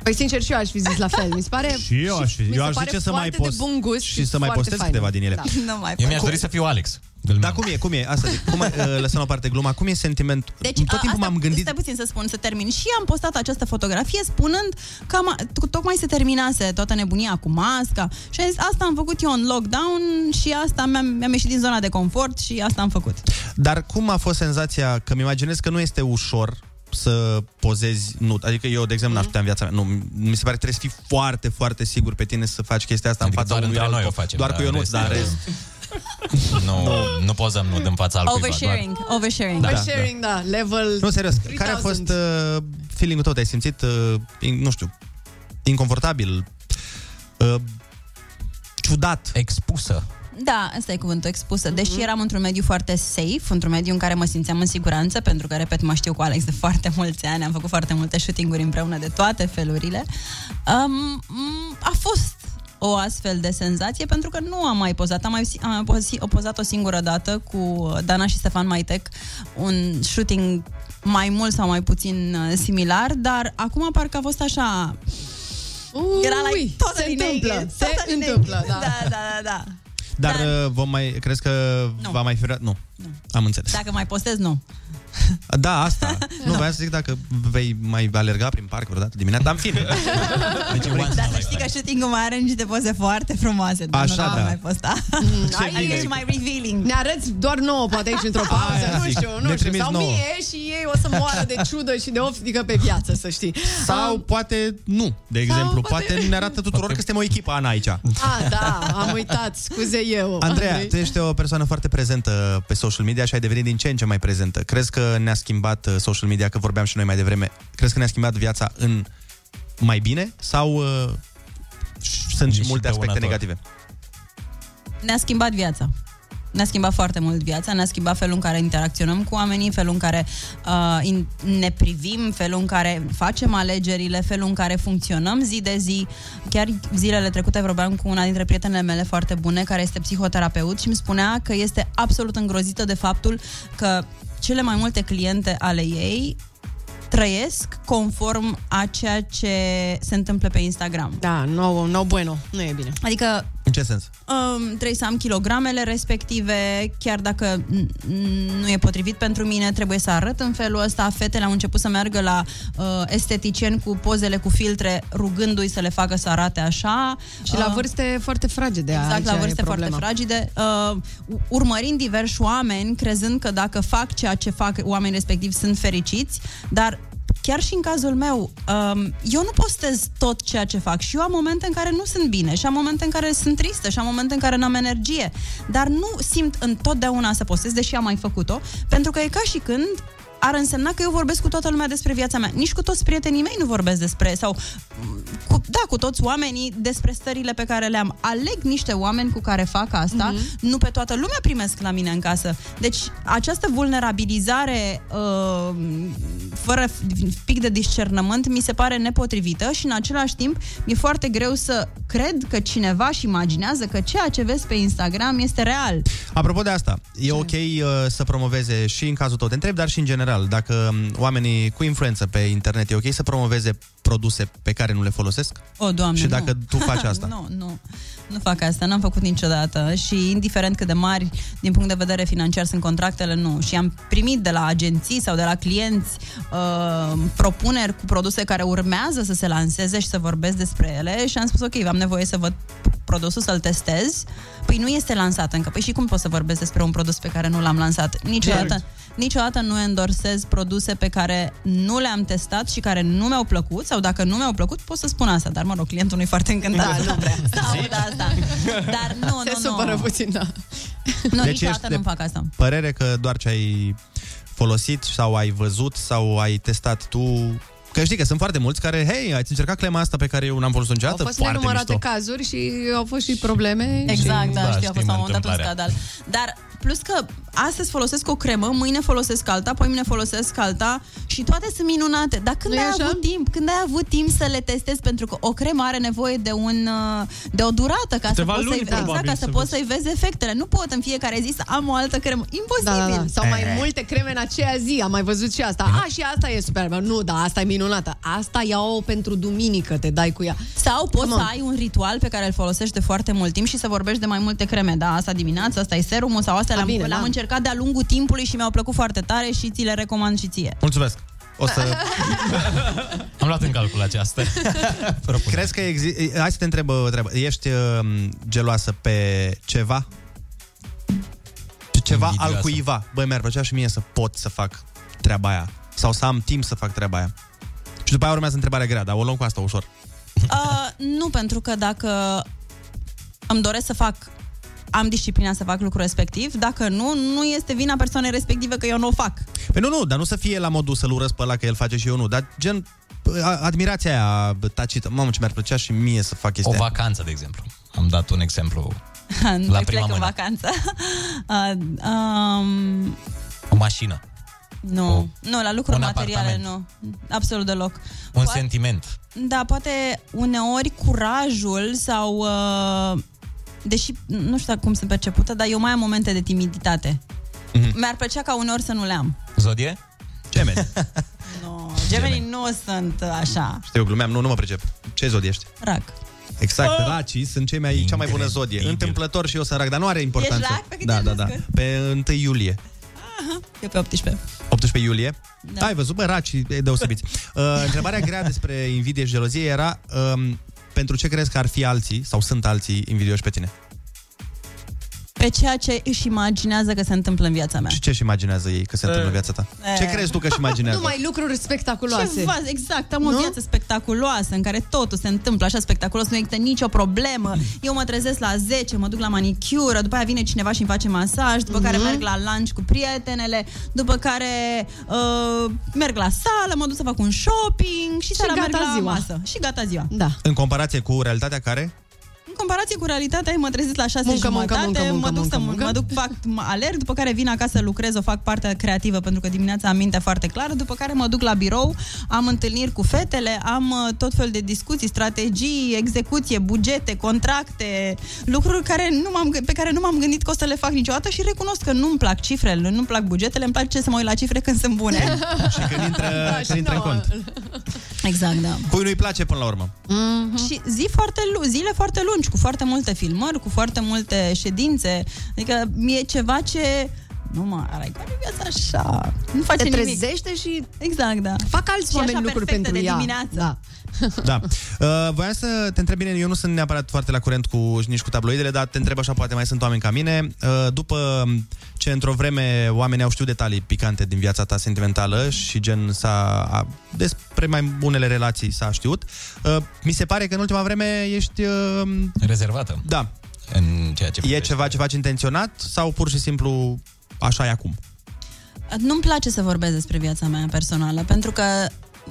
Speaker 10: Păi sincer și eu aș fi zis la fel, Da, mi se pare...
Speaker 5: Și eu aș fi-
Speaker 10: mi
Speaker 5: eu
Speaker 10: se
Speaker 5: aș
Speaker 10: pare
Speaker 5: zice să mai
Speaker 10: foarte de
Speaker 5: post-
Speaker 10: bun gust
Speaker 5: și să mai
Speaker 10: foarte
Speaker 5: postez
Speaker 10: faină.
Speaker 5: câteva din ele.
Speaker 10: Da. Nu mai
Speaker 6: Eu mi-aș dori să fiu Alex.
Speaker 5: Dar Da, cum e, cum e? Asta zic. Cum, e, uh, lăsăm la parte gluma. Cum e sentimentul?
Speaker 21: Deci,
Speaker 5: Tot
Speaker 21: a-
Speaker 5: timpul
Speaker 21: asta,
Speaker 5: m-am gândit
Speaker 21: Stai puțin să spun, să termin. Și am postat această fotografie spunând că am, tocmai se terminase toată nebunia cu masca și am zis, asta am făcut eu în lockdown și asta mi-am, mi-am ieșit din zona de confort și asta am făcut.
Speaker 5: Dar cum a fost senzația, că mi imaginez că nu este ușor să pozezi nut. Adică eu, de exemplu, n-aș putea în viața mea. Nu, mi se pare că trebuie să fii foarte, foarte sigur pe tine să faci chestia asta în fața
Speaker 6: Adică doar
Speaker 5: unui
Speaker 6: între
Speaker 5: alt
Speaker 6: noi o
Speaker 5: om.
Speaker 6: facem,
Speaker 5: Doar
Speaker 6: dar
Speaker 5: cu
Speaker 6: în
Speaker 5: Ionuț,
Speaker 6: rest,
Speaker 5: dar în
Speaker 6: da.
Speaker 5: rest.
Speaker 6: Nu, nu pozăm nu în fața altui.
Speaker 21: Oversharing, oversharing.
Speaker 5: Da,
Speaker 10: Oversharing, da, level...
Speaker 5: Nu, serios, care a fost uh, feeling-ul tău? Te-ai simțit, uh, in, nu știu, inconfortabil, uh, ciudat?
Speaker 6: Expusă.
Speaker 21: Da, asta e cuvântul expusă. Deși
Speaker 9: Mhm.
Speaker 21: eram într-un mediu foarte safe, într-un mediu în care mă simțeam în siguranță, pentru că, repet, mă știu cu Alex de foarte mulți ani, am făcut foarte multe shooting-uri împreună de toate felurile, um, m- a fost o astfel de senzație, pentru că nu am mai pozat. Am mai si- am mai pozi- o pozat o singură dată cu Dana și Stefan Maitec, un shooting mai mult sau mai puțin uh, similar, dar acum parcă a fost așa... Era like, tot
Speaker 9: se întâmplă, se întâmplă, da.
Speaker 21: da, da, da.
Speaker 5: Dar uh, vom mai, crezi că
Speaker 21: Nu.
Speaker 5: va mai fi... Nu. nu. Am înțeles.
Speaker 21: Dacă mai postez, nu.
Speaker 5: Da, asta. nu, voiam să zic dacă vei mai alerga prin parc vreodată dimineața, dar în fine.
Speaker 21: Păi, Dar să știi că shooting-ul mai are niște poze foarte frumoase. doar
Speaker 5: Așa,
Speaker 21: nu l-am
Speaker 5: da.
Speaker 21: mai posta.
Speaker 5: Ai
Speaker 21: Adică și mai revealing.
Speaker 10: Ne arăți doar nouă, poate aici, într-o pauză,
Speaker 5: Aia
Speaker 10: nu
Speaker 5: zic.
Speaker 10: știu, nu
Speaker 5: Ne
Speaker 10: știu.
Speaker 5: trimiți
Speaker 10: Sau
Speaker 5: nouă.
Speaker 10: mie și ei o să moară de ciudă și de oftică pe viață, să știi.
Speaker 5: Sau poate nu, de exemplu. Poate, ne arată tuturor că suntem o echipă, Ana, aici.
Speaker 10: Ah, da, am uitat, scuze eu.
Speaker 5: Andreea,
Speaker 10: Andrei.
Speaker 5: tu ești o persoană foarte prezentă pe social media și ai devenit din ce în ce mai prezentă. Crezi că ne-a schimbat uh, social media, că vorbeam și noi mai devreme, crezi că ne-a schimbat viața în mai bine sau uh, sunt și multe aspecte
Speaker 6: dăunător.
Speaker 5: negative?
Speaker 21: Ne-a schimbat viața. Ne-a schimbat foarte mult viața, ne-a schimbat felul în care interacționăm cu oamenii, felul în care uh, in, ne privim, felul în care facem alegerile, felul în care funcționăm zi de zi. Chiar zilele trecute vorbeam cu una dintre prietenele mele foarte bune, care este psihoterapeut și îmi spunea că este absolut îngrozită de faptul că cele mai multe cliente ale ei trăiesc conform a ceea ce se întâmplă pe Instagram.
Speaker 10: Da, no, no bueno, nu e bine.
Speaker 21: Adică
Speaker 5: În ce sens?
Speaker 21: um, trebuie să am kilogramele respective, chiar dacă n- n- nu e potrivit pentru mine, trebuie să arăt în felul ăsta. Fetele au început să meargă la uh, esteticieni cu pozele cu filtre, rugându-i să le facă să arate așa.
Speaker 10: Și la
Speaker 21: Uh,
Speaker 10: vârste foarte fragede.
Speaker 21: Exact, la
Speaker 10: aici e
Speaker 21: vârste foarte
Speaker 10: problema.
Speaker 21: fragide, uh, urmărind diversi oameni, crezând că dacă fac ceea ce fac oamenii respectiv sunt fericiți, dar chiar și în cazul meu, um, eu nu postez tot ceea ce fac și eu am momente în care nu sunt bine și am momente în care sunt tristă și am momente în care n-am energie, dar nu simt întotdeauna să postez, deși am mai făcut-o, pentru că e ca și când ar însemna că eu vorbesc cu toată lumea despre viața mea. Nici cu toți prietenii mei nu vorbesc despre, sau cu, da, cu toți oamenii despre stările pe care le-am. Aleg niște oameni cu care fac asta, nu pe toată lumea primesc la mine în casă. Deci această vulnerabilizare uh, fără f- pic de discernământ mi se pare nepotrivită și în același timp e foarte greu să cred că cineva își imaginează că ceea ce vezi pe Instagram este real.
Speaker 5: Apropo de asta, e ok uh, să promoveze și în cazul tău, te întreb, dar și în general, dacă um, oamenii cu influență pe internet e ok să promoveze produse pe care nu le folosesc?
Speaker 21: O, doamne,
Speaker 5: Și
Speaker 21: nu.
Speaker 5: dacă tu faci asta?
Speaker 21: nu, nu. Nu fac asta, n-am făcut niciodată și indiferent cât de mari din punct de vedere financiar sunt contractele, nu. Și am primit de la agenții sau de la clienți uh, propuneri cu produse care urmează să se lanseze și să vorbesc despre ele și am spus ok, am nevoie să văd produsul, să-l testez. Păi nu este lansat încă. Păi și cum pot să vorbesc despre un produs pe care nu l-am lansat? Niciodată.
Speaker 2: Corect.
Speaker 21: Niciodată nu endorsez produse pe care nu le-am testat și care nu mi-au plăcut sau dacă nu mi-au plăcut, pot să spun asta, dar mă rog, clientul nu-i foarte încântat. Da, nu prea. asta. Dar nu, nu,
Speaker 10: Se
Speaker 21: nu.
Speaker 10: supără puțin, da.
Speaker 21: Nu,
Speaker 5: Deci
Speaker 21: niciodată
Speaker 5: ești
Speaker 21: nu
Speaker 5: de-
Speaker 21: fac asta.
Speaker 5: Părere că doar ce ai folosit sau ai văzut sau ai testat tu... Că știi că sunt foarte mulți care, hei, ați încercat crema asta pe care eu n-am folosit-o
Speaker 10: Au
Speaker 5: niciodată?
Speaker 10: fost
Speaker 5: Foarte
Speaker 10: nenumărate
Speaker 5: mișto.
Speaker 10: cazuri și au fost și probleme.
Speaker 21: Exact,
Speaker 5: Și-
Speaker 21: da,
Speaker 5: Da,
Speaker 21: știu, a fost
Speaker 5: știm
Speaker 21: la un moment dat un
Speaker 5: întâmplarea.
Speaker 21: scandal. Dar Plus că astăzi folosesc o cremă, mâine folosesc alta, poi mâine folosesc alta și toate sunt minunate. Dar când
Speaker 9: Nu-i
Speaker 21: ai
Speaker 9: așa?
Speaker 21: avut timp, când ai avut timp să le testezi pentru că o cremă are nevoie de un uh, de o durată ca
Speaker 9: Câteva
Speaker 21: să poți
Speaker 9: luni,
Speaker 21: să
Speaker 9: probabil,
Speaker 21: exact, ca
Speaker 9: să
Speaker 21: să poți să-i vezi efectele. Nu pot în fiecare zi să am o altă cremă. Imposibil.
Speaker 10: Da, da, da. Sau mai
Speaker 21: Eh.
Speaker 10: multe creme în aceea zi. Am mai văzut și asta.
Speaker 21: Mm-hmm.
Speaker 10: A, și asta e superbă. Nu, da, asta e minunată. Asta iau pentru duminică, te dai cu ea.
Speaker 21: Sau poți
Speaker 10: Come
Speaker 21: să
Speaker 10: on.
Speaker 21: ai un ritual pe care îl folosești de foarte mult timp și să vorbești de mai multe creme. Da, asta dimineața, asta e serumul sau asta
Speaker 10: A,
Speaker 21: l-am,
Speaker 10: bine,
Speaker 21: l-am
Speaker 10: da.
Speaker 21: încercat de-a lungul timpului și mi-au plăcut foarte tare și ți le recomand și ție.
Speaker 5: Mulțumesc. O să...
Speaker 6: Am luat în calcul aceasta.
Speaker 5: Crezi că există... Hai să te întreb o treabă. Ești um, geloasă pe ceva? Ce- Ceva
Speaker 6: Invidioasă.
Speaker 5: al cuiva. Băi, mi-ar plăcea și mie să pot să fac treaba aia. Sau să am timp să fac treaba aia. Și după aia urmează întrebarea grea, dar o luăm cu asta ușor.
Speaker 21: Uh, nu, pentru că dacă îmi doresc să fac am disciplina să fac lucrul respectiv, dacă nu, nu este vina persoanei respective că eu nu o fac.
Speaker 5: Păi nu, nu, dar nu să fie la modul să-l urăsc pe ăla că el face și eu nu, dar gen a- admirația aia tacită. Mamă, ce mi-ar plăcea și mie să fac chestia
Speaker 6: O vacanță, de exemplu. Am dat un exemplu.
Speaker 21: nu
Speaker 6: La prima
Speaker 21: mai plec în
Speaker 6: mână.
Speaker 21: vacanță. Uh, um,
Speaker 6: O mașină.
Speaker 21: nu, nu, la lucruri
Speaker 6: un
Speaker 21: materiale,
Speaker 6: apartament.
Speaker 21: nu. Absolut deloc.
Speaker 6: Un
Speaker 21: Poate-
Speaker 6: sentiment.
Speaker 21: Da, poate uneori curajul sau... Uh, deși nu știu cum sunt percepută, dar eu mai am momente de timiditate.
Speaker 6: Mhm.
Speaker 21: Mi-ar plăcea ca uneori să nu le am.
Speaker 6: Zodie?
Speaker 5: Gemeni.
Speaker 21: No, Oh, gemenii nu sunt așa.
Speaker 5: Știi, eu glumeam, nu, nu mă pricep. Ce zodie ești?
Speaker 21: Rac.
Speaker 5: Exact,
Speaker 6: Ah!
Speaker 5: oh! racii sunt cei mai, cea mai bună zodie. Întâmplător și eu sunt rac, dar nu are importanță.
Speaker 21: rac? Pe cât
Speaker 5: da,
Speaker 21: ești
Speaker 5: da, da.
Speaker 21: născut?
Speaker 5: Pe 1 iulie.
Speaker 21: Eu pe 18.
Speaker 5: 18 iulie. Da. Ai văzut, bă, raci deosebiți. Uh, întrebarea grea despre invidie și gelozie era um, pentru ce crezi că ar fi alții sau sunt alții invidioși pe tine?
Speaker 21: Pe ceea ce își imaginează că se întâmplă în viața mea.
Speaker 5: Și ce își imaginează ei că se întâmplă în viața ta? Ce
Speaker 21: E.
Speaker 5: crezi tu că își imaginează?
Speaker 21: Numai
Speaker 10: lucruri spectaculoase.
Speaker 21: Ceva, exact, am nu? o viață spectaculoasă în care totul se întâmplă așa spectaculos, nu există nicio problemă. Eu mă trezesc la 10, mă duc la manicură, după aia vine cineva și îmi face masaj, după care
Speaker 9: Mhm.
Speaker 21: merg la lunch cu prietenele, după care uh, merg la sală, mă duc să fac un shopping și, seara
Speaker 10: gata
Speaker 21: merg la
Speaker 10: ziua.
Speaker 21: masă. Și gata ziua.
Speaker 10: Da.
Speaker 5: În comparație cu realitatea care?
Speaker 21: În comparație cu realitatea, eu mă trezesc la 6
Speaker 10: Muncă, muncă,
Speaker 21: jumătate,
Speaker 10: muncă, muncă,
Speaker 21: mă duc să
Speaker 10: muncă, muncă.
Speaker 21: mă duc, fac, mă alerg, după care vin acasă, lucrez, o fac partea creativă pentru că dimineața am mintea foarte clară, după care mă duc la birou, am întâlniri cu fetele, am uh, tot fel de discuții, strategii, execuție, bugete, contracte, lucruri care nu m-am, gâ- pe care nu m-am gândit că o să le fac niciodată și recunosc că nu-mi plac cifrele, nu-mi plac bugetele, îmi place să mă uit la cifre când sunt bune.
Speaker 5: Și când intră, da, când intră în cont.
Speaker 21: Exact, da.
Speaker 5: Cui nu-i place până la urmă?
Speaker 21: Mm-hmm. Și zi foarte, lu- zile foarte lungi, cu foarte multe filmări, cu foarte multe ședințe. Adică e ceva ce... Nu mă, are care viața așa. Nu face
Speaker 10: Te
Speaker 21: nimic.
Speaker 10: trezește și...
Speaker 21: Exact, da.
Speaker 10: Fac alți
Speaker 21: Și
Speaker 10: oameni
Speaker 21: așa
Speaker 10: lucruri
Speaker 21: perfectă
Speaker 10: pentru
Speaker 21: de
Speaker 10: ea.
Speaker 21: dimineață.
Speaker 10: Da.
Speaker 5: Da. Uh, voiam să te întreb bine, eu nu sunt neapărat foarte la curent cu nici cu tabloidele, dar te întreb așa, poate mai sunt oameni ca mine. Uh, după ce într-o vreme oamenii au știut detalii picante din viața ta sentimentală și gen s-a, a, despre mai bunele relații s-a știut, uh, mi se pare că în ultima vreme ești... Uh,
Speaker 6: Rezervată.
Speaker 5: da.
Speaker 6: În ceea ce
Speaker 5: e
Speaker 6: privește.
Speaker 5: ceva ce faci intenționat sau pur și simplu așa e acum?
Speaker 21: Nu-mi place să vorbesc despre viața mea personală, pentru că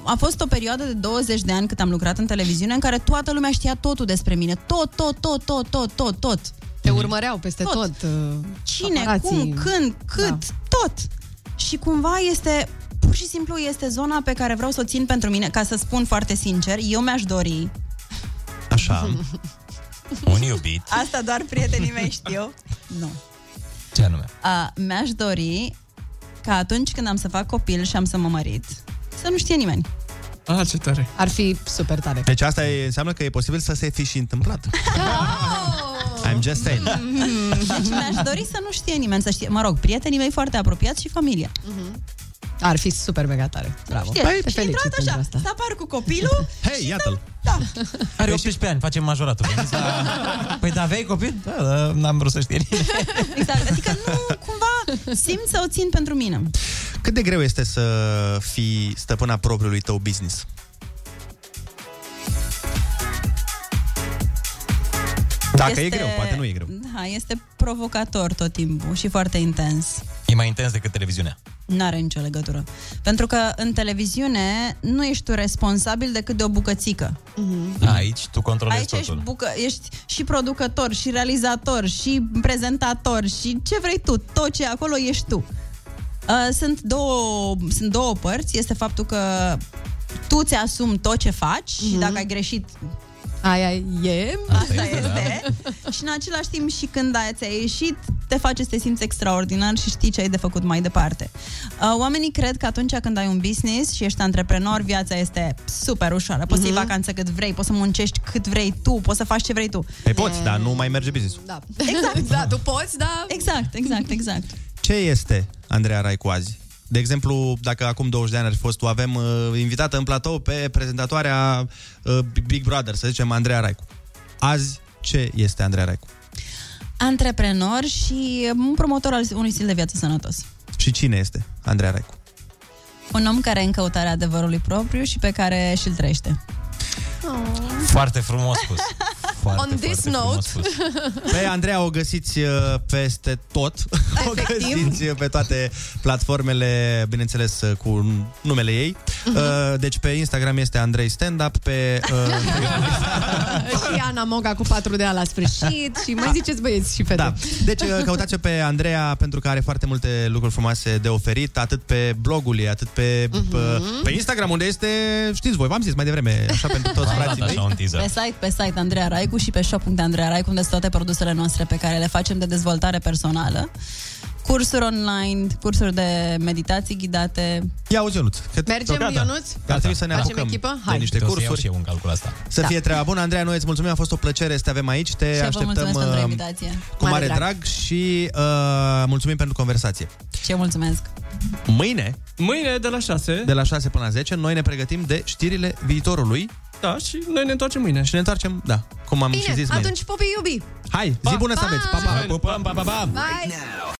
Speaker 21: a fost o perioadă de 20 de ani cât am lucrat în televiziune în care toată lumea știa totul despre mine. Tot, tot, tot, tot, tot, tot, tot.
Speaker 10: Te urmăreau peste tot. tot uh,
Speaker 21: Cine,
Speaker 10: paparații. Da.
Speaker 21: cum, când, cât, tot. Și cumva este, pur și simplu este zona pe care vreau să o țin pentru mine, ca să spun foarte sincer, eu mi-aș dori,
Speaker 5: Așa.
Speaker 6: Un iubit.
Speaker 21: asta doar prietenii mei știu, nu,
Speaker 6: Ce anume?
Speaker 21: A, mi-aș dori ca atunci când am să fac copil și am să mă mărit, să nu știe nimeni.
Speaker 5: Ah, ce tare.
Speaker 10: Ar fi super tare.
Speaker 5: Deci asta e, înseamnă că e posibil să se fi și întâmplat. I'm just saying.
Speaker 21: Deci mi-aș dori să nu știe nimeni, să știe, mă rog, prietenii mei foarte apropiați și familia.
Speaker 10: Mhm. Ar fi super mega tare. Bravo.
Speaker 21: Știe,
Speaker 10: Păi,
Speaker 21: și
Speaker 10: felicit
Speaker 21: intrat
Speaker 10: pentru
Speaker 21: așa,
Speaker 10: asta.
Speaker 21: să apar cu copilul
Speaker 5: Hei, iată-l!
Speaker 21: Da.
Speaker 6: Are 18 ani, facem majoratul. Veniți la... Păi da, aveai copil? Da, da, n-am vrut să știe nimeni.
Speaker 21: Exact. Adică nu, cumva, simt să o țin pentru mine.
Speaker 5: Cât de greu este să fii stăpâna propriului tău business? Dacă e greu, poate nu e greu.
Speaker 21: Da, este provocator tot timpul și foarte intens.
Speaker 6: E mai intens decât televiziunea.
Speaker 21: N-are nicio legătură. Pentru că în televiziune nu ești tu responsabil decât de o bucățică.
Speaker 10: Mhm.
Speaker 6: Aici tu controlezi
Speaker 21: Mhm. Aici ești,
Speaker 6: totul.
Speaker 21: bucă, ești și producător, și realizator, și prezentator, și ce vrei tu, tot ce e acolo ești tu. Uh, Sunt două, sunt două părți. Este faptul că tu ți asumi tot ce faci și dacă ai greșit,
Speaker 10: Aia e.
Speaker 21: asta este. și în același timp și când ai, ți-a ieșit, te face să te simți extraordinar și știi ce ai de făcut mai departe. Uh, Oamenii cred că atunci când ai un business și ești antreprenor, viața este super ușoară. Poți
Speaker 10: Mhm.
Speaker 21: să iei vacanță cât vrei, poți să muncești cât vrei tu, poți să faci ce vrei tu.
Speaker 5: Pe poți, dar nu mai merge business
Speaker 10: Da. Exact. da, tu poți, da. Exact, exact, exact.
Speaker 5: Ce este Andreea Raicoazi? De exemplu, dacă acum 20 de ani ar fi fost, o avem uh, invitată în platou pe prezentatoarea uh, Big Brother, să zicem, Andreea Raicu. Azi, ce este Andreea Raicu?
Speaker 21: Antreprenor și un promotor al unui stil de viață sănătos.
Speaker 5: Și cine este Andreea Raicu?
Speaker 21: Un om care e în căutarea adevărului propriu și pe care și-l trăiește.
Speaker 5: Oh.
Speaker 6: Foarte frumos spus. Foarte,
Speaker 10: On this
Speaker 6: frumos
Speaker 10: note,
Speaker 6: spus.
Speaker 5: Pe Păi, Andreea o găsiți uh, peste tot, o găsiți uh, pe toate platformele, bineînțeles uh, cu numele ei. Uh, Deci pe Instagram este Andrei Standup, pe uh,
Speaker 10: și Ana Moga cu patru de A la sfârșit și mai ziceți băieți și fete.
Speaker 5: Da. Deci uh, căutați-o pe Andreea pentru că are foarte multe lucruri frumoase de oferit, atât pe blogul ei, atât pe, uh, pe Instagram, unde este, știți voi, v-am zis mai devreme, așa pentru toți frații mei.
Speaker 21: Pe site, pe site Andreea Raicu și pe shop.andreea Raicu unde sunt toate produsele noastre pe care le facem de dezvoltare personală. Cursuri online, cursuri de meditații ghidate.
Speaker 5: Ia uzi, Ionuț. că-
Speaker 21: Mergem,
Speaker 5: Gata.
Speaker 21: Ionuț?
Speaker 5: Ar trebui să ne
Speaker 21: Facem
Speaker 5: apucăm
Speaker 21: echipă?
Speaker 5: de
Speaker 21: Hai.
Speaker 5: niște
Speaker 6: Uite, o să iau
Speaker 5: cursuri.
Speaker 6: și eu un calcul asta.
Speaker 5: Să
Speaker 21: Da.
Speaker 5: fie treaba bună. Andreea, noi îți mulțumim, a fost o plăcere să te avem aici. Te
Speaker 21: Și vă
Speaker 5: așteptăm
Speaker 21: mulțumesc da. pentru
Speaker 5: uh,
Speaker 21: invitație.
Speaker 5: cu mare drag, drag și uh, mulțumim pentru conversație.
Speaker 21: Ce mulțumesc.
Speaker 5: Mâine,
Speaker 7: Mâine de la 6.
Speaker 5: de la 6 până la 10, noi ne pregătim de știrile viitorului.
Speaker 7: Da, și noi ne întoarcem mâine.
Speaker 5: Și ne întoarcem, da, cum am și
Speaker 10: Bine,
Speaker 5: zis mâine.
Speaker 10: atunci popii iubi!
Speaker 5: Hai, zi bună să aveți! Pa, pa!
Speaker 6: Pa, pa, pa, pa, pa.
Speaker 10: Bye!